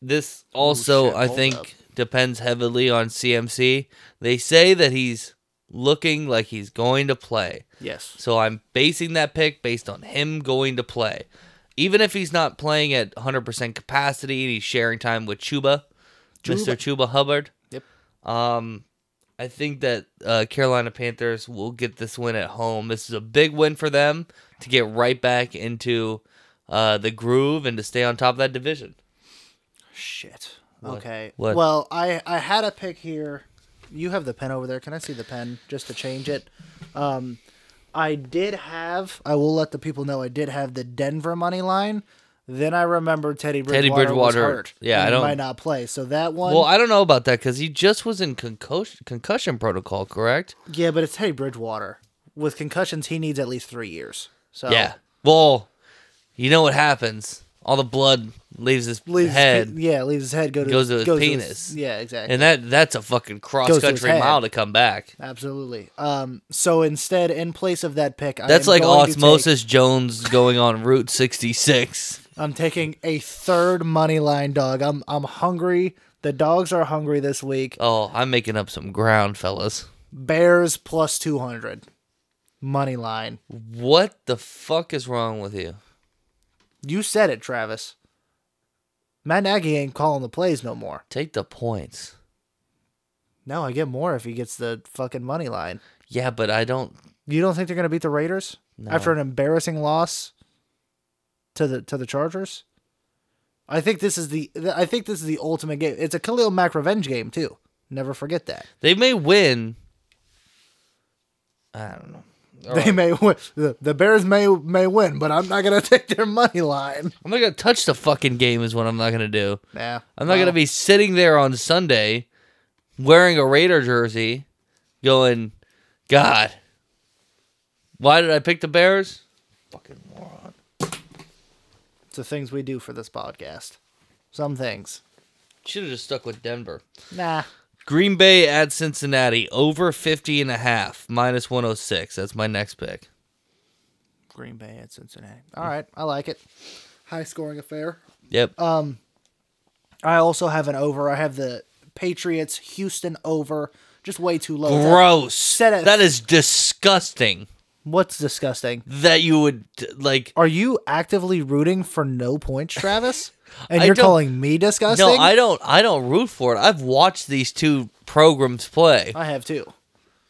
B: This also, I think, depends heavily on CMC. They say that he's looking like he's going to play,
C: yes.
B: so I'm basing that pick based on him going to play, even if he's not playing at 100% capacity and he's sharing time with Chuba, Mr. Chuba Hubbard.
C: Yep.
B: Um, I think that uh, Carolina Panthers will get this win at home. This is a big win for them to get right back into uh, the groove and to stay on top of that division.
C: Shit. Okay.
B: What?
C: Well, I I had a pick here. You have the pen over there. Can I see the pen just to change it? Um, I did have. I will let the people know. I did have the Denver money line. Then I remembered Teddy Bridgewater,
B: Teddy
C: was
B: Bridgewater.
C: hurt.
B: Yeah, I
C: and
B: don't-
C: might not play. So that one.
B: Well, I don't know about that because he just was in concussion concussion protocol, correct?
C: yeah, but it's Teddy Bridgewater. With concussions, he needs at least three years. So
B: Yeah. Well, you know what happens? All the blood leaves his
C: leaves
B: head,
C: His, yeah, leaves his head. Go to
B: Goes to his
C: goes
B: penis.
C: yeah, exactly.
B: and that that's a fucking cross
C: Goes to his
B: country
C: head.
B: mile to come back.
C: Absolutely. Um. So instead, in place of that pick, I
B: That's
C: am
B: like
C: going to take-
B: Osmosis Jones going on Route 66.
C: I'm taking a third money line dog. I'm I'm hungry. The dogs are hungry this week.
B: Oh, I'm making up some ground, fellas.
C: Bears plus 200 money line.
B: What the fuck is wrong with you?
C: You said it, Travis. Matt Nagy ain't calling the plays no more.
B: Take the points.
C: No, I get more if he gets the fucking money line.
B: Yeah, but I don't.
C: You don't think they're gonna beat the Raiders after an embarrassing loss to the to the Chargers? I think this is the I think this is the ultimate game. It's a Khalil Mack revenge game too. Never forget that.
B: They may win. I don't know. All
C: They
B: right.
C: may win. The, the Bears may may win, but I'm not gonna (laughs) take their money line.
B: I'm not gonna touch the fucking game. Is what I'm not gonna do.
C: Yeah,
B: I'm not gonna be sitting there on Sunday wearing a Raider jersey, going, God, why did I pick the Bears? Fucking moron.
C: It's the things we do for this podcast. Some things.
B: Should have just stuck with Denver.
C: Nah.
B: Green Bay at Cincinnati over 50 and a half minus 106. That's my next pick.
C: Green Bay at Cincinnati. All right, I like it. High scoring affair.
B: Yep.
C: Oh, I also have an over. I have the Patriots Houston over. Just way too low.
B: Gross.
C: Set it-
B: that is disgusting.
C: What's disgusting?
B: that you would like.
C: Are you actively rooting for no points, (laughs) Travis? And
B: I
C: you're
B: don't-
C: calling me disgusting?
B: No, I don't. I don't root for it. I've watched these two programs play.
C: I have too.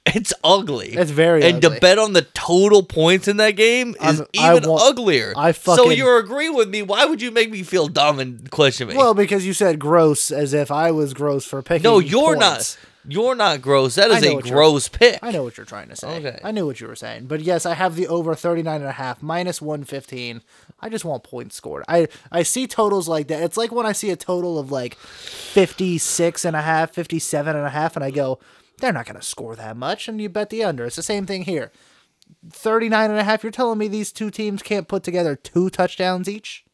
B: It's ugly.
C: It's very
B: and
C: ugly.
B: to bet on the total points in that game is
C: I'm- I
B: even
C: want-
B: uglier.
C: I
B: so
C: fucking-
B: you're agreeing with me. Why would you make me feel dumb and question me?
C: Well, because you said gross as if I was gross for picking.
B: no, you're
C: points.
B: not. You're not gross. That is
C: know
B: a
C: what you're-
B: gross pick.
C: I know what you're trying to say.
B: Okay.
C: I knew what you were saying. But yes, I have the over 39 and a half minus 115. I just want points scored. I I see totals like that. It's like when I see a total of like 56 and a half, 57 and a half and I go, they're not going to score that much and you bet the under. It's the same thing here. 39 and a half. You're telling me these two teams can't put together two touchdowns each?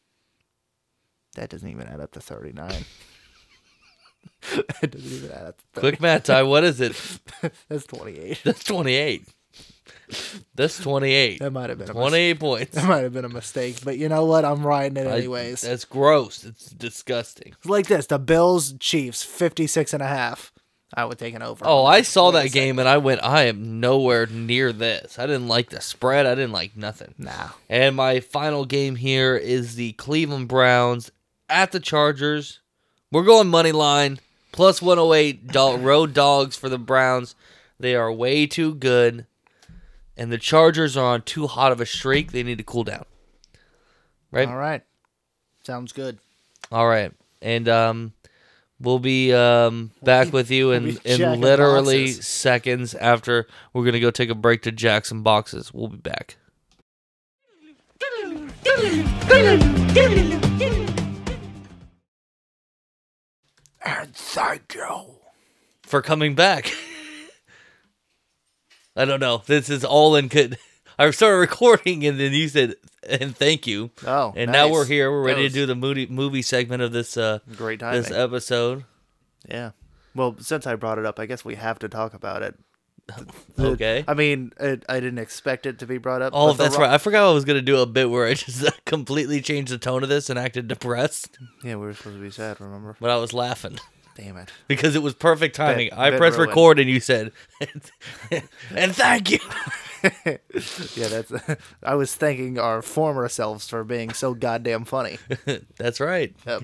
C: That doesn't even add up to 39. that doesn't even add up. To
B: Quick math time. What is it?
C: That's 28.
B: That's 28. That's 28.
C: That might have been a mistake.
B: 28 points.
C: That might have been a mistake, but you know what? I'm riding it
B: I-
C: anyways.
B: that's gross. It's disgusting.
C: like this, the Bills Chiefs 56 and a half. I would take an over.
B: Oh, I saw
C: Wait a
B: that
C: second.
B: game and I went, I am nowhere near this. I didn't like the spread. I didn't like nothing.
C: Nah.
B: And my final game here is the Cleveland Browns at the Chargers. We're going money line plus 108 do- road dogs for the Browns. They are way too good. And the Chargers are on too hot of a streak. They need to cool down. Right?
C: All right. Sounds good.
B: All right. And um we'll be um back with you in
C: be
B: in
C: jacking
B: literally
C: boxes.
B: seconds after we're going to go take a break to jack some boxes. We'll be back.
E: And thank you.
B: for coming back. (laughs) I don't know. This is all in good. I started recording and then you said, and thank you.
C: Oh,
B: and now
C: nice.
B: we're here. We're ready
C: That was
B: to do the movie, movie segment of this uh,
C: Great timing.
B: this episode.
C: yeah. Well, since I brought it up, I guess we have to talk
B: (laughs)
C: about it. The-
B: Okay.
C: I mean, it, I didn't expect it to be brought up.
B: Oh,
C: but the
B: that's
C: Ro-
B: right. I forgot I was going to do a bit where I (laughs) just completely changed the tone of this and acted depressed,
C: Yeah, we were supposed to be sad, remember?
B: but I was laughing (laughs)
C: Damn it.
B: because it was perfect timing. I
C: bit
B: pressed
C: ruined.
B: record and you said, (laughs) and thank you. (laughs)
C: Yeah, that's. (laughs) I was thanking our former selves for being so goddamn
B: (laughs)
C: funny.
B: that's right.
C: Yep.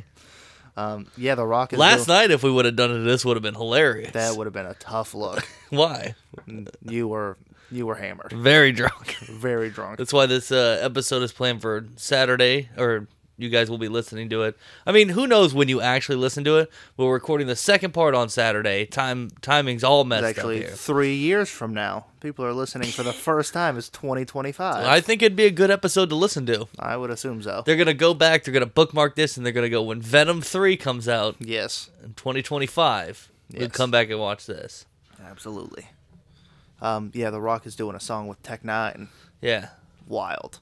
C: Um, yeah, The Rock is
B: Last
C: doing-
B: night, if we would have done it, this would have been hilarious.
C: That
B: (laughs)
C: would have been a tough look.
B: Why?
C: you were you were hammered,
B: Very drunk. (laughs)
C: very drunk.
B: That's why this uh, episode is planned for Saturday, or you guys will be listening to it. I mean, who knows when you actually listen to it? But we're recording the second part on Saturday. Time timing's all messed
C: It's actually
B: up here.
C: three years from now. People are listening (laughs) for the first time. It's 2025.
B: I think it'd be a good episode to listen to.
C: I would assume so.
B: They're gonna go back. They're gonna bookmark this, and they're gonna go when Venom Three comes out
C: Yes,
B: in 2025. We'll
C: Yes.
B: come back and watch this.
C: absolutely. Um, yeah, The Rock is doing a song with Tech Nine.
B: Yeah,
C: Wild.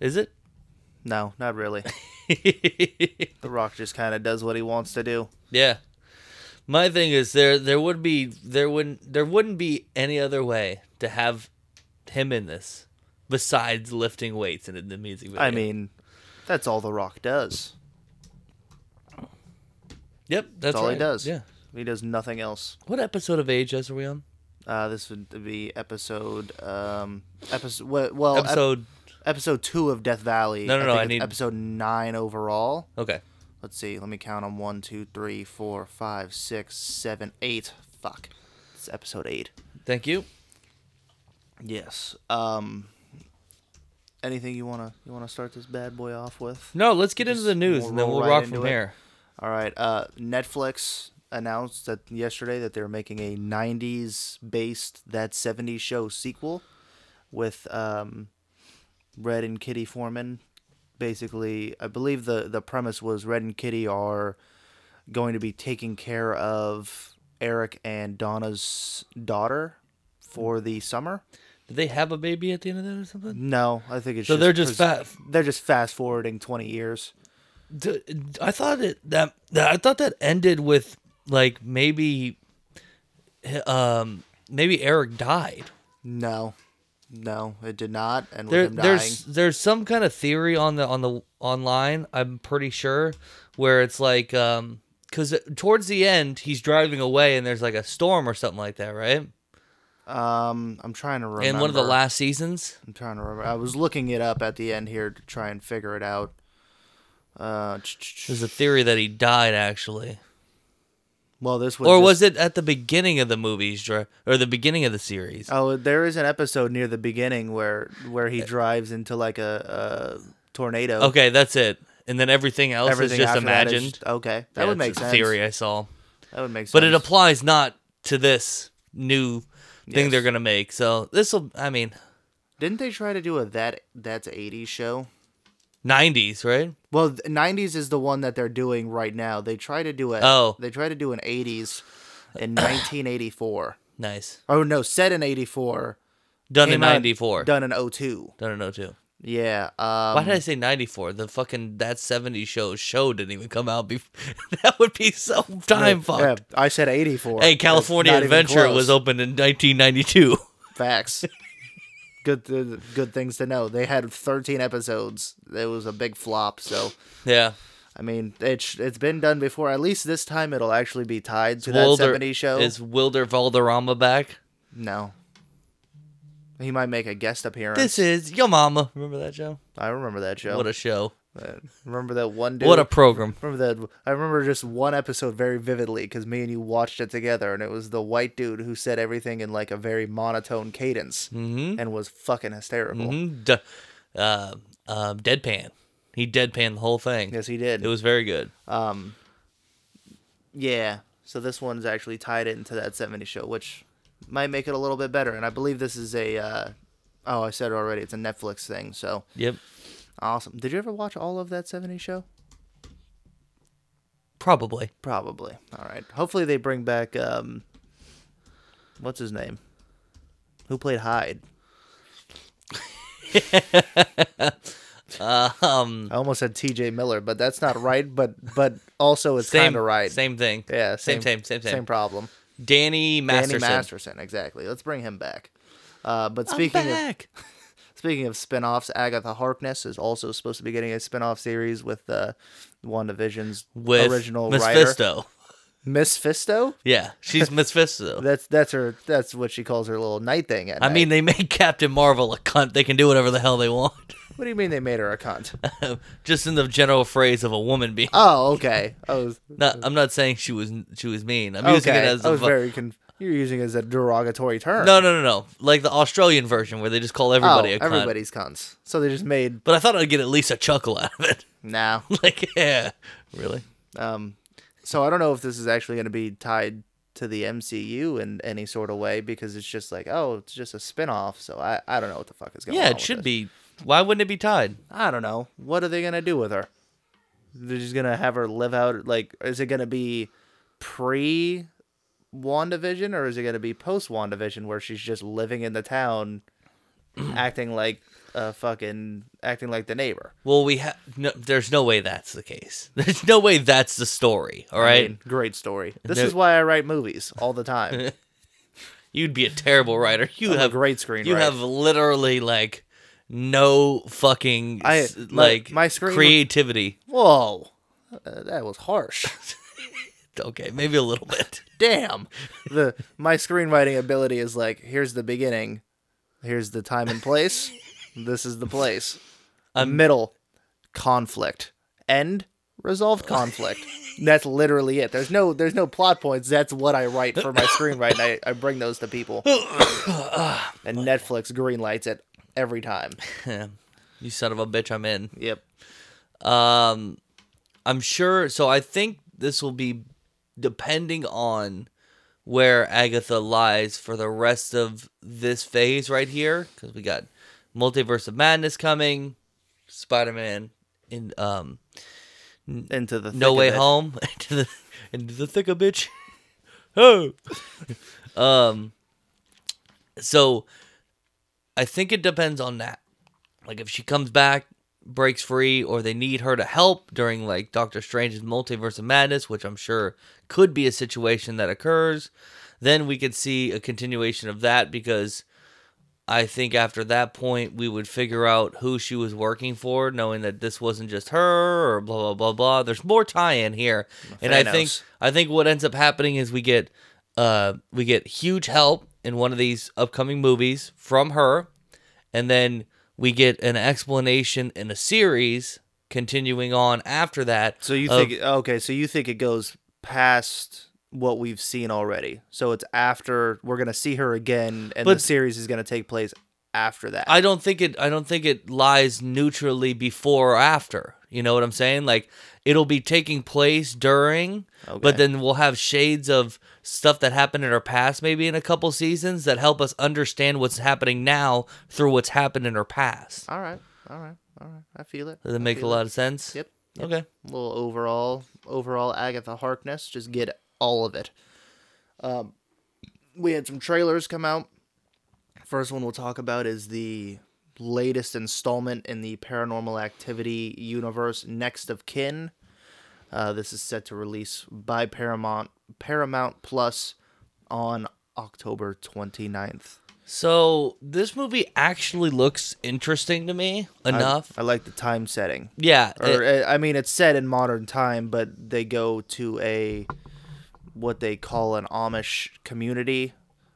B: is it? (laughs)
C: No, not really. (laughs) the Rock just kind of does what he wants to do.
B: Yeah. My thing is there there would be there wouldn't there wouldn't be any other way to have him in this besides lifting weights in the music video.
C: I mean, that's all The Rock does.
B: Yep, that's,
C: That's all he
B: right.
C: does.
B: Yeah.
C: He does nothing else.
B: What episode of Ages are we on?
C: Uh, this would be episode um episode well Oh, ep-
B: Episode
C: episode two of Death Valley.
B: No, no, no,
C: think
B: I
C: it's
B: need-
C: episode nine overall.
B: Okay.
C: Let's see. Let me count them. One, two, three, four, five, six, seven, eight. Fuck. It's episode eight.
B: Thank you.
C: Yes. Um. Anything you wanna you wanna start this bad boy off with?
B: No, let's get into the news
C: we'll
B: and then
C: roll
B: we'll
C: right
B: rock
C: into
B: from
C: it.
B: there.
C: All right. Uh, Netflix announced that yesterday that they're making a '90s based that '70s show sequel with um, Red and Kitty Foreman. Basically, I believe the the premise was Red and Kitty are going to be taking care of Eric and Donna's daughter for the summer.
B: Did they have a baby at the end of that or something?
C: No, I think it's
B: So
C: just
B: they're just
C: pres-
B: fa-
C: they're just fast forwarding twenty years.
B: D- I thought it that, that I thought that ended with like maybe um maybe Eric died.
C: No, no, it did not. And with
B: there,
C: him dying,
B: there's there's some kind of theory on the on the online i'm pretty sure where it's like um because towards the end he's driving away and there's like a storm or something like that right
F: Um, I'm trying to remember.
B: in one of the last seasons.
F: I'm trying to remember. I was looking it up at the end here to try and figure it out. Uh, ch- ch- ch-
B: There's a theory that he died actually,
F: well, this was
B: or
F: just-
B: was it at the beginning of the movies dri- or the beginning of the series?
F: Oh, there is an episode near the beginning where where he drives into like a, a tornado.
B: Uh, Okay, that's it. And then everything else
F: everything
B: is just
F: after that is
B: imagined.
F: just- okay, that
B: Yeah,
F: would
B: it's
F: make
B: a
F: sense.
B: Theory I saw,
F: That would make sense.
B: but it applies not to this new thing
F: Yes.
B: they're gonna make. So this will, I mean,
F: didn't they try to do a that that's '80s show?
B: 90s, right?
F: Well, th- '90s is the one that they're doing right now. They try to do a
B: Oh.
F: they try to do an '80s in 1984.
B: Nice.
F: Oh no, set in '84.
B: Done in
F: came out-
B: 94. Done.
F: Done in 02.
B: in 02.
F: Yeah. Um,
B: Why did I say 94? The fucking that 70s show show didn't even come out before. (laughs) that would be so time fucked.
F: yeah, I said 84.
B: Hey,
F: It's
B: California
F: not even
B: Adventure
F: close.
B: was opened in 1992.
F: Facts. good, th- good things to know. They had 13 episodes. It was a big flop. So,
B: (laughs) yeah.
F: I mean, it's it's been done before. At least this time, it'll actually be tied to that 70s show.
B: Is Wilder Valderrama back?
F: No. He might make a guest appearance.
B: This is your mama. Remember that show?
F: I remember that show.
B: What a show.
F: Uh, remember that one dude.
B: What a program.
F: Remember that? I remember just one episode very vividly because me and you watched it together, and it was the white dude who said everything in like a very monotone cadence
B: Mm-hmm.
F: and was fucking hysterical.
B: hmm D- uh, uh, deadpan. He deadpanned the whole thing.
F: Yes, he did.
B: It was very good.
F: yeah. So this one's actually tied into that '70s show, which might make it a little bit better. And I believe this is a. Uh, oh, I said it already. It's a Netflix thing. So
B: Yep.
F: awesome. Did you ever watch all of that '70s show?
B: Probably.
F: Probably. All right. Hopefully they bring back um. What's his name? Who played Hyde?
B: Um,
F: I almost said T.J. Miller, but that's not right. But but also it's
B: same,
F: kind of right.
B: same thing.
F: Yeah.
B: Same, same, same, same.
F: Same problem.
B: Danny Masterson.
F: Danny Masterson. Exactly. Let's bring him back. Uh, but speaking
B: I'm
F: of
B: back.
F: Speaking of spin-offs, Agatha Harkness is also supposed to be getting a spin-off series with uh, WandaVision's
B: with
F: original writer,
B: Mephisto.
F: Miss Fisto.
B: Yeah, she's
F: (laughs)
B: Mephisto.
F: That's that's her. That's what she calls her little night thing. At
B: I mean,
F: night.
B: they made Captain Marvel a cunt. They can do whatever the hell they want. (laughs)
F: what do you mean they made her a cunt?
B: Just in the general phrase of a woman being.
F: (laughs) oh, okay.
B: (laughs)
F: I was
B: Not, I'm not saying she was she was mean. I'm using it
F: okay.
B: as
F: I
B: a
F: was
B: fu-
F: very. Con- you're using it as a derogatory term.
B: no, no, no, no. Like the Australian version where they just call everybody
F: oh,
B: a cunt.
F: everybody's cunts. So they just made
B: But I thought I'd get at least a chuckle out of it. (laughs)
F: now.
B: like, yeah, really.
F: Um, so I don't know if this is actually going to be tied to the MCU in any sort of way because it's just like, oh, it's just a spin-off. So I, I don't know what the fuck is going on.
B: Yeah, it
F: with
B: should
F: this.
B: be. Why wouldn't it be tied?
F: I don't know. What are they going to do with her? They're just going to have her live out like is it going to be pre WandaVision or is it going to be post WandaVision where she's just living in
B: (clears throat)
F: the town acting like a fucking acting like the neighbor.
B: Well, we have. No, there's no way that's the case. (laughs) There's no way that's the story. All
F: I
B: right,
F: mean, great story. This
B: No-
F: is why I write movies all
B: (laughs)
F: the time.
B: you'd be a terrible writer. You
F: I'm a
B: have
F: great screenwriter.
B: You have literally like no fucking
F: I-
B: s-
F: my-
B: like
F: my screen-
B: creativity.
F: Whoa. Uh, that was harsh.
B: Okay, maybe a little bit. (laughs)
F: Damn. (laughs) The my screenwriting ability is like here's the beginning, here's the time and place, this is
B: (laughs)
F: the place.
B: Um,
F: middle conflict. End resolved conflict.
B: (laughs)
F: That's literally it. There's no there's no plot points. That's what I write for my screenwriting. I, I bring those
B: (laughs)
F: to people. and Netflix greenlights it every time.
B: you son of a bitch, I'm in.
F: Yep.
B: Um, I'm sure. So I think this will be depending on where Agatha lies for the rest of this phase right here, because we got Multiverse of Madness coming, Spider-Man in um
F: Into the
B: No
F: thick
B: Way
F: of it.
B: Home (laughs) into the into the thick of (laughs) bitch. oh. um so I think it depends on that. Like if she comes back, breaks free, or they need her to help during like Doctor Strange's multiverse of madness, which I'm sure could be a situation that occurs, then we could see a continuation of that because I think after that point we would figure out who she was working for, knowing that this wasn't just her or blah blah blah blah. There's more tie-in here, and I think
F: Thanos.
B: I think what ends up happening is we get uh we get huge help in one of these upcoming movies from her, and then we get an explanation in a series continuing on after that.
F: So you
B: of-
F: think okay, so you think it goes past what we've seen already. So it's after we're gonna see her again and the
B: But-
F: series is gonna take place after that.
B: I don't think it I don't think it lies neutrally before or after. You know what I'm saying? Like it'll be taking place during,
F: Okay.
B: but then we'll have shades of stuff that happened in our past maybe in a couple seasons that help us understand what's happening now through what's happened in our past.
F: all right, all right, all right. I feel it.
B: Does
F: I
B: that make a
F: feel
B: lot of sense?
F: It. Yep.
B: Okay.
F: little overall overall Agatha Harkness. Just get all of it. Um, we had some trailers come out. First one we'll talk about is the latest installment in the Paranormal Activity universe, Next of Kin. Uh, this is set to release by Paramount Paramount Plus on October 29th.
B: So this movie actually looks interesting to me enough.
F: I like the time setting.
B: yeah.
F: or
B: it-
F: uh, I mean, it's set in modern time, but they go to a what they call an Amish community.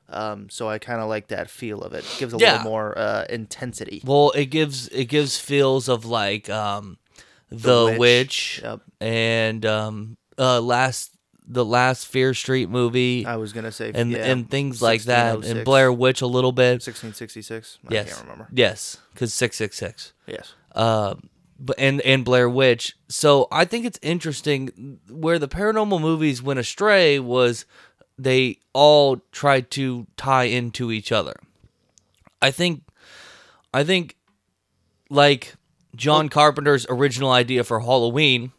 F: Um, so I kind of like that feel of it. Gives a
B: Yeah.
F: little more uh, intensity.
B: Well, it gives it gives feels of like um the,
F: Witch.
B: witch,
F: Yep.
B: and um uh last the last Fear Street movie
F: I was gonna say,
B: and
F: yeah,
B: and things like that
F: 1606.
B: and Blair Witch a little bit.
F: 1666. I
B: yes.
F: can't remember.
B: Yes, cuz 666
F: Yes.
B: but and and Blair Witch. So I think it's interesting where the paranormal movies went astray was they all tried to tie into each other. I think I think like John Carpenter's original idea for Halloween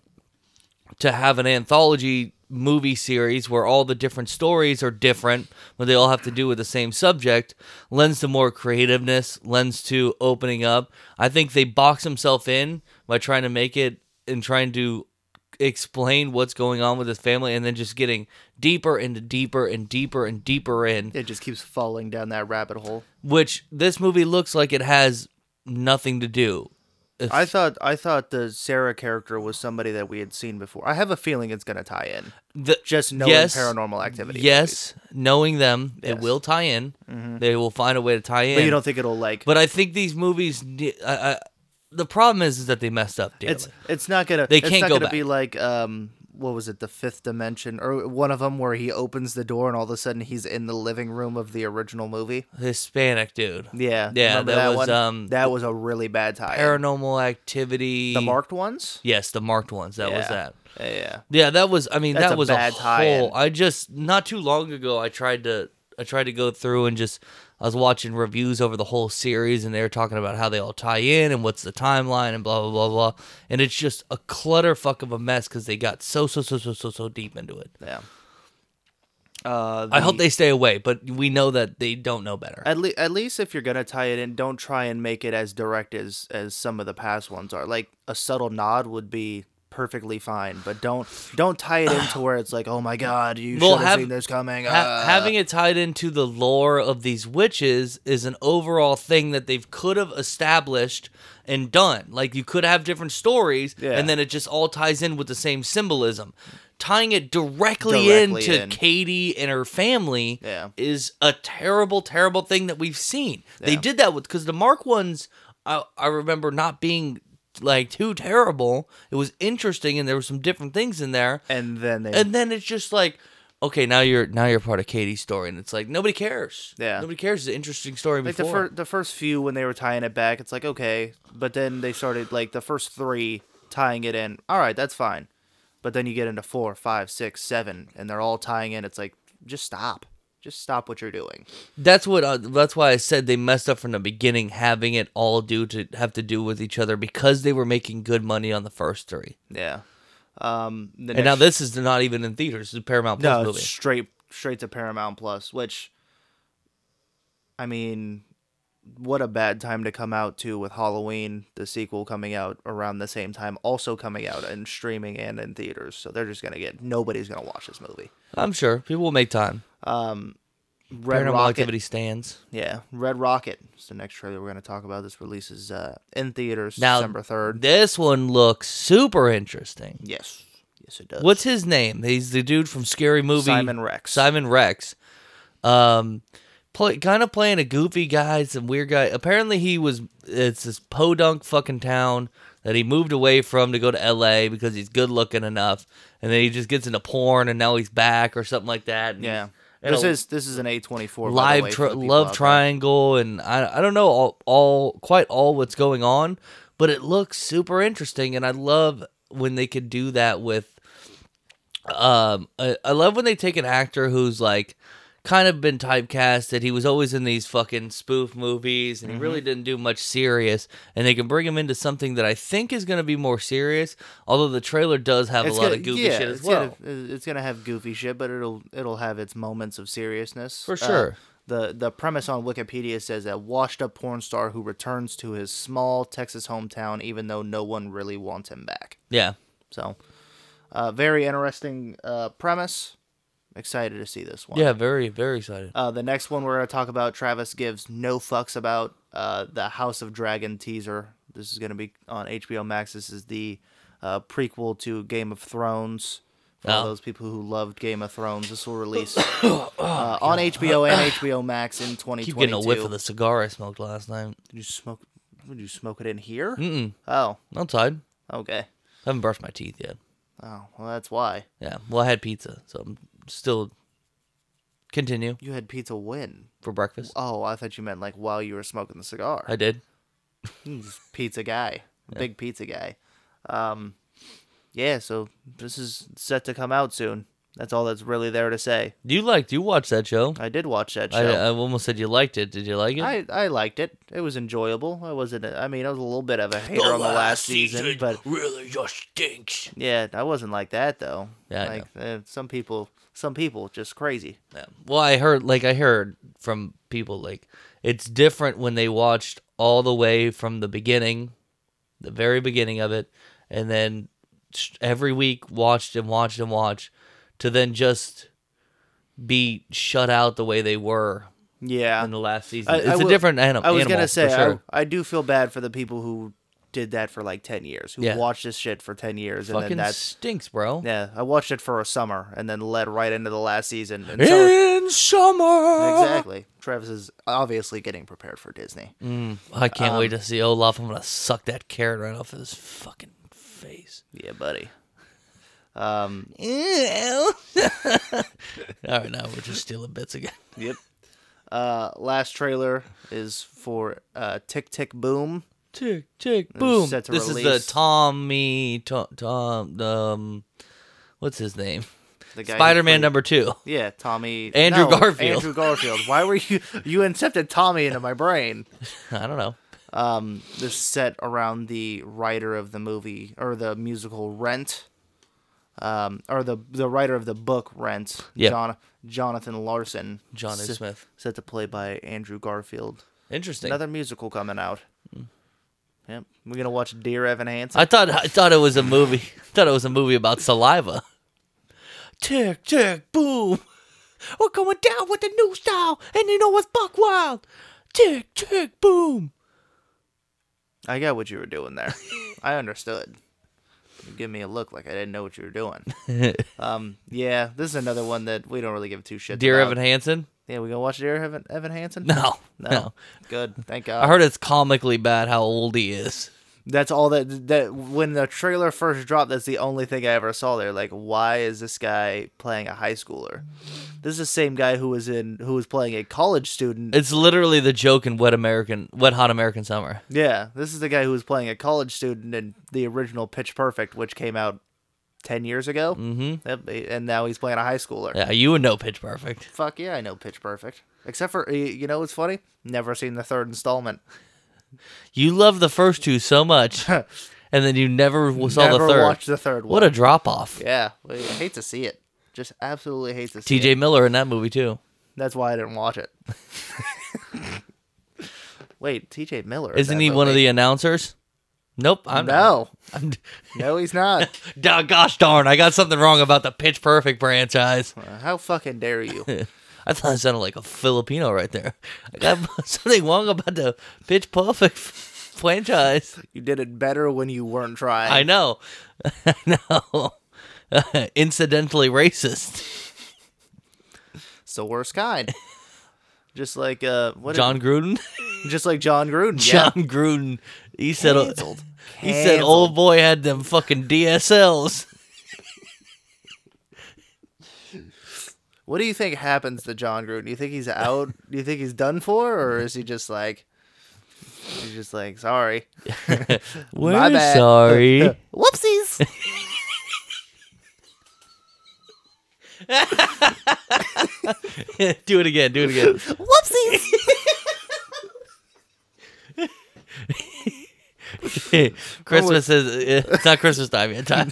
B: to have an anthology movie series where all the different stories are different, but they all have to do with the same subject, lends to more creativeness, lends to opening up. I think they box himself in by trying to make it and trying to explain what's going on with his family and then just getting deeper and deeper and deeper and deeper in
F: It just keeps falling down that rabbit hole.
B: which this movie looks like it has nothing to do If-
F: I thought I thought the Sarah character was somebody that we had seen before. I have a feeling it's gonna tie in.
B: the-
F: Just knowing
B: Yes.
F: paranormal activity. movies.
B: Yes, knowing them,
F: Yes. Mm-hmm.
B: it will tie in. They will find a way to tie in.
F: but you don't think it'll like
B: But I think these movies, ne- I, I, the problem is, is that they messed up. Daily.
F: It's it's not gonna.
B: They
F: it's
B: can't
F: not
B: go
F: gonna
B: back.
F: be like um what was it the fifth dimension or one of them where he opens the door and all of a sudden he's in the living room of the original movie.
B: Hispanic dude.
F: Yeah,
B: yeah.
F: remember
B: that, was
F: one?
B: um
F: that was a really bad tie.
B: paranormal activity.
F: the marked ones.
B: Yes, the marked ones. That was
F: Yeah.
B: that.
F: Yeah, yeah.
B: Yeah, that was. I mean,
F: That's
B: that
F: a
B: was
F: bad
B: a
F: tie-in.
B: whole. I just not too long ago, I tried to. I tried to go through and just. I was watching reviews over the whole series, and they were talking about how they all tie in and what's the timeline and blah blah blah blah. And it's just a clutterfuck of a mess because they got so so so so so so deep into it.
F: yeah. Uh,
B: I hope
F: the-
B: they stay away, but we know that they don't know better.
F: At, le- at least if you're gonna tie it in, don't try and make it as direct as as some of the past ones are. Like a subtle nod would be perfectly fine, but don't don't tie it into where it's like, oh my god, you
B: Well,
F: should have
B: have-
F: seen this coming.
B: ha-
F: uh."
B: having it tied into the lore of these witches is an overall thing that they've could have established and done like you could have different stories
F: Yeah.
B: and then it just all ties in with the same symbolism tying it directly,
F: Directly
B: into
F: in.
B: katie and her family
F: Yeah.
B: is a terrible terrible thing that we've seen they did that with because the mark ones I, I remember not being like too terrible it was interesting and there were some different things in there
F: and then they
B: and then it's just like okay now you're now you're part of katie's story and it's like nobody cares
F: Yeah.
B: nobody cares it's an interesting story
F: like the,
B: before
F: fir- the first few when they were tying it back it's like okay but then they started like the first three tying it in all right that's fine but then you get into four five six seven and they're all tying in it's like just stop just stop what you're doing
B: that's what I, that's why i said they messed up from the beginning having it all do to have to do with each other because they were making good money on the first three
F: yeah um the
B: and now
F: next-
B: this is not even in theaters it's a paramount plus
F: no it's
B: movie
F: straight straight to paramount plus which i mean what a bad time to come out to with halloween the sequel coming out around the same time also coming out and streaming and in theaters so they're just gonna get nobody's gonna watch this movie
B: i'm sure people will make time
F: Red
B: paranormal
F: Rocket.
B: activity stands
F: Yeah, Red Rocket. It's the next trailer we're going to talk about. This releases uh, in theaters
B: now
F: December 3rd.
B: this one looks super interesting
F: yes. Yes, it does.
B: What's his name? He's the dude from Scary Movie.
F: Simon Rex.
B: Simon Rex. Um, play kind of playing a goofy guy, some weird guy. Apparently, he was it's this podunk fucking town that he moved away from to go to L.A. because he's good looking enough, and then he just gets into porn, and now he's back or something like that. and
F: Yeah.
B: he's- and
F: This
B: a
F: is this is an A twenty four
B: live tri- love triangle, and I I don't know all, all quite all what's going on, but it looks super interesting, and I love when they could do that with um I, I love when they take an actor who's like kind of been typecasted he was always in these fucking spoof movies
F: Mm-hmm.
B: and he really didn't do much serious and they can bring him into something that i think is going to be more serious although the trailer does have a lot of goofy shit as
F: it's
B: well
F: Gonna, it's gonna have goofy shit, but it'll it'll have its moments of seriousness Uh,
B: For sure.
F: the the premise on Wikipedia says that washed up porn star who returns to his small Texas hometown, even though no one really wants him back.
B: yeah
F: So, uh, very interesting uh, premise. Excited to see this one.
B: yeah very very excited
F: Uh, the next one we're going to talk about, Travis gives no fucks about uh, the House of Dragon teaser. This is going to be on HBO Max. This is the uh, prequel to Game of Thrones. For
B: Oh.
F: all those people who loved Game of Thrones, this will
B: (coughs)
F: release uh, on HBO and HBO Max in 2022.
B: keep getting a whiff of the cigar i smoked last night
F: Did you smoke? Did you smoke it in here?
B: Mm-mm.
F: Oh,
B: outside
F: okay.
B: haven't brushed my teeth yet
F: Oh, well, that's why
B: yeah well i had pizza so i'm still continue
F: you had pizza when.
B: for breakfast
F: Oh, I thought you meant like while you were smoking the cigar.
B: i did
F: pizza guy, big pizza guy. Um, yeah, so this is set to come out soon. That's all that's really there to say.
B: you liked you watched that show
F: I did watch that
B: I, uh, I
F: show.
B: almost said you liked it. Did you like it?
F: I, I, liked it. It was enjoyable. I wasn't. I mean, I was a little bit of a hater on the last season, but
B: really just stinks.
F: yeah, I wasn't like that though.
B: Yeah, I
F: like uh, some people, some people just crazy.
B: Well, I heard like I heard from people like it's different when they watched all the way from the beginning, the very beginning of it, and then sh- every week watched and watched and watched to then just be shut out the way they were
F: Yeah,
B: in the last season.
F: I-
B: it's
F: I
B: a
F: will-
B: different anim-
F: I was
B: animal.
F: gonna say
B: for sure.
F: I, I do feel bad for the people who did that for like ten years, who
B: Yeah.
F: watched this shit for ten years, and then
B: fucking
F: that's
B: stinks, bro.
F: Yeah, I watched it for a summer and then led right into the last season. And so,
B: In summer,
F: exactly. Travis is obviously getting prepared for Disney.
B: Mm. I can't wait
F: Um,
B: to see Olaf. I'm gonna suck that carrot right off of his fucking face.
F: Yeah, buddy. Um,
B: (laughs) Ew. All right, now we're just stealing bits again.
F: yep. Uh, last trailer is for uh, Tick Tick Boom.
B: Tick tick boom.
F: set to
B: This is the
F: release.
B: Tommy Tom, Tom um, what's his name?
F: The guy who
B: Spider-Man
F: created-
B: number two. (laughs)
F: Yeah, Tommy.
B: Andrew
F: no,
B: Garfield.
F: Andrew Garfield. Why were you you incepted Tommy into my brain?
B: I don't know.
F: Um, this is set around the writer of the movie or the musical Rent, um, or the the writer of the book Rent,
B: Yeah.
F: Jon- Jonathan Larson,
B: John A.
F: set-
B: Smith.
F: set to play by Andrew Garfield.
B: Interesting.
F: Another musical coming out.
B: Mm.
F: Yep, we're gonna watch Dear Evan Hansen.
B: I thought I thought it was a movie. I thought it was a movie about saliva. Tick tick boom. We're going down with the new style, and you know what's buck wild. Tick tick boom.
F: I, got what you were
B: (laughs)
F: doing there. I understood. You give me a look like I didn't know what you were doing.
B: (laughs)
F: um, yeah, this is another one that we don't really give two shits.
B: Dear
F: about.
B: Evan Hansen.
F: Yeah, we gonna watch Dear Evan Evan Hansen?
B: No, (laughs) no,
F: No. Good.
B: (laughs)
F: Thank God.
B: I heard it's comically bad how old he is.
F: That's all that that when the trailer first dropped, that's the only thing I ever saw there. Like, why is this guy playing a high schooler? This is the same guy who was in who was playing a college student.
B: It's literally the joke in Wet American, Wet Hot American Summer.
F: yeah, this is the guy who was playing a college student in the original Pitch Perfect, which came out ten years ago. Mm-hmm. and now he's playing a high schooler.
B: Yeah, you would know Pitch Perfect.
F: Fuck yeah, I know Pitch Perfect. Except for y- you know what's funny? Never seen the third installment.
B: You love the first two so much, (laughs) and then you never w- saw
F: Never
B: the third.
F: watched the third one.
B: what a drop off.
F: yeah, I hate to see it. Just absolutely hate to see it.
B: T.J. Miller in that movie too.
F: That's why I didn't watch it. (laughs) Wait, TJ Miller. in
B: Isn't
F: that
B: he one of
F: movie?
B: the announcers? Nope, I'm not.
F: No.
B: I'm, (laughs)
F: No, he's not.
B: Da- gosh darn, I got something wrong about the Pitch Perfect franchise.
F: (laughs) How fucking
B: (laughs)
F: dare you?
B: I thought it sounded like a Filipino right there. I got (laughs) something wrong about the Pitch Perfect (laughs) f- franchise.
F: You did it better when you weren't trying.
B: I know. (laughs) I know. (laughs) Incidentally racist. (laughs)
F: It's the worst kind. Just like uh, what? did-
B: John Gruden. (laughs)
F: just like John Gruden.
B: John
F: (laughs) Yeah.
B: Gruden. He said.
F: Canceled.
B: He said, "Old boy had them fucking
F: (laughs)
B: DSLs."
F: What do you think happens to John Gruden? Do you think he's out? Do you think he's done for, or is he just like, he's just like, sorry,
B: (laughs) We're
F: bad.
B: sorry.
F: (laughs) whoopsies.
B: (laughs) do it again. Do it again.
F: Whoopsies.
B: (laughs) Christmas is it's not Christmas time yet. Time.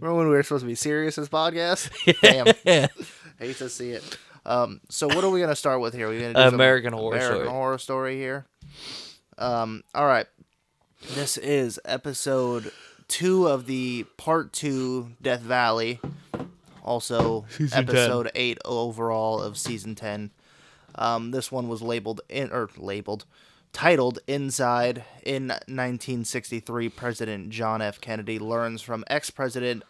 F: Remember when we were supposed to be serious this podcast? Damn,
B: (laughs) Yeah.
F: hate to see it. Um, so what are we gonna start with here? Are we gonna do some
B: American Horror
F: American
B: Story.
F: Horror Story here. Um, all right, this is episode two of the part two Death Valley, also episode eight overall of season ten. Um, this one was labeled in or labeled, titled "Inside." In 1963, President John F. Kennedy learns from ex-president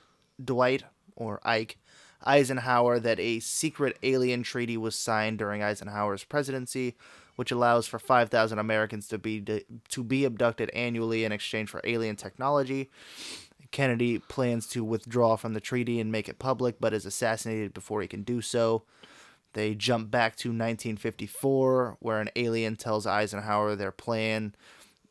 F: Dwight or Ike Eisenhower that a secret alien treaty was signed during Eisenhower's presidency, which allows for 5,000 Americans to be to be abducted annually in exchange for alien technology. Kennedy plans to withdraw from the treaty and make it public, but is assassinated before he can do so. They jump back to 1954, where an alien tells Eisenhower their plan.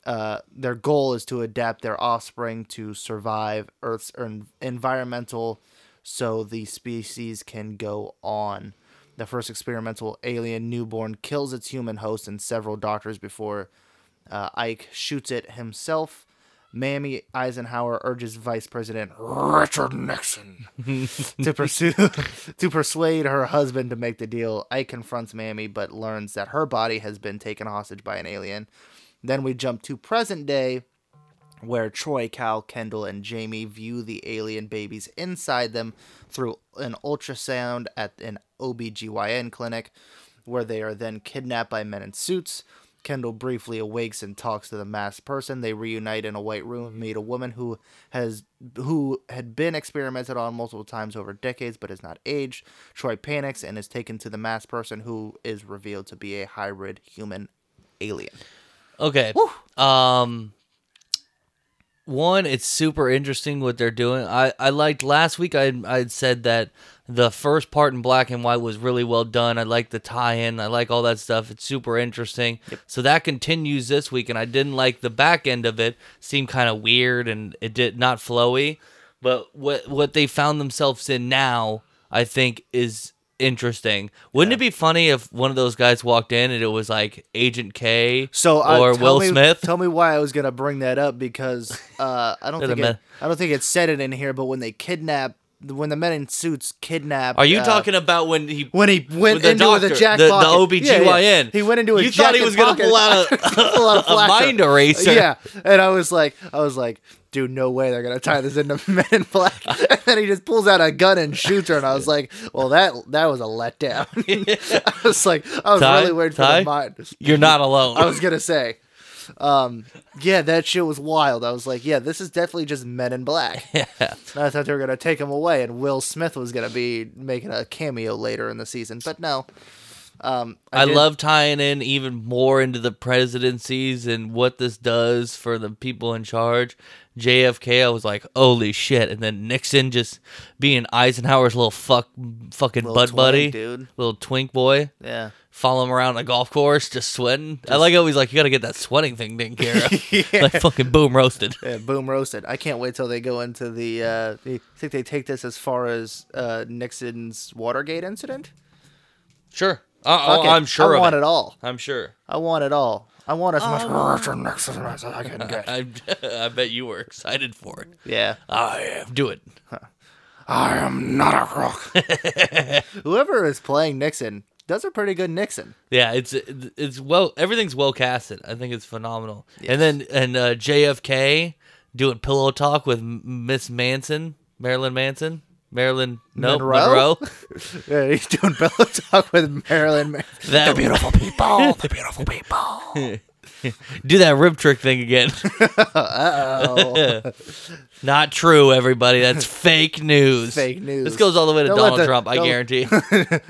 F: Uh, their goal is to adapt their offspring to survive Earth's en- environmental so the species can go on. The first experimental alien newborn kills its human host and several doctors before uh, Ike shoots it himself. Mammy Eisenhower urges Vice President Richard Nixon to pursue (laughs) to persuade her husband to make the deal. Ike confronts Mammy but learns that her body has been taken hostage by an alien. Then we jump to present day where Troy, Cal, Kendall, and Jamie view the alien babies inside them through an ultrasound at an OBGYN clinic, where they are then kidnapped by men in suits. Kendall briefly awakes and talks to the masked person. They reunite in a white room and meet a woman who has who had been experimented on multiple times over decades but is not aged. Troy panics and is taken to the masked person who is revealed to be a hybrid human alien.
B: Okay. Um one, it's super interesting what they're doing. I, I liked last week I I had said that the first part in black and white was really well done. I like the tie in. I like all that stuff. It's super interesting. So that continues this week and I didn't like the back end of it. Seemed kind of weird and it did not flowy. But what what they found themselves in now, I think is interesting. Wouldn't it be funny if one of those guys walked in and it was like Agent K
F: So uh,
B: or
F: tell
B: Will
F: me-
B: Smith?
F: Tell me why I was gonna bring that up because uh, I
B: (laughs)
F: don't
B: They're the
F: think it,
B: men.
F: I don't think it said it in here. But when they kidnap, when the men in suits kidnap,
B: Are you
F: uh,
B: talking about when he
F: when he went
B: with the
F: into
B: doctor,
F: the jack
B: the,
F: pocket?
B: the
F: Yeah,
B: OBGYN?
F: yeah. He went into a
B: You thought he
F: jacket
B: was gonna
F: pocket.
B: pull out a,
F: (laughs) Pull out
B: (laughs) a
F: flashlight.
B: mind eraser.
F: Yeah, and I was like, I was like, dude, no way they're gonna tie this into (laughs) Men in
B: (laughs)
F: Black. And then he just pulls out a gun and shoots her, and I was like, well, that that was a letdown. (laughs)
B: (laughs)
F: I was like, I was
B: Ty,
F: really waiting for
B: Ty?
F: the mind.
B: You're not alone.
F: I was gonna say. Um, yeah, that shit was wild. I was like, yeah, this is definitely just Men in Black.
B: (laughs)
F: Yeah. I thought they were gonna take him away, and Will Smith was gonna be making a cameo later in the season, but no. Um,
B: I
F: did-
B: love tying in even more into the presidencies and what this does for the people in charge. JFK, I was like, holy shit. And then Nixon just being Eisenhower's little fuck, fucking
F: Little
B: bud
F: twink,
B: buddy,
F: dude.
B: little twink boy.
F: Yeah.
B: follow him around a golf course just sweating. I like always like you gotta get that sweating thing taken care
F: (laughs)
B: of. Like fucking boom roasted.
F: Yeah, boom roasted. I can't wait till they go into the. Uh, I think they take this as far as uh, Nixon's Watergate incident.
B: Sure. Uh,
F: Fuck it.
B: I'm sure
F: I
B: of
F: want
B: it.
F: it. all.
B: I'm sure.
F: (laughs) I want it all. I want as much Richard Nixon as I can get.
B: I, (laughs) I bet you were excited for it.
F: Yeah.
B: I am. Do it.
F: I am not a crook. Whoever is playing Nixon does a pretty good Nixon.
B: Yeah, it's it's well everything's well casted. I think it's phenomenal. And then and uh, JFK doing pillow talk with M- Miss Manson, Marilyn Manson, Marilyn no Monroe.
F: Monroe? Yeah, he's doing pillow talk with Marilyn. Man-
B: That (laughs)
F: beautiful people, the beautiful people.
B: Do that rib trick thing
F: (laughs)
B: again. (laughs) Not true, everybody. That's fake news.
F: Fake news.
B: This goes all the way to
F: Don't let
B: Donald
F: the-
B: Trump, I
F: don't- (laughs)
B: guarantee.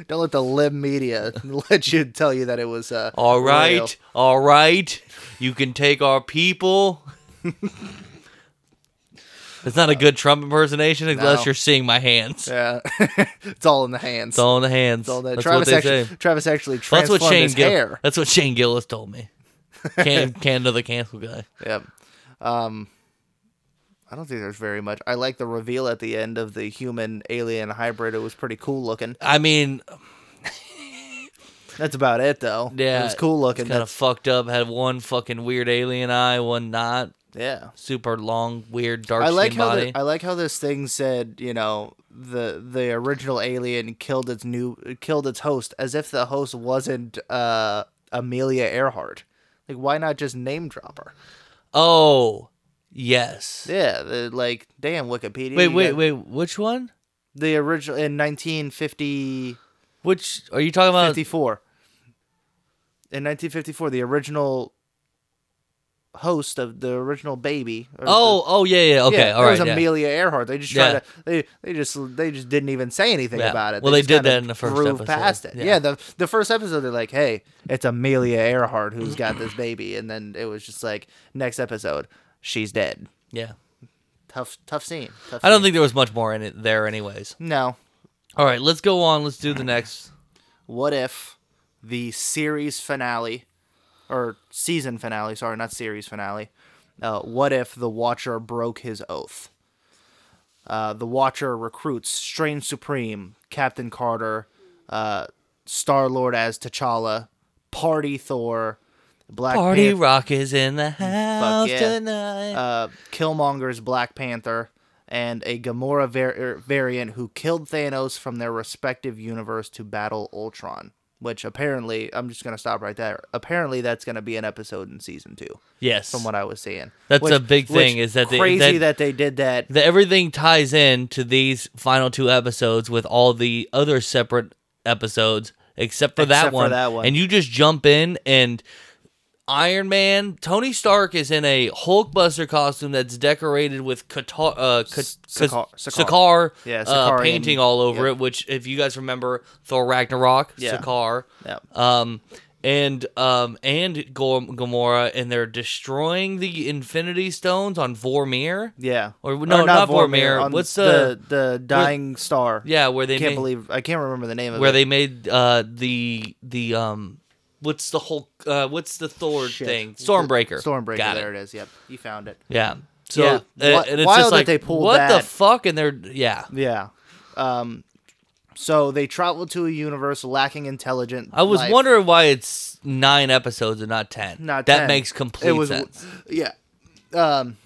F: Don't let the lib media (laughs) let you tell you that it was. Uh,
B: All
F: real.
B: right, all right. You can take our
F: (laughs)
B: people. It's not a good Trump impersonation unless
F: no.
B: you're seeing my hands.
F: Yeah, it's all in the hands.
B: It's all in the hands.
F: All that
B: That's what
F: Travis
B: they
F: actually,
B: say.
F: Travis actually
B: That's
F: transformed
B: what Shane
F: his
B: Gill-
F: hair.
B: That's what Shane Gillis told
F: (laughs)
B: me. Can Canada the cancel guy.
F: Yep. Um, I don't think there's very much. I like the reveal at the end of the human alien hybrid. It was pretty cool looking.
B: I mean,
F: That's about it though.
B: Yeah,
F: it was cool looking.
B: kind of fucked up. Had one fucking weird alien eye, one not.
F: yeah.
B: Super long, weird, dark
F: I like
B: skin
F: how
B: body.
F: the, I like how this thing said, you know, the the original alien killed its new killed its host as if the host wasn't uh Amelia Earhart. Like why not just name drop her?
B: oh, yes.
F: Yeah, the, like damn Wikipedia.
B: Wait,
F: you
B: wait,
F: got-
B: wait. Which one?
F: The original in 1954.
B: Which are you talking about?
F: In 1954, the original host of the original baby. or the-
B: Oh, oh yeah, yeah. Okay,
F: yeah,
B: all
F: it
B: right.
F: was
B: yeah.
F: Amelia Earhart. They just tried
B: Yeah.
F: to they they just they just didn't even say anything
B: Yeah.
F: about it.
B: Well, they
F: just
B: did
F: kinda
B: that in the first
F: grooved
B: episode.
F: Past it.
B: Yeah.
F: Yeah. the the first episode they're like, "Hey, it's Amelia Earhart who's got this baby," and then it was just like, next episode, she's dead.
B: yeah.
F: Tough tough scene. Tough
B: I don't
F: scene.
B: think there was much more in it there, anyways.
F: no.
B: All right, let's go on. Let's do the next.
F: What if the series finale or season finale? Sorry, not series finale. Uh, what if the Watcher broke his oath? Uh, the Watcher recruits Strange Supreme, Captain Carter, uh, Star Lord as T'Challa, Party Thor, Black
B: Party
F: Panther,
B: Rock is in the house
F: yeah.
B: tonight.
F: uh, Killmonger's Black Panther, and a Gamora var- er, variant who killed Thanos from their respective universe to battle Ultron. Which apparently, I'm just gonna stop right there. Apparently, that's gonna be an episode in season two,
B: yes.
F: from what I was seeing.
B: That's
F: Which-
B: a big
F: which
B: thing, is that they-
F: crazy
B: that-
F: that, they did that.
B: the, everything ties in to these final two episodes with all the other separate episodes except for, that,
F: Except for
B: one.
F: that one.
B: And you just jump in and Iron Man, Tony Stark is in a Hulkbuster costume that's decorated with Qatar, uh, Ka-
F: Sakaar-
B: Kas-
F: Sakaar.
B: Sakaar,
F: Yeah,
B: uh,
F: Sakaarian-
B: painting all over
F: yep.
B: it. Which, if you guys remember Thor Ragnarok,
F: Yeah.
B: Sakaar,
F: Yeah.
B: um, and um, and Gor- Gamora, and they're destroying the Infinity Stones on Vormir.
F: Yeah,
B: Or no, not Vormir.
F: on
B: What's the,
F: um, the the dying star?
B: yeah where they
F: can't
B: made,
F: believe I can't remember the name of
B: where
F: it.
B: they made uh the the um what's the Hulk uh what's the Thor
F: Shit.
B: thing Stormbreaker
F: Stormbreaker.
B: Got
F: there
B: it.
F: it is. Yep, you found it.
B: yeah so
F: Yeah.
B: uh,
F: Wi-
B: and it's
F: wild
B: just
F: that
B: like
F: they pulled
B: what the
F: that.
B: fuck and they're yeah
F: Yeah. Um, so they travel to a universe lacking intelligent.
B: I was
F: life.
B: wondering why it's nine episodes and not ten
F: Not
B: that
F: 10.
B: makes complete
F: It was-
B: sense
F: Yeah. Um,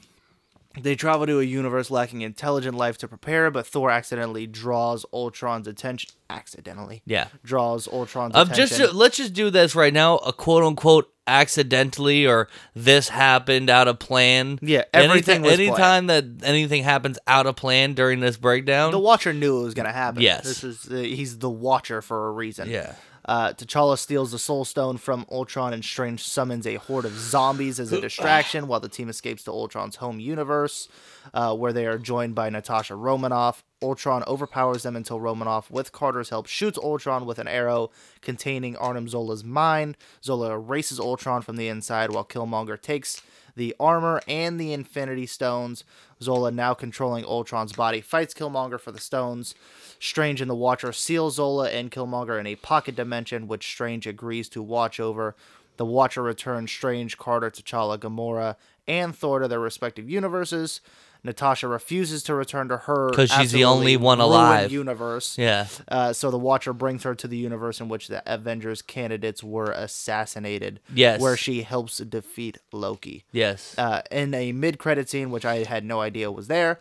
F: they travel to a universe lacking intelligent life to prepare, but Thor accidentally draws Ultron's attention. Accidentally.
B: Yeah.
F: Draws Ultron's
B: I'm
F: attention.
B: just let's just do this right now a quote unquote accidentally or this happened out of plan
F: Yeah,
B: Anythi-
F: everything was planned.
B: anytime that anything happens out of plan during this breakdown
F: the Watcher knew it was going to happen.
B: Yes.
F: This is uh, he's the Watcher for a reason.
B: Yeah.
F: Uh, T'Challa steals the Soul Stone from Ultron, and Strange summons a horde of zombies
B: (laughs)
F: as a distraction while the team escapes to Ultron's home universe, uh, where they are joined by Natasha Romanoff. Ultron overpowers them until Romanoff, with Carter's help, shoots Ultron with an arrow containing Arnim Zola's mind. Zola erases Ultron from the inside while Killmonger takes the armor and the Infinity Stones. Zola, now controlling Ultron's body, fights Killmonger for the stones. Strange and the Watcher seal Zola and Killmonger in a pocket dimension, which Strange agrees to watch over. The Watcher returns Strange, Carter, T'Challa, Gamora, and Thor to their respective universes. Natasha refuses to return to her
B: 'Cause she's the
F: absolutely
B: only one
F: ruined
B: alive.
F: universe.
B: yeah
F: Uh, so the Watcher brings her to the universe in which the Avengers candidates were assassinated.
B: Yes.
F: Where she helps defeat Loki.
B: yes
F: Uh, in a mid-credit scene, which I had no idea was there,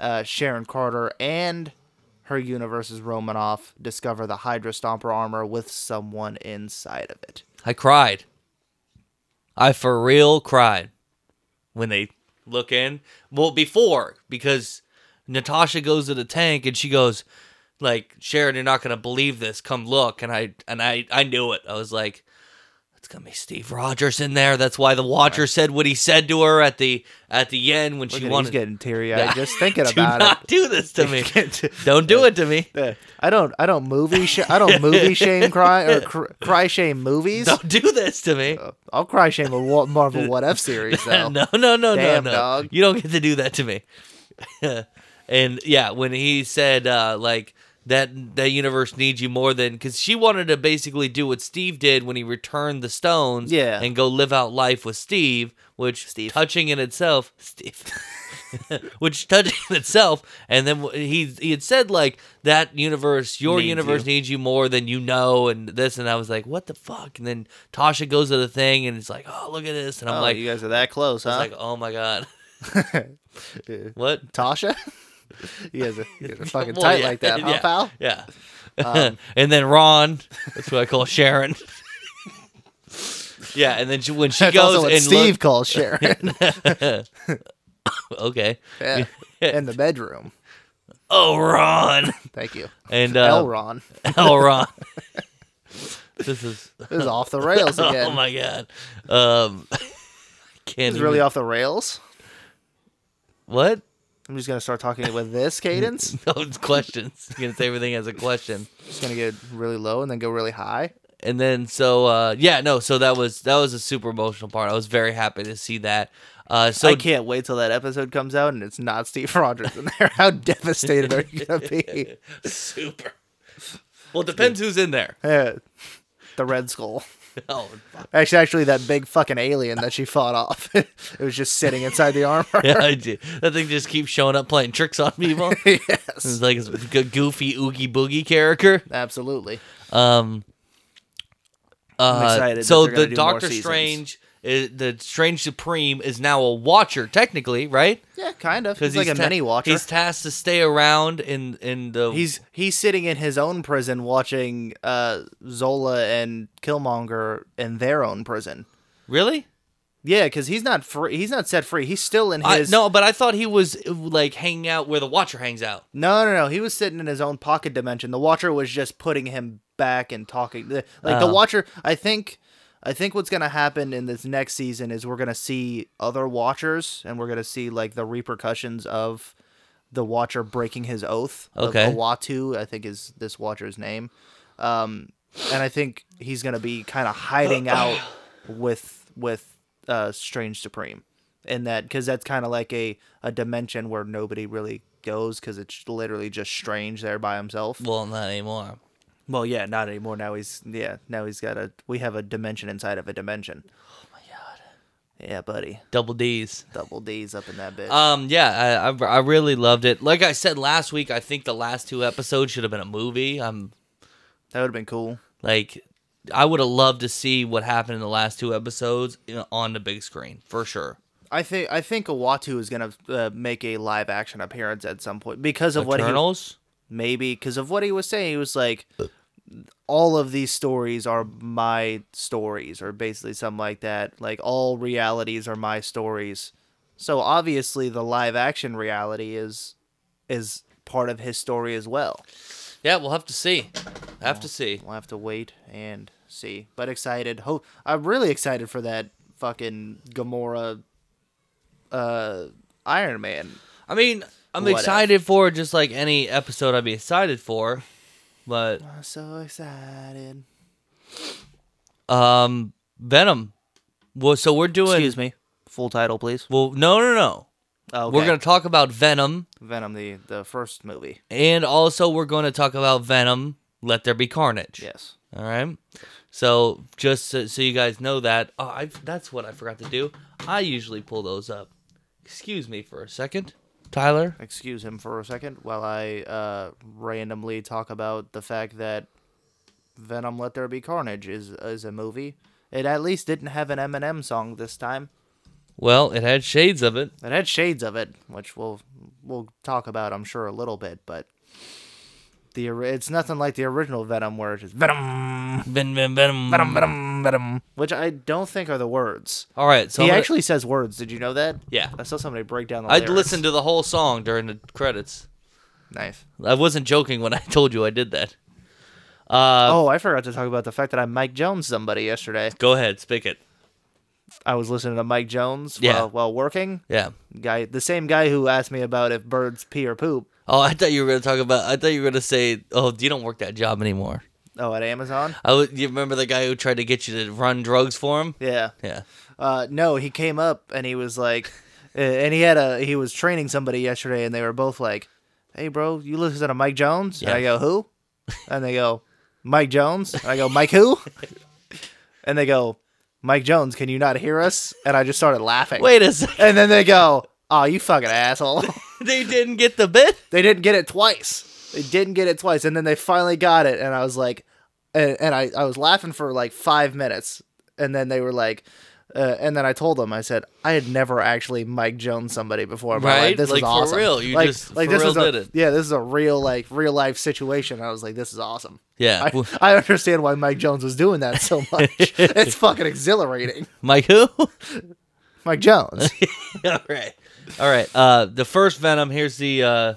F: uh, Sharon Carter and her universe's Romanoff discover the Hydra Stomper armor with someone inside of it.
B: I cried. I for real cried when they look in. Well, before because Natasha goes to the tank and she goes, like Sharon, you're not gonna believe this. Come look, and I and I I knew it. I was like, it's gonna be Steve Rogers in there. That's why the Watcher said what he said to her at the at the end when
F: Look
B: she
F: at-
B: wanted.
F: he's getting teary eyed just thinking
B: (laughs) do
F: about
B: not do this to me.
F: it.
B: Don't
F: (laughs)
B: do it to me.
F: Uh, I don't. I don't movie. Sh- I
B: (laughs)
F: don't movie shame cry or cr- cry shame movies.
B: Don't do this to me.
F: I'll cry shame a wa- Marvel What If (laughs) series
B: (laughs)
F: though.
B: no, no, no,
F: Damn,
B: no, no.
F: dog.
B: You don't get to do that to me. (laughs) and yeah, when he said uh, like that that universe needs you more than because she wanted to basically do what Steve did when he returned the stones,
F: Yeah.
B: and go live out life with Steve, which Steve. touching in itself, Steve. (laughs) which touching in itself, and then wh- he he had said like that universe, your
F: Needs
B: universe
F: you.
B: needs you more than you know, and this, and I was like, what the fuck? And then Tasha goes to the thing, and it's like, oh look at this, and I'm
F: Oh,
B: like,
F: you guys are that close, huh?
B: I was like, oh my
F: (laughs)
B: god. (laughs) what?
F: Tasha. you guys are, you guys are fucking
B: Well,
F: tight
B: yeah, (laughs)
F: like that, huh,
B: yeah,
F: pal? Um,
B: Yeah. (laughs) and then Ron, that's what I call Sharon. (laughs) yeah, and then she, when she
F: That's
B: goes
F: also what
B: and
F: Steve
B: look- (laughs)
F: calls Sharon
B: okay.
F: Yeah. (laughs) in the bedroom.
B: Oh, Ron.
F: Thank you,
B: And (laughs)
F: L.
B: uh,
F: Elron.
B: L.
F: (laughs)
B: Ron. this is
F: This is off the rails again.
B: (laughs) oh my god. Um, (laughs) I can't
F: This is really
B: even-
F: off the rails.
B: what? (laughs)
F: I'm just gonna start talking with this cadence.
B: No, it's questions. You're gonna say everything as a question.
F: It's gonna get really low and then go really high.
B: and then so uh yeah no so that was that was a super emotional part i was very happy to see that uh so
F: I
B: (laughs)
F: can't wait till that episode comes out and it's not Steve (laughs) Rogers in there. How devastated are you gonna
B: (laughs)
F: be?
B: super well it depends who's in there
F: Yeah. the Red Skull.
B: (laughs) oh fuck.
F: Actually, actually, that big fucking alien that she fought off. (laughs) it was just sitting inside the
B: (laughs)
F: armor. (laughs)
B: yeah i do that thing just keeps showing up playing tricks on (laughs) people it's like it's a goofy oogie boogie character
F: Absolutely.
B: um uh,
F: excited that
B: so
F: they're gonna
B: the
F: do more
B: doctor
F: seasons.
B: strange is, the strange supreme is now a watcher technically right
F: Yeah, kind of. He's like a
B: ta-
F: mini watcher.
B: he's tasked to stay around in in the
F: He's he's sitting in his own prison watching uh, Zola and Killmonger in their own prison.
B: really
F: Yeah, because he's not free. He's not set free. He's still in
B: I-
F: his.
B: no, but I thought he was uh, like hanging out where the Watcher hangs out.
F: no, no, no. He was sitting in his own pocket dimension. The Watcher was just putting him back and talking. The- Like the Watcher, I think. I think what's gonna happen in this next season is we're gonna see other Watchers, and we're gonna see like the repercussions of the Watcher breaking his oath. of
B: Okay.
F: Awatu, I think is this Watcher's name. Um, and I think he's gonna be kind of
B: (clears throat)
F: hiding out with with uh, Strange Supreme, in that because that's kind of like a a dimension where nobody really goes because it's literally just Strange there by himself.
B: Well, not anymore.
F: Well, yeah, not anymore. Now he's yeah, now he's got a. We have a dimension inside of a dimension. Oh my god. Yeah, buddy.
B: Double D's.
F: Double D's up in that bitch.
B: Um, yeah, I, I I really loved it. Like I said last week, I think the last two episodes should have been a movie. I'm
F: that would have been cool.
B: like, I would have loved to see what happened in the last two episodes you know, on the big screen for sure.
F: I think I think Awatu is gonna uh, make a live action appearance at some point because of what he
B: Eternals.
F: maybe because of what he was saying. He was like, all of these stories are my stories, or basically something like that. Like all realities are my stories. So obviously, the live action reality is is part of his story as well.
B: Yeah, we'll have to see. Have to see.
F: We'll have to wait and see. But excited. Ho- I'm really excited for that fucking Gamora uh Iron Man.
B: I mean, I'm
F: What if?
B: excited for just like any episode I'd be excited for, but
F: I'm so excited.
B: um, Venom. Well, so we're doing.
F: Excuse me. Full title, please.
B: Well, no, no, no.
F: Oh,
B: We're going to talk about Venom,
F: Venom the the first movie.
B: (laughs) and also we're going to talk about Venom. Let there be carnage.
F: Yes.
B: All right. So just so, so you guys know that, oh, I that's what I forgot to do. I usually pull those up. Excuse me for a second, Tyler.
F: Excuse him for a second while I uh randomly talk about the fact that Venom Let There Be Carnage is is a movie. It at least didn't have an Eminem song this time.
B: Well, it had shades of it.
F: It had shades of it, which we'll we'll talk about, I'm sure, a little bit, but the ori- it's nothing like the original Venom, where it's just Venom,
B: Ven- ven- Venom.
F: Venom, Venom, Venom, which I don't think are the words.
B: All right. So
F: he
B: I'm gonna-
F: actually says words. Did you know that?
B: Yeah.
F: I saw somebody break down the.
B: I
F: Lyrics.
B: listened to the whole song during the credits.
F: Nice.
B: (laughs) I wasn't joking when I told you I did that. Uh,
F: oh, I forgot to talk about the fact that I Mike Jones somebody yesterday.
B: Go ahead, speak it.
F: I was listening to Mike Jones
B: Yeah.
F: while, while working.
B: Yeah.
F: Guy, the same guy who asked me about if birds pee or poop.
B: Oh, I thought you were gonna talk about. I thought you were gonna say, "Oh, you don't work that job anymore."
F: Oh, at Amazon.
B: I would. You remember the guy who tried to get you to run drugs for him?
F: Yeah.
B: Yeah.
F: Uh, no, he came up and he was like, (laughs) uh, and he had a he was training somebody yesterday, and they were both like, "Hey, bro, you listen to Mike Jones?" And I
B: Yeah.
F: go, "Who?" And they go, "Mike Jones." And I go,
B: (laughs)
F: "Mike who?" and they go, "Mike Jones, can you not hear us?" And I just started laughing.
B: Wait a second.
F: And then they go, "Oh, you fucking asshole."
B: (laughs)
F: (laughs)
B: they didn't get the bit.
F: they didn't get it twice. They didn't get it twice, and then they finally got it, and I was like, and, and I I was laughing for like five minutes, and then they were like. Uh, and then I told them, I said, I had never actually Mike Jones somebody before. in my life.
B: Right?
F: This
B: Like,
F: is
B: for
F: awesome.
B: real, you just for
F: this
B: real
F: is a,
B: did it.
F: Yeah, this is a real like real life situation. I was like, this is awesome.
B: Yeah.
F: I, I understand why Mike Jones was doing
B: (laughs)
F: that so much. it's fucking exhilarating.
B: Mike who? (laughs)
F: Mike Jones.
B: All right. All right. Uh, the first Venom. Here's the uh,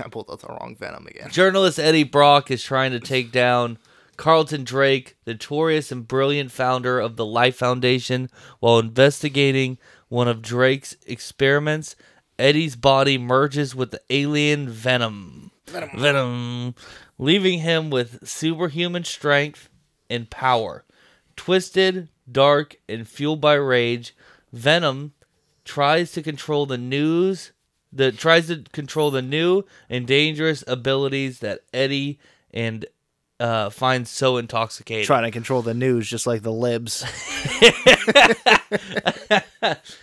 F: I pulled out the wrong Venom again.
B: journalist Eddie Brock is trying to take down Carlton Drake, notorious and brilliant founder of the Life Foundation, while investigating one of Drake's experiments. Eddie's body merges with the alien Venom. Venom. um, leaving him with superhuman strength and power. Twisted, dark, and fueled by rage, Venom tries to control the news that tries to control the new and dangerous abilities that Eddie and uh, finds so intoxicating.
F: Trying to control the news just like
B: (laughs)
F: the libs.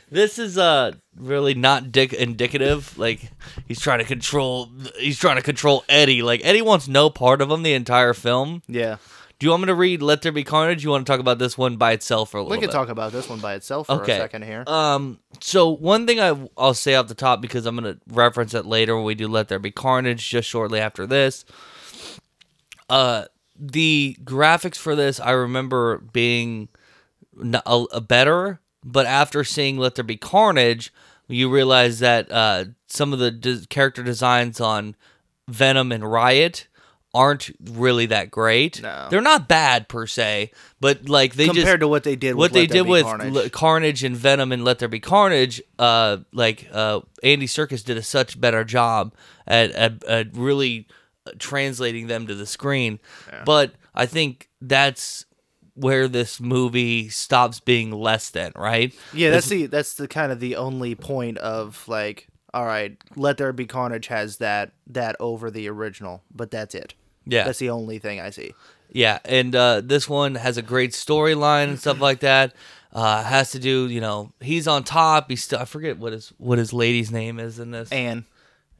B: This is uh really not dick indicative. Like he's trying to control. He's trying to control Eddie. Like Eddie wants no part of him the entire film.
F: Yeah.
B: Do you want me to read "Let There Be Carnage"? You want to talk about this one by itself for a little
F: We could
B: bit?
F: talk about this one by itself for
B: Okay.
F: a second here.
B: Um, so one thing I I'll say off the top because I'm gonna reference it later when we do "Let There Be Carnage" just shortly after this. Uh, the graphics for this I remember being n- a, a better, but after seeing "Let There Be Carnage," you realize that uh, some of the de- character designs on Venom and Riot aren't really that great.
F: No.
B: They're not bad per se, but like they
F: compared
B: just
F: to what they did with
B: what they
F: Let There
B: did
F: Be
B: with
F: Carnage.
B: L- Carnage and Venom and Let There Be Carnage, uh, like uh, Andy Circus did a such better job at at, at really uh, translating them to the screen. But I think that's where this movie stops being less than right.
F: yeah that's the that's the kind of the only point of like all right let there be carnage has that that over the original but that's it
B: Yeah.
F: that's the only thing i see
B: Yeah, and uh, this one has a great storyline and stuff like that. Uh, has to do, you know, he's on top. He's still, I forget what his what his lady's name is in this.
F: and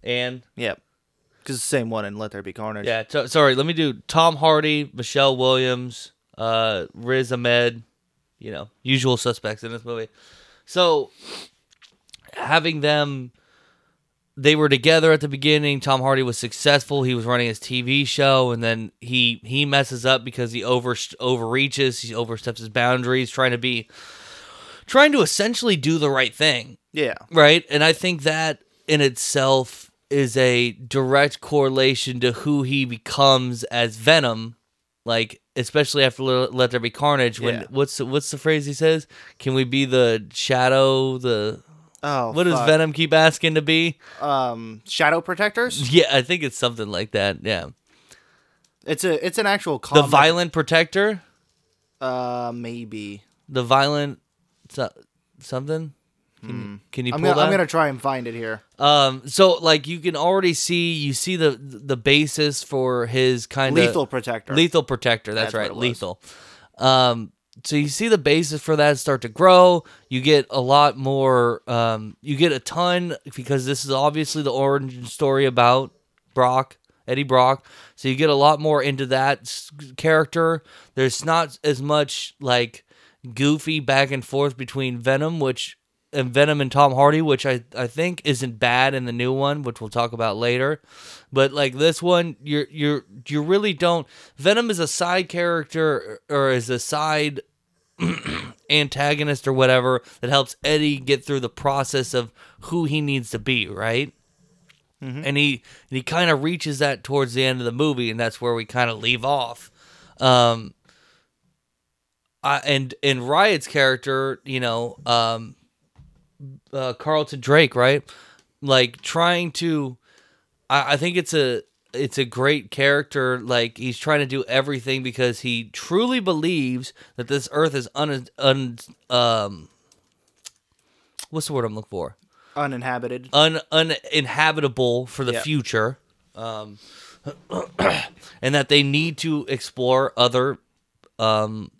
B: Anne.
F: yep because the same one in let there be carnage
B: Yeah, t- sorry. Let me do Tom Hardy, Michelle Williams, uh, Riz Ahmed. You know, usual suspects in this movie. So having them, they were together at the beginning. Tom Hardy was successful. He was running his TV show, and then he he messes up because he over overreaches. He oversteps his boundaries, trying to be trying to essentially do the right thing
F: yeah
B: right and i think that in itself is a direct correlation to who he becomes as venom like especially after Le- let there be carnage when
F: Yeah.
B: what's the, what's the phrase he says can we be the shadow the
F: oh
B: what does
F: fuck.
B: venom keep asking to be
F: um
B: (laughs)
F: shadow protectors
B: yeah i think it's something like that yeah
F: it's a it's an
B: the
F: actual comic.
B: violent protector
F: uh maybe
B: the violent so- something can, can you
F: Hmm. I'm
B: pull
F: gonna,
B: that?
F: I'm gonna try and find it here
B: Um, so like you can already see you see the the basis for his kind of
F: Lethal Protector.
B: Lethal protector. That's,
F: That's what
B: right,
F: it was.
B: lethal. Um, so you see the basis for that start to grow. You get a lot more. Um, you get a ton because this is obviously the origin story about Brock. Eddie Brock. So you get a lot more into that s- character. There's not as much like goofy back and forth between Venom, which and Venom and Tom Hardy, which I, I think isn't bad in the new one, which we'll talk about later. But like this one, you're you're you really don't Venom is a side character or is a side (clears throat) antagonist or whatever that helps Eddie get through the process of who he needs to be, right? And he and he kind of reaches that towards the end of the movie, and that's where we kind of leave off. Um, I, and and Riot's character, you know, um, uh, Carlton Drake, right? Like trying to, I, I think it's a it's a great character. Like he's trying to do everything because he truly believes that this Earth is un un um. What's the word I'm looking for?
F: uninhabited.
B: un uninhabitable for the
F: Yeah.
B: future, um, (clears throat) and that they need to explore other um,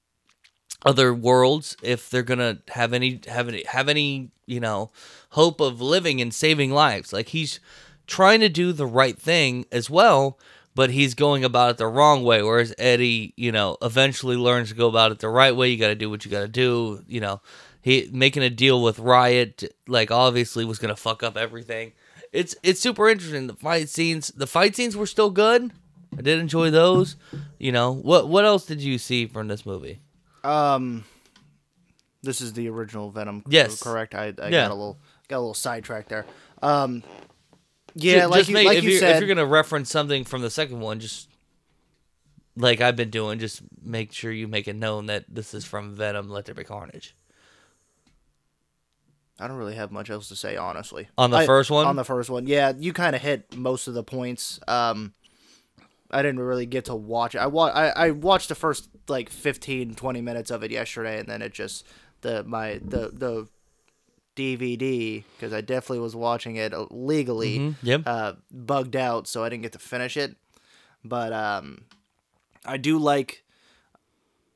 B: other worlds if they're gonna have any have any have any you know hope of living and saving lives. Like he's trying to do the right thing as well. But he's going about it the wrong way, whereas Eddie, you know, eventually learns to go about it the right way. You got to do what you got to do, you know he making a deal with Riot, like obviously was gonna fuck up everything. It's it's super interesting. The fight scenes, the fight scenes were still good. I did enjoy those. You know what? What else did you see from this movie?
F: Um, this is the original Venom. c-
B: Yes.
F: correct. I, I
B: Yeah.
F: got a little got a little sidetracked there. Um,
B: Ju-
F: yeah, like
B: just
F: you,
B: make-
F: like
B: if
F: you
B: you're,
F: said,
B: if you're gonna reference something from the second one, just like I've been doing, just make sure you make it known that this is from Venom. Let there be carnage.
F: I don't really have much else to say, honestly.
B: On the
F: I-
B: first one?
F: On the first one, yeah, you kind of hit most of the points. Um, I didn't really get to watch it. I, wa- I I watched the first like 15, 20 minutes of it yesterday, and then it just the my the the DVD because I definitely was watching it legally.
B: Yep.
F: uh, bugged out, so I didn't get to finish it. But um, I do like.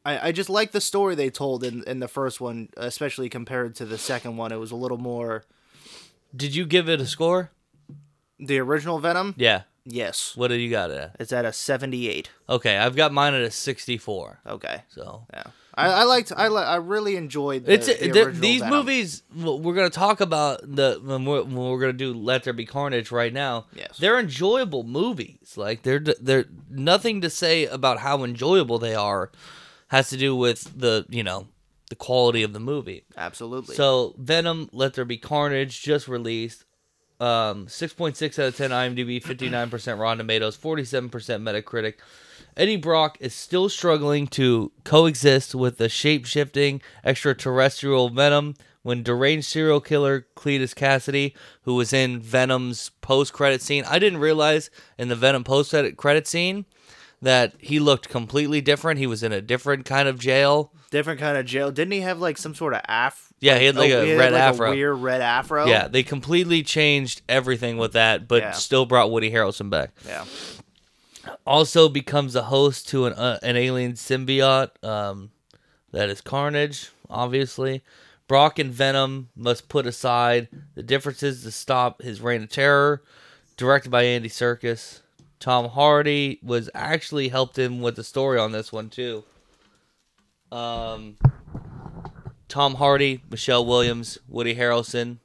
F: I, I just like the story they told in, in the first one, especially compared to the second one. It was a little more
B: Did you give it a score?
F: the original Venom.
B: Yeah.
F: Yes,
B: What do you got it at?
F: it's at a seventy-eight.
B: Okay, I've got mine at a sixty-four.
F: Okay,
B: So
F: yeah, I, I liked. I li- I really enjoyed. The,
B: It's
F: the
B: they're-
F: original
B: these
F: Venom.
B: movies. what We're gonna talk about the when we're, when we're gonna do Let There Be Carnage right now.
F: Yes.
B: they're enjoyable movies. Like they're they're nothing to say about how enjoyable they are has to do with the you know the quality of the movie.
F: Absolutely.
B: So Venom, Let There Be Carnage just released. Um, 6.6 out of 10 IMDb, 59% Rotten Tomatoes, 47% Metacritic. Eddie Brock is still struggling to coexist with the shape shifting extraterrestrial Venom when deranged serial killer Cletus Cassidy, who was in Venom's post credit scene. I didn't realize in the Venom post credit scene that he looked completely different. He was in a different kind of jail.
F: different kind of jail. Didn't he have like some sort of af?
B: Yeah, he had like
F: oh,
B: a
F: he had,
B: red
F: like,
B: afro.
F: a weird red afro.
B: Yeah, they completely changed everything with that, but
F: Yeah.
B: still brought Woody Harrelson back.
F: yeah.
B: Also becomes a host to an uh, an alien symbiote um, that is Carnage, obviously. Brock and Venom must put aside the differences to stop his reign of terror. Directed by Andy Serkis, Tom Hardy was actually helped him with the story on this one too. Um, Tom Hardy, Michelle Williams, Woody Harrelson,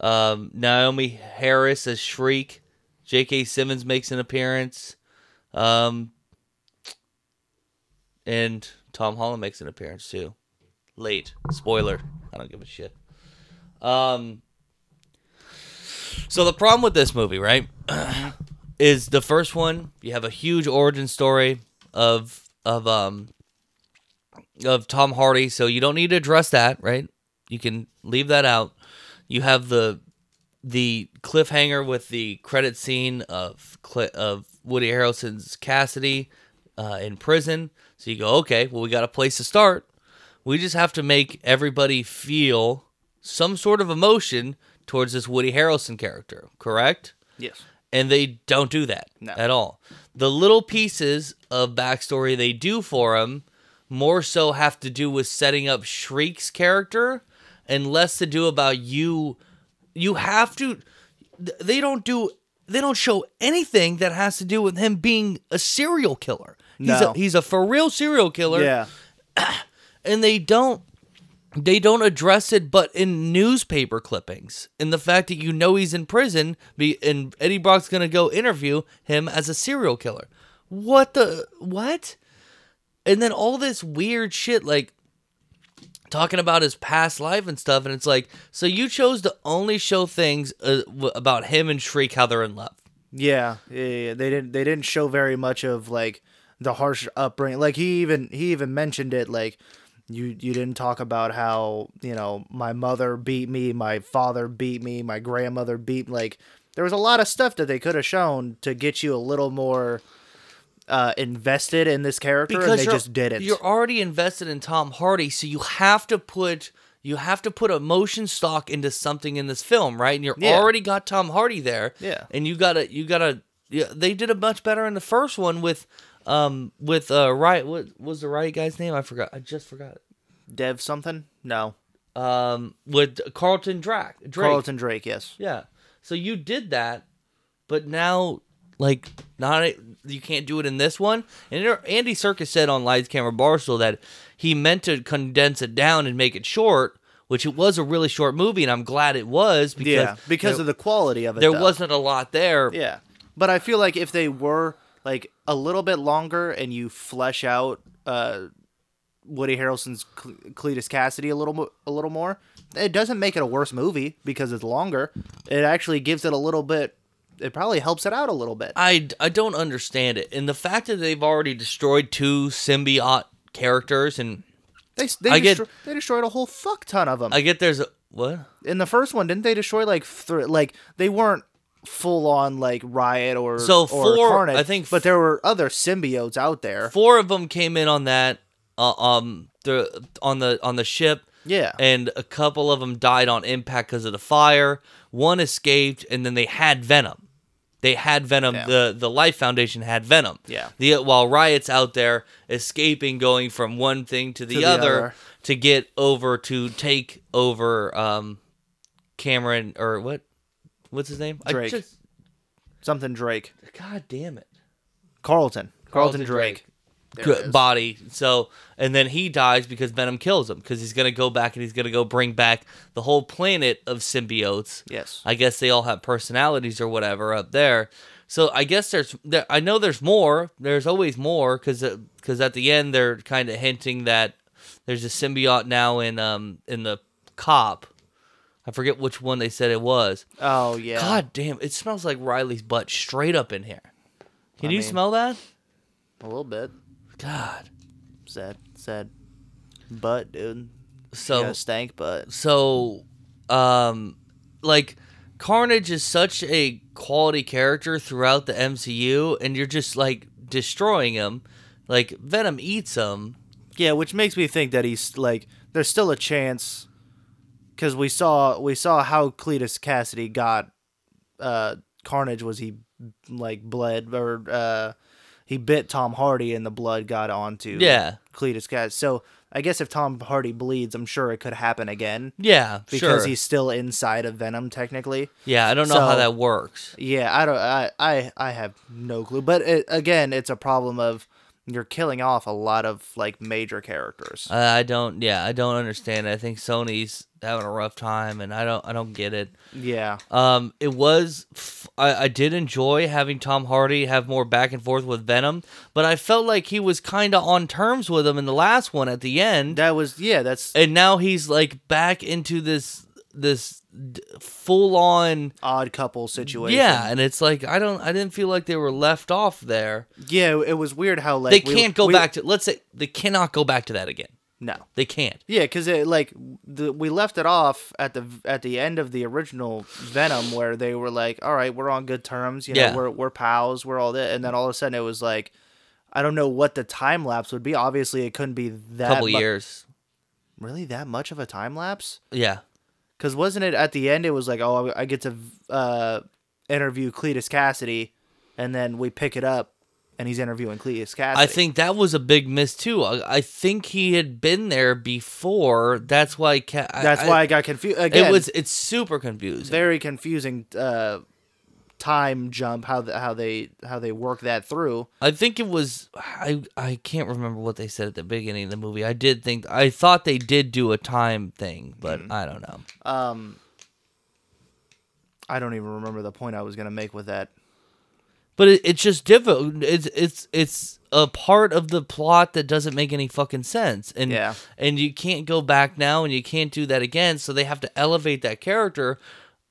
B: um, Naomi Harris as Shriek, J.K. Simmons makes an appearance, um, and Tom Holland makes an appearance too. Late spoiler. I don't give a shit. Um, so the problem with this movie, right, (clears throat) is the first one. You have a huge origin story of of um of Tom Hardy, so you don't need to address that, right? You can leave that out. You have the the cliffhanger with the credit scene of Cl- of Woody Harrelson's Cassidy uh, in prison. So you go, okay, well we got a place to start. We just have to make everybody feel some sort of emotion towards this Woody Harrelson character, correct?
F: Yes.
B: and they don't do that
F: No.
B: at all. The little pieces of backstory they do for him more so have to do with setting up Shriek's character and less to do about you. You have to. th- They don't do. They don't show anything that has to do with him being a serial killer. He's
F: No.
B: a he's a for real serial killer
F: Yeah.
B: and they don't they don't address it but in newspaper clippings and the fact that you know he's in prison be and eddie brock's gonna go interview him as a serial killer what the what and then all this weird shit like talking about his past life and stuff and it's like so you chose to only show things uh, w- about him and shriek how they're in love
F: Yeah, yeah, yeah, yeah. They didn't. They didn't show very much of like the harsh upbringing. Like he even he even mentioned it. Like you you didn't talk about how you know my mother beat me, my father beat me, my grandmother beat. Like there was a lot of stuff that they could have shown to get you a little more uh invested in this character, and they
B: you're-
F: just didn't.
B: You're already invested in Tom Hardy, so you have to put you have to put emotion stock into something in this film, right? And you're
F: Yeah.
B: already got Tom Hardy there.
F: Yeah.
B: And you gotta you gotta yeah, they did a much better in the first one with um with uh right what was the right guy's name? I forgot. I just forgot.
F: Dev something? No,
B: Um with Carlton Drac Drake.
F: Carlton Drake. Yes.
B: Yeah. So you did that, but now like not you can't do it in this one. And there- Andy Circus said on Lights Camera Barstool that he meant to condense it down and make it short, which it was a really short movie, and I'm glad it was because
F: yeah, because of the quality of it.
B: there
F: though.
B: wasn't a lot there.
F: Yeah. But I feel like if they were like a little bit longer and you flesh out uh, Woody Harrelson's Cle- Cletus Cassidy a little mo- a little more, it doesn't make it a worse movie because it's longer. It actually gives it a little bit. It probably helps it out a little bit.
B: I, I don't understand it. And the fact that they've already destroyed two symbiote characters, and
F: They s- they,
B: I get-
F: destro- they destroyed a whole fuck ton of them
B: I get there's a. What?
F: in the first one. Didn't they destroy like th- like they weren't full on like riot or
B: So
F: or
B: four-
F: carnage?
B: I think
F: but there were other symbiotes out there.
B: four of them came in on that uh, um the on the on the ship
F: Yeah.
B: and a couple of them died on impact because of the fire one escaped and then they had venom they had venom
F: Yeah.
B: the the life foundation had venom
F: Yeah.
B: the while riots out there escaping going from one thing to the,
F: the
B: other,
F: other.
B: to get over to take over um cameron or what what's his name
F: Drake.
B: I just,
F: Something Drake.
B: god damn it
F: Carlton. Carlton,
B: Carlton
F: Drake.
B: Drake. good body. So, and then he dies because Venom kills him because he's gonna go back and he's gonna go bring back the whole planet of symbiotes.
F: Yes.
B: I guess they all have personalities or whatever up there. So I guess there's there, I know there's more. There's always more because because at the end they're kind of hinting that there's a symbiote now in um in the cop. I forget which one they said it was.
F: Oh yeah.
B: God damn! It smells like Riley's butt straight up in here. Can you smell that?
F: A little bit.
B: God.
F: Sad. Sad. But dude.
B: So
F: yeah, stank but
B: so um like carnage is such a quality character throughout the mcu and you're just like destroying him like venom eats him
F: Yeah, which makes me think that he's like there's still a chance cuz we saw we saw how Cletus Cassidy got uh Carnage was he like bled or uh he bit Tom Hardy and the blood got onto
B: Yeah.
F: Cletus Cassidy. So I guess if Tom Hardy bleeds, I'm sure it could happen again
B: yeah
F: because
B: sure.
F: he's still inside of Venom technically.
B: yeah i don't know how
F: so-
B: that works
F: Yeah, I don't. I I, I have no clue. But it, again, it's a problem of you're killing off a lot of like major characters.
B: I i don't yeah i don't understand i think sony's having a rough time and i don't i don't get it
F: yeah,
B: Um, it was. F- I, I did enjoy having Tom Hardy have more back and forth with Venom, but I felt like he was kind of on terms with him in the last one at the end,
F: that was yeah. That's
B: and now he's like back into this this d- full on.
F: odd couple situation.
B: Yeah, and it's like I don't. I didn't feel like they were left off there.
F: yeah. It was weird how
B: They
F: like we-
B: can't go
F: we-
B: back to. Let's say they cannot go back to that again.
F: No.
B: They can't.
F: Yeah, because it like the, we left it off at the at the end of the original Venom, where they were like, "All right, we're on good terms. You know,
B: Yeah.
F: we're we're pals. We're all that." And then all of a sudden, it was like, I don't know what the time lapse would be. Obviously, it couldn't be that
B: couple
F: mu-
B: years.
F: Really, that much of a time lapse?
B: Yeah.
F: Because wasn't it at the end? It was like, oh, I get to uh, interview Cletus Cassidy, and then we pick it up, and he's interviewing Cletus Cassidy.
B: I think that was a big miss too. I, I think he had been there before. That's why. Ca- I-
F: that's
B: I-
F: why I got confused. Again,
B: It was it's super confusing.
F: very confusing uh, time jump how the, how they how they work that through.
B: I think it was I I can't remember what they said at the beginning of the movie. I did think I thought they did do a time thing, but
F: Mm-hmm.
B: I don't know.
F: I don't even remember the point I was gonna make with that.
B: But it, it's just difficult. It's it's it's a part of the plot that doesn't make any fucking sense. And
F: Yeah.
B: and you can't go back now, and you can't do that again. So they have to elevate that character,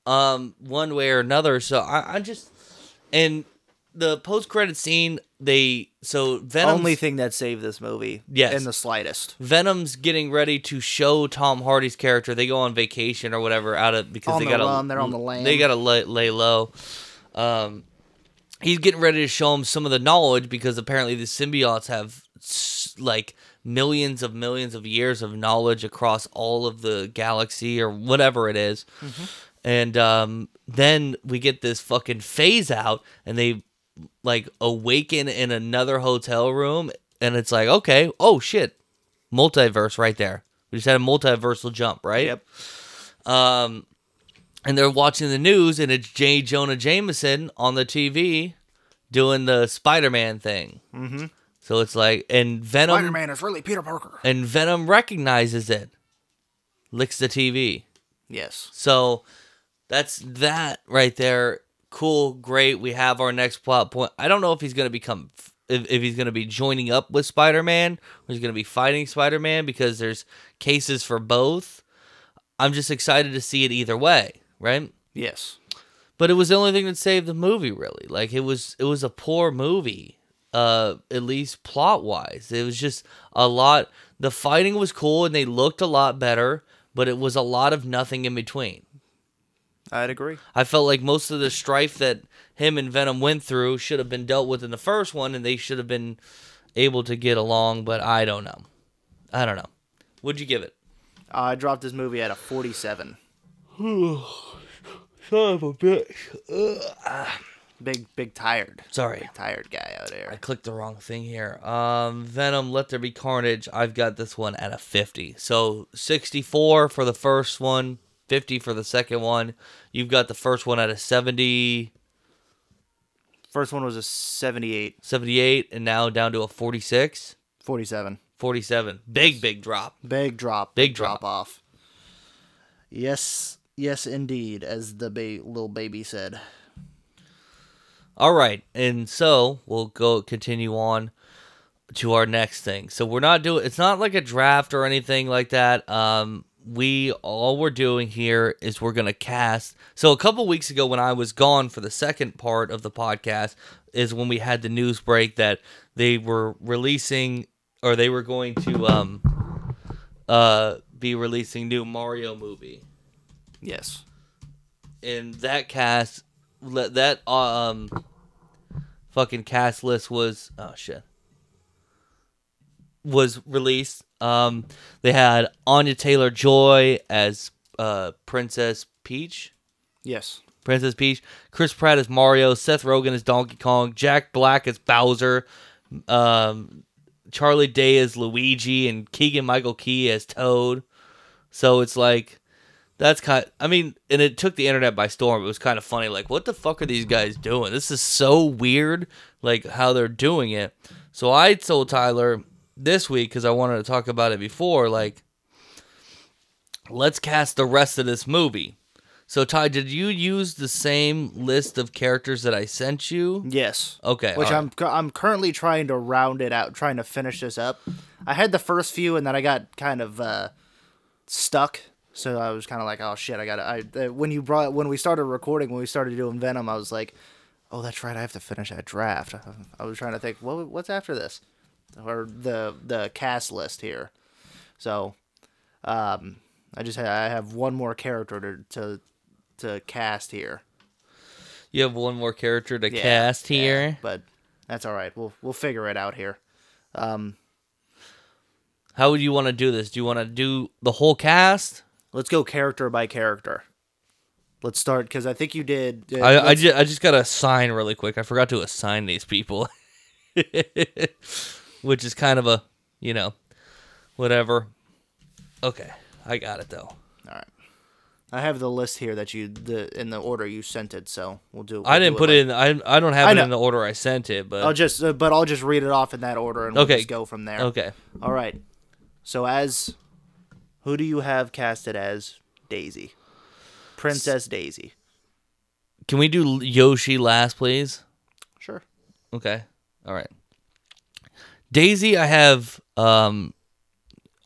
B: um, one way or another. So I, I just and the post credit scene, they so Venom's,
F: Only thing that saved this movie,
B: Yes.
F: in the slightest.
B: Venom's getting ready to show Tom Hardy's character. They go on vacation or whatever out of because
F: On
B: they
F: the
B: got to
F: run, they're on the land.
B: They got to lay, lay low. Um, he's getting ready to show him some of the knowledge because apparently the symbiotes have s- like millions of millions of years of knowledge across all of the galaxy or whatever it is.
F: Mm-hmm.
B: And um, then we get this fucking phase out, and they like awaken in another hotel room, and it's like, okay, oh shit, multiverse right there. We just had a multiversal jump, right?
F: Yep.
B: Um, and they're watching the news, and it's J. Jonah Jameson on the TV doing the Spider-Man thing. Mm-hmm. So it's like, and Venom
E: Spider Man is really Peter Parker.
B: and Venom recognizes it, licks the TV.
F: Yes.
B: So that's that right there. Cool, great. We have our next plot point. I don't know if he's going to become if, if he's going to be joining up with Spider-Man or he's going to be fighting Spider-Man because there's cases for both. I'm just excited to see it either way, right?
F: Yes.
B: But it was the only thing that saved the movie really. Like it was it was a poor movie. Uh at least plot-wise. It was just a lot the fighting was cool and they looked a lot better, but it was a lot of nothing in between.
F: I'd agree.
B: I felt like most of the strife that him and Venom went through should have been dealt with in the first one, and they should have been able to get along. But I don't know. I don't know. Would you give it?
F: I dropped this movie at
B: (sighs)
F: a 47.
B: Son of a bitch.
F: Big, big tired.
B: Sorry,
F: Tired guy out
B: I
F: there.
B: clicked the wrong thing here. Um, Venom, Let There Be Carnage. I've got this one at a fifty. So sixty-four for the first one, fifty for the second one. You've got the first one at a 70,
F: First one was a 78,
B: 78, and now down to a 46,
F: 47.
B: 47. Big, big drop.
F: Big drop.
B: Big drop.
F: off. Yes. Yes, indeed, as the ba- little baby said.
B: All right, and so we'll go continue on to our next thing. So we're not doing it's not like a draft or anything like that. Um we all we're doing here is we're going to cast. So a couple weeks ago when I was gone for the second part of the podcast is when we had the news break that they were releasing or they were going to um uh be releasing new Mario movie
F: Yes.
B: and that cast le- that um fucking cast list was oh shit was released um they had Anya Taylor Joy as uh Princess Peach
F: Yes.
B: Princess Peach Chris Pratt as Mario Seth Rogen as Donkey Kong Jack Black as Bowser um Charlie Day as Luigi and Keegan Michael Key as Toad so it's like that's kind. I mean, and it took the internet by storm. It was kind of funny. Like, what the fuck are these guys doing? This is so weird. Like how they're doing it. So I told Tyler this week because I wanted to talk about it before. Like, let's cast the rest of this movie. So Ty, did you use the same list of characters that I sent you?
F: Yes.
B: Okay.
F: Which
B: all right.
F: I'm cu- I'm currently trying to round it out, trying to finish this up. I had the first few, and then I got kind of uh, stuck. So I was kind of like, oh shit, I got to. I uh, when you brought when we started recording, when we started doing Venom, I was like, oh that's right, I have to finish that draft. I was trying to think, what what's after this, or the the cast list here. So, um, I just ha- I have one more character to to, to cast here.
B: You have one more character to
F: Yeah,
B: cast
F: yeah,
B: here.
F: but that's all right. We'll we'll figure it out here.
B: How would you want to do this? Do you want to do the whole cast?
F: Let's go character by character. Let's start because I think you did. Uh,
B: I, I,
F: let's-
B: ju- I just got to assign really quick. I forgot to assign these people, (laughs) which is kind of a, you know, whatever. Okay, I got it though.
F: I have the list here that you the in the order you sent it. So we'll do.
B: I
F: we'll
B: didn't
F: do
B: put it in. I, I don't have
F: I
B: it
F: know.
B: in the order I sent it, but
F: I'll just, uh, but I'll just read it off in that order and we'll
B: Okay.
F: just go from there.
B: okay.
F: All right. So as who do you have casted as Daisy? Princess Daisy.
B: Can we do L- Yoshi last, please?
F: Sure.
B: Okay. All right. Daisy, I have. Um,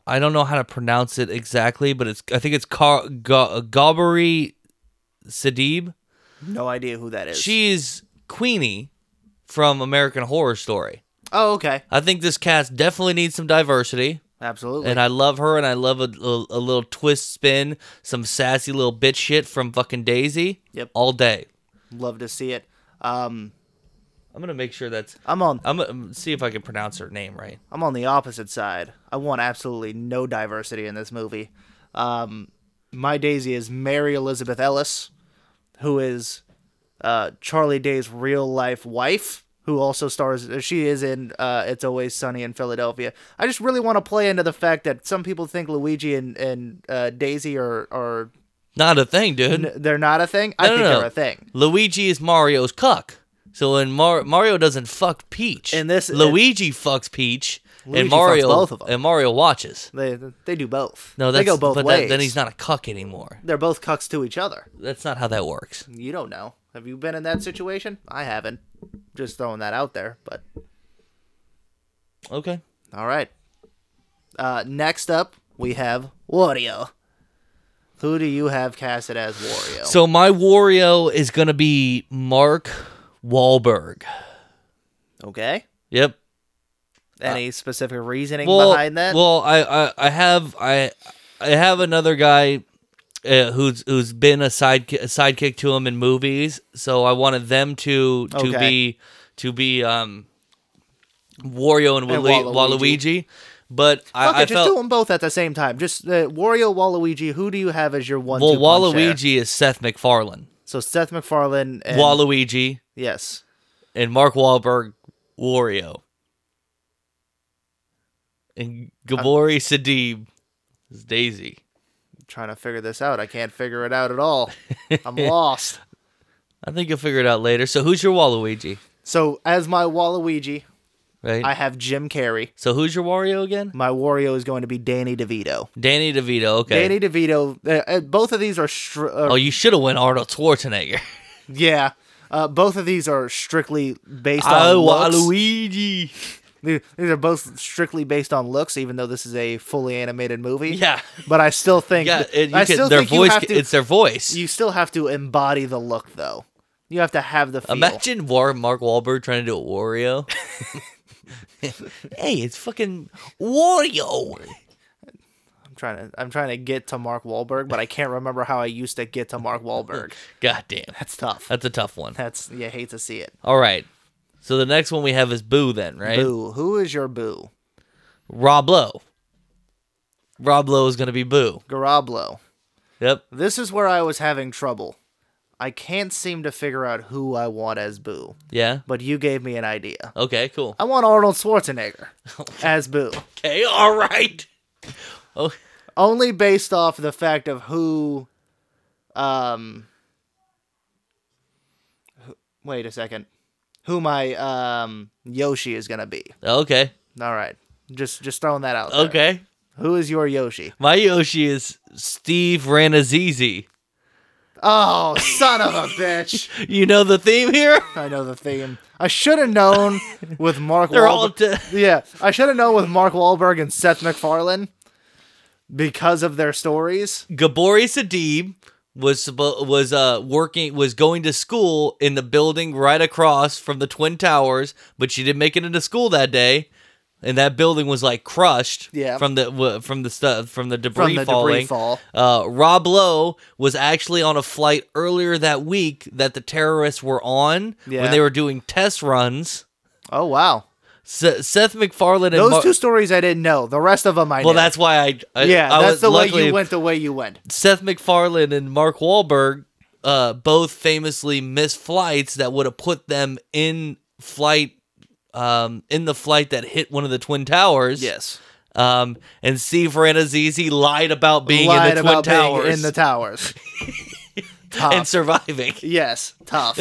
B: I don't know how to pronounce it exactly, but it's. I think it's Car- Ga- Gabari Sadib.
F: No idea who that is.
B: She's Queenie from American Horror Story.
F: Oh, okay.
B: I think this cast definitely needs some diversity.
F: Absolutely.
B: And I love her, and I love a, a, a little twist spin, some sassy little bitch shit from fucking Daisy.
F: Yep.
B: All day.
F: Love to see it. Um,
B: I'm gonna make sure that's.
F: I'm on.
B: I'm gonna see if I can pronounce her name right.
F: I'm on the opposite side. I want absolutely no diversity in this movie. Um, my Daisy is Mary Elizabeth Ellis, who is uh, Charlie Day's real life wife, who also stars. She is in uh, It's Always Sunny in Philadelphia. I just really want to play into the fact that some people think Luigi and and uh, Daisy are are
B: Not a thing, dude.
F: they're not a thing. I
B: No, no,
F: think
B: no.
F: they're a thing.
B: Luigi is Mario's cuck. So when Mar- Mario doesn't fuck Peach,
F: And this-
B: Luigi fucks Peach,
F: Luigi
B: and Mario
F: fucks both of 'em.
B: and Mario watches.
F: They they do both.
B: No, that's
F: they go both
B: but
F: ways.
B: That, then he's not a cuck anymore.
F: They're both cucks to each other.
B: That's not how that works.
F: You don't know. Have you been in that situation? I haven't. Just throwing that out there, but
B: Okay.
F: all right. Uh, next up, we have Wario. Who do you have casted as Wario?
B: So my Wario is gonna be Mark Wahlberg.
F: okay.
B: Yep.
F: Any specific reasoning
B: Uh, Well,
F: behind that?
B: well, I, I, I have I, I have another guy uh, who's who's been a side a sidekick to him in movies. So I wanted them to to
F: Okay.
B: be to be um Wario and,
F: And
B: Walu-
F: Waluigi.
B: Waluigi. But
F: Fuck
B: I,
F: it,
B: I
F: just
B: felt
F: do them both at the same time. Just uh, Wario, Waluigi. Who do you have as your one?
B: well
F: two punch there?
B: Waluigi is Seth MacFarlane,
F: So Seth MacFarlane. And,
B: Waluigi,
F: Yes.
B: and Mark Wahlberg Wario, and
F: Uh,
B: Gabori Sadib is Daisy.
F: trying to figure this out. I can't figure it out
B: (laughs)
F: at all. I'm lost.
B: I think you'll figure it out later. So who's your Waluigi?
F: So as my Waluigi,
B: Right.
F: I have Jim Carrey.
B: So who's your Wario again?
F: My Wario is going to be Danny DeVito.
B: Danny DeVito. Okay.
F: Danny DeVito. Uh, uh, both of these are str- uh,
B: oh, you should have went Arnold
F: (laughs)
B: Schwarzenegger.
F: yeah. Uh, both of these are strictly based on
B: Oh,
F: looks.
B: Waluigi.
F: These these are both strictly based on looks, even though this is a fully animated movie.
B: Yeah.
F: but I still think
B: Yeah, and you
F: I
B: can-
F: still
B: their
F: think
B: voice.
F: you have
B: ca-
F: to.
B: it's their voice.
F: you still have to embody the look, though. You have to have the feel.
B: Imagine War- Mark Wahlberg trying to do a
F: (laughs)
B: Wario. (laughs) hey, it's fucking Wario.
F: I'm trying to I'm trying to get to Mark Wahlberg, but I can't remember how I used to get to
B: (laughs)
F: Mark Wahlberg.
B: Goddamn.
F: That's tough.
B: That's a tough one.
F: That's you hate to see it.
B: All right. So the next one we have is Boo, then, right?
F: Boo. Who is your boo?
B: Rob Lowe. Rob Lowe is going to be Boo.
F: Garablo.
B: Yep.
F: This is where I was having trouble. I can't seem to figure out who I want as Boo,
B: Yeah.
F: but you gave me an idea.
B: Okay, cool.
F: I want Arnold
B: (laughs)
F: Schwarzenegger as Boo,
B: Okay, all right. Oh,
F: only based off the fact of who. Um. who- Wait a second. Who my um Yoshi is gonna be?
B: okay.
F: All right. Just just throwing that out. there.
B: Okay.
F: Who is your Yoshi?
B: My Yoshi is Steve Ranazizi.
F: Oh, son of a bitch.
B: You know the theme here?
F: (laughs) I know the theme. I should
B: (laughs)
F: have known with Mark
B: They're
F: Wahlberg.
B: (laughs) all to-
F: yeah, I should have known with Mark Wahlberg and Seth MacFarlane because of their stories.
B: Gabori Sadib was suppo- was uh working was going to school in the building right across from the Twin Towers, but she didn't make it into school that day. And that building was like crushed
F: Yeah.
B: from the w- from the stuff from the debris
F: the debris
B: falling.
F: fall.
B: Uh, Rob Lowe was actually on a flight earlier that week that the terrorists were on
F: Yeah.
B: when they were doing test runs.
F: Oh wow.
B: Se- Seth MacFarlane and
F: Those
B: Mar-
F: two stories I didn't know. The rest of them I
B: Well,
F: knew.
B: that's why I. I
F: yeah,
B: I
F: that's
B: was,
F: the
B: luckily,
F: way you went the way you went.
B: Seth MacFarlane and Mark Wahlberg, uh, both famously missed flights that would have put them in flight, um, in the flight that hit one of the twin towers. Um, and Steve Ranazizi lied about being
F: Lied
B: in the twin
F: about being
B: towers
F: in
B: (laughs)
F: the towers. tough.
B: and surviving.
F: yes, tough.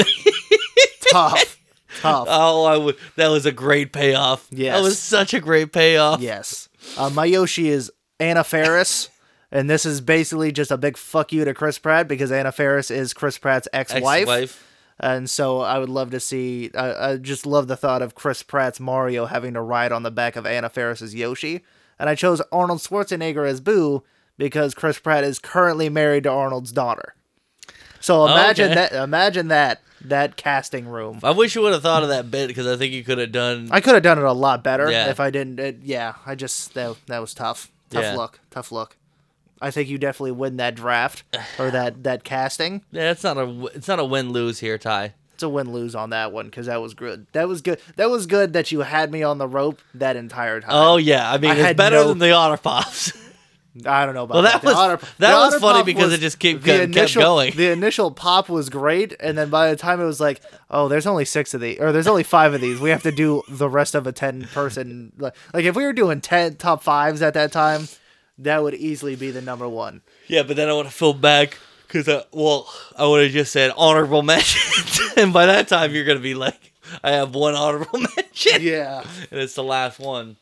F: tough. Tough.
B: Oh, I would. That was a great payoff.
F: Yes.
B: that was such a great payoff.
F: Yes. Uh, my Yoshi is Anna Ferris, and this is basically just a big fuck you to Chris Pratt because Anna Ferris is Chris Pratt's ex-wife,
B: Ex-wife.
F: and so I would love to see. I, I just love the thought of Chris Pratt's Mario having to ride on the back of Anna Ferris's Yoshi, and I chose Arnold Schwarzenegger as Boo because Chris Pratt is currently married to Arnold's daughter. So imagine
B: Okay.
F: that. Imagine that. that casting room.
B: I wish you would have thought of that bit because I think you could have done.
F: I could have done it a lot better
B: Yeah.
F: if I didn't. It, yeah, I just that that was tough. Tough
B: Yeah.
F: luck. Tough luck. I think you definitely win that draft or that that casting.
B: yeah, it's not a w- it's not a win lose here, Ty.
F: It's a win lose on that one because that was good. That was good. That was good that you had me on the rope that entire time.
B: Oh yeah, I mean
F: I
B: it's
F: had
B: better
F: no-
B: than the otter pops. (laughs)
F: I don't know about
B: Well, that
F: that. The
B: was-
F: honor-
B: that
F: the
B: was
F: honor
B: funny
F: pop
B: because
F: was-
B: it just kept-
F: the
B: kept- kept
F: initial-
B: going.
F: The initial pop was great, and then by the time it was like, oh, there's only six of these, or there's only five of these. We have to do the rest of a ten person. Like, like if we were doing ten top fives at that time, that would easily be the number one.
B: yeah, but then I would have felt bad because I, well, I would have just said honorable (laughs) mention, and by that time you're gonna be like, I have one honorable (laughs) mention,
F: Yeah,
B: and it's the last one.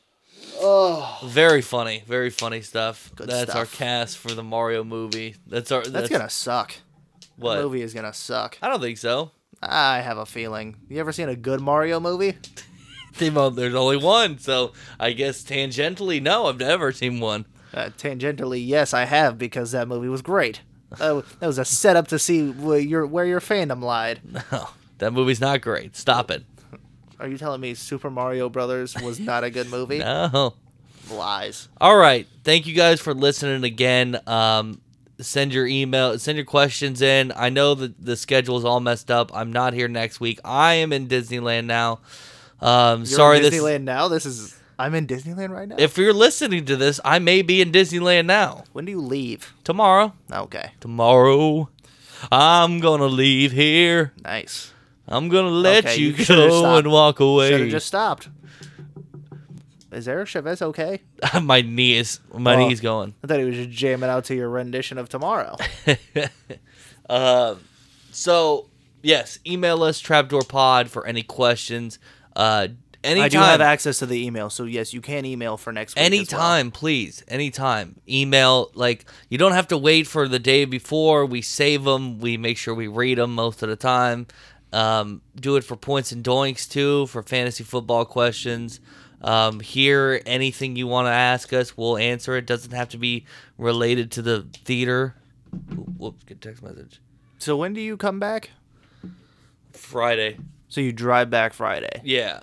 B: Oh, very funny, very funny stuff. that's our
F: stuff.
B: cast for the Mario movie. That's our.
F: that's,
B: That's,
F: gonna suck.
B: what?
F: The movie is gonna suck.
B: I don't think so.
F: I have a feeling. You ever seen a good Mario movie?
B: Timo, there's only one, so I guess tangentially, no, I've never seen one.
F: Uh, tangentially, yes, I have because that movie was
B: (laughs)
F: great. Uh, that was a setup to see where your where your fandom lied.
B: No, that movie's not great. Stop it.
F: Are you telling me Super Mario Brothers was not
B: (laughs)
F: a good movie?
B: No.
F: Lies.
B: All right. Thank you guys for listening again. Um, send your email, send your questions in. I know that the schedule is all messed up. I'm not here next week. I am in Disneyland now. Um,
F: You're
B: sorry,
F: in
B: this.
F: Disneyland now. This is I'm in Disneyland right now.
B: If you're listening to this, I may be in Disneyland now.
F: when do you leave?
B: Tomorrow.
F: Okay,
B: Tomorrow. I'm gonna leave here.
F: nice.
B: I'm gonna let
F: Okay,
B: you,
F: you should've
B: go
F: stopped.
B: and walk
F: Should
B: away.
F: have just stopped. Is Eric Chavez okay?
B: (laughs) my knee is my
F: Oh.
B: knee's going.
F: I thought he was just jamming out to your rendition
B: (laughs)
F: of tomorrow.
B: So yes, email us trapdoorpod for any questions. Uh, anytime,
F: I do have access to the email, so yes, you can email for next week. as well.
B: anytime, please, anytime. Email like you don't have to wait for the day before. We save them. We make sure we read them most of the time. Um, do it for points and doinks too for fantasy football questions. Um, here, anything you want to ask us, we'll answer. It doesn't have to be related to the theater. Ooh, Whoops, get text message.
F: So when do you come back?
B: Friday.
F: So you drive back Friday.
B: Yeah.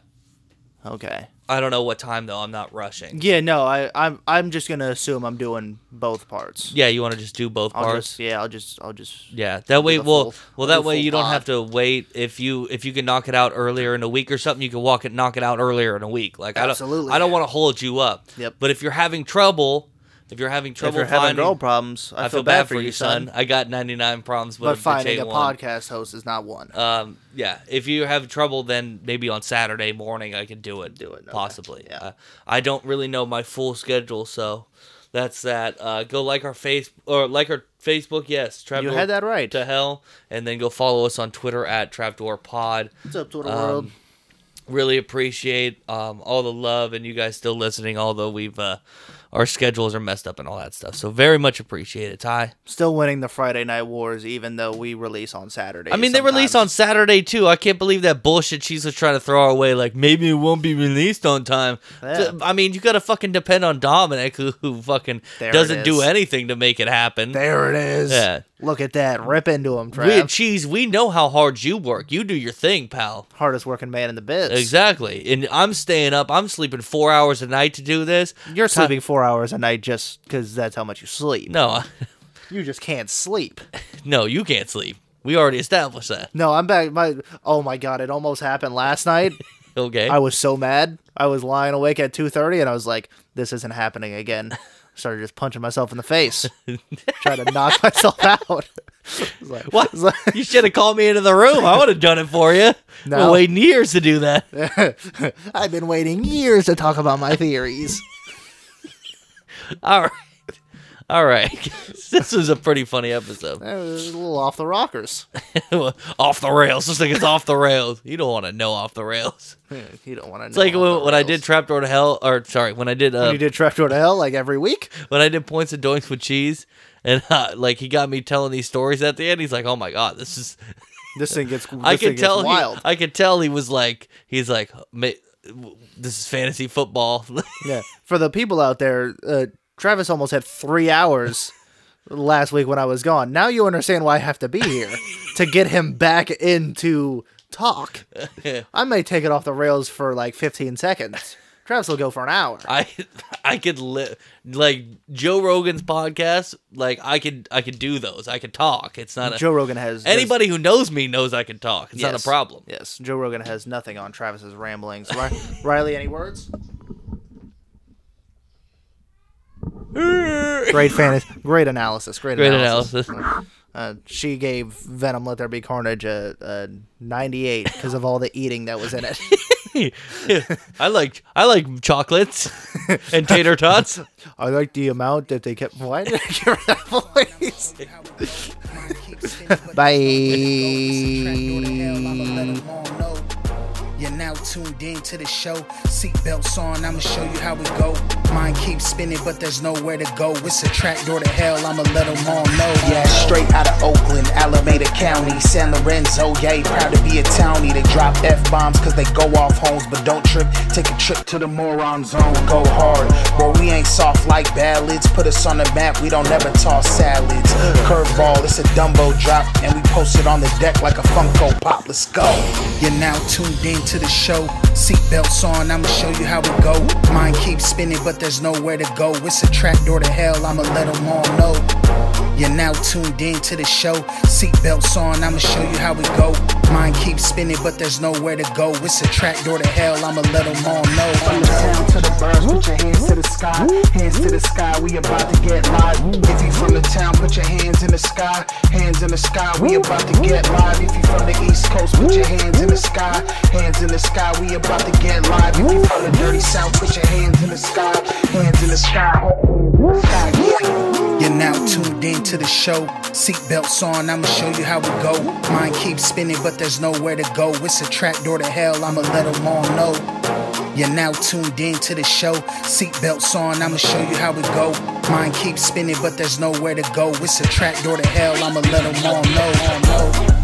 F: Okay.
B: I don't know what time though. I'm not rushing.
F: Yeah, no, I, I'm I'm just gonna assume I'm doing both parts.
B: Yeah, you want to just do both
F: I'll
B: parts.
F: just yeah, I'll just I'll just
B: yeah, that way
F: the
B: we'll
F: full-
B: well
F: I'll do
B: that way
F: full
B: you don't
F: pod.
B: have to wait if you if you can knock it out earlier in a week or something you can walk it knock it out earlier in a week. Like
F: Absolutely.
B: I don't I don't want to hold you up.
F: Yep.
B: But if you're having trouble, if you're having trouble
F: if you're having
B: finding
F: girl problems, I,
B: I, feel, bad, for you, son. I got 99 problems with
F: But
B: bitch
F: finding
B: ain't
F: a
B: one.
F: podcast host is not one.
B: Um, yeah, if you have trouble, then maybe on Saturday morning I could do it.
F: Do it, okay.
B: possibly.
F: Yeah.
B: Uh, I don't really know my full schedule, so that's that. Uh, go like our face or like our Facebook. Yes,
F: you
B: Trapdoor
F: had that right.
B: to hell, and then go follow us on Twitter at Trapdoor Pod.
F: What's up, Twitter
B: Um,
F: world?
B: Really appreciate um, all the love and you guys still listening, although we've uh, our schedules are messed up and all that stuff. So very much appreciate it, Ty.
F: Still winning the Friday Night Wars, even though we release on Saturday.
B: I mean, they release on Saturday too. I can't believe that bullshit she's just trying to throw away. Like maybe it won't be released on time.
F: Yeah.
B: I mean, you gotta fucking depend on Dominic, who, who fucking
F: There it
B: doesn't do
F: is.
B: anything to make it happen.
F: There it is.
B: Yeah.
F: Look at that. Rip into him, Trav.
B: We, geez, we know how hard you work. You do your thing, pal.
F: Hardest working man in the biz.
B: Exactly. And I'm staying up. I'm sleeping four hours a night to do this.
F: You're sleeping four hours a night just because that's how much you sleep.
B: No, (laughs) I-
F: You just can't sleep.
B: no, you can't sleep. We already established that.
F: No, I'm back. My oh my god, it almost happened last night.
B: Okay.
F: I was so mad. I was lying awake at 2:30 and I was like, this isn't happening again. Started just punching myself in
B: (laughs)
F: the face. trying to knock myself out. I was like-
B: What?
F: I
B: (laughs)
F: was like-
B: you should have called me into the room. I would have done it for you.
F: (laughs) No.
B: Been waiting years to do that.
F: I've been waiting years to talk about my theories.
B: All right. All right. (laughs) this was a pretty funny episode.
F: I was a little off the rockers. (laughs)
B: (laughs) off the rails. This thing is off the rails. You don't want to know off the rails.
F: You don't want to know.
B: It's like when, when I did Trapdoor to Hell, or sorry, when I did uh,
F: you did Trapdoor to Hell like every week.
B: when I did Points and Doinks with Cheese, and (laughs) uh, like he got me telling these stories at the end. He's like, "Oh my god, this is."
F: This thing gets. This
B: I
F: thing
B: could
F: gets
B: tell.
F: wild.
B: He, I could tell he was like, he's like, "Ma- "This is fantasy football." (laughs)
F: (laughs) Yeah. For the people out there, uh, Travis almost had three hours last week when I was gone. Now you understand why I have to be here to get him back into talk. I may take it off the rails for like 15 seconds. Travis will go for an hour.
B: I I could live like Joe Rogan's podcast. Like I could I could do those. I could talk. It's not a,
F: Joe Rogan has does-
B: anybody who knows me knows I can talk. It's not a
F: Yes.
B: problem.
F: Yes, Joe Rogan has nothing on Travis's ramblings. Ri- (laughs) Riley, any words? Great fan, great analysis. Great,
B: Great
F: analysis.
B: analysis. (laughs)
F: Uh, she gave Venom "Let There Be Carnage" a, a 98 because of all the eating that was in it.
B: I like I like chocolates (laughs) and tater tots.
F: (laughs) I like the amount that they kept. Why did I give her that voice?
A: Bye. You're now tuned in to the show. Seatbelts on, I'ma show you how we go. Mine keeps spinning, but there's nowhere to go. It's a trap door to hell, I'ma let them all know. Yeah, straight out of Oakland, Alameda County, San Lorenzo, yay. Proud to be a townie. They drop F bombs cause they go off homes, but don't trip. Take a trip to the moron zone, go hard. Boy, we ain't soft like ballads. Put us on the map, we don't ever toss salads. Curveball, it's a Dumbo drop, and we post it on the deck like a Funko Pop. Let's go. You're now tuned in to the show. Seatbelts on, I'ma show you how we go. Mine keeps spinning, but there's nowhere to go. It's a trap door to hell, I'ma let them all know. You're now tuned in to the show. Seatbelts on, I'ma show you how we go. Mine keeps spinning, but there's nowhere to go. It's a trap door to hell, I'ma let them all know. From the town to the birds, put your hands to the sky. Hands to the sky, we about to get live. If you from the town, put your hands in the sky. Hands in the sky, we about to get live. If you from the east coast, put your hands in the sky. Hands in the sky, we about to get live. If you from the dirty south, put your hands in the sky. Hands in the sky, hands in the sky. Yeah. You're now tuned in to the show. Seatbelts on, I'ma show you how we go. Mine keeps spinning, but there's nowhere to go. It's a trap door to hell, I'ma let them all know. You're now tuned in to the show. Seatbelts on, I'ma show you how we go. Mine keeps spinning, but there's nowhere to go. It's a trap door to hell, I'ma let them all know.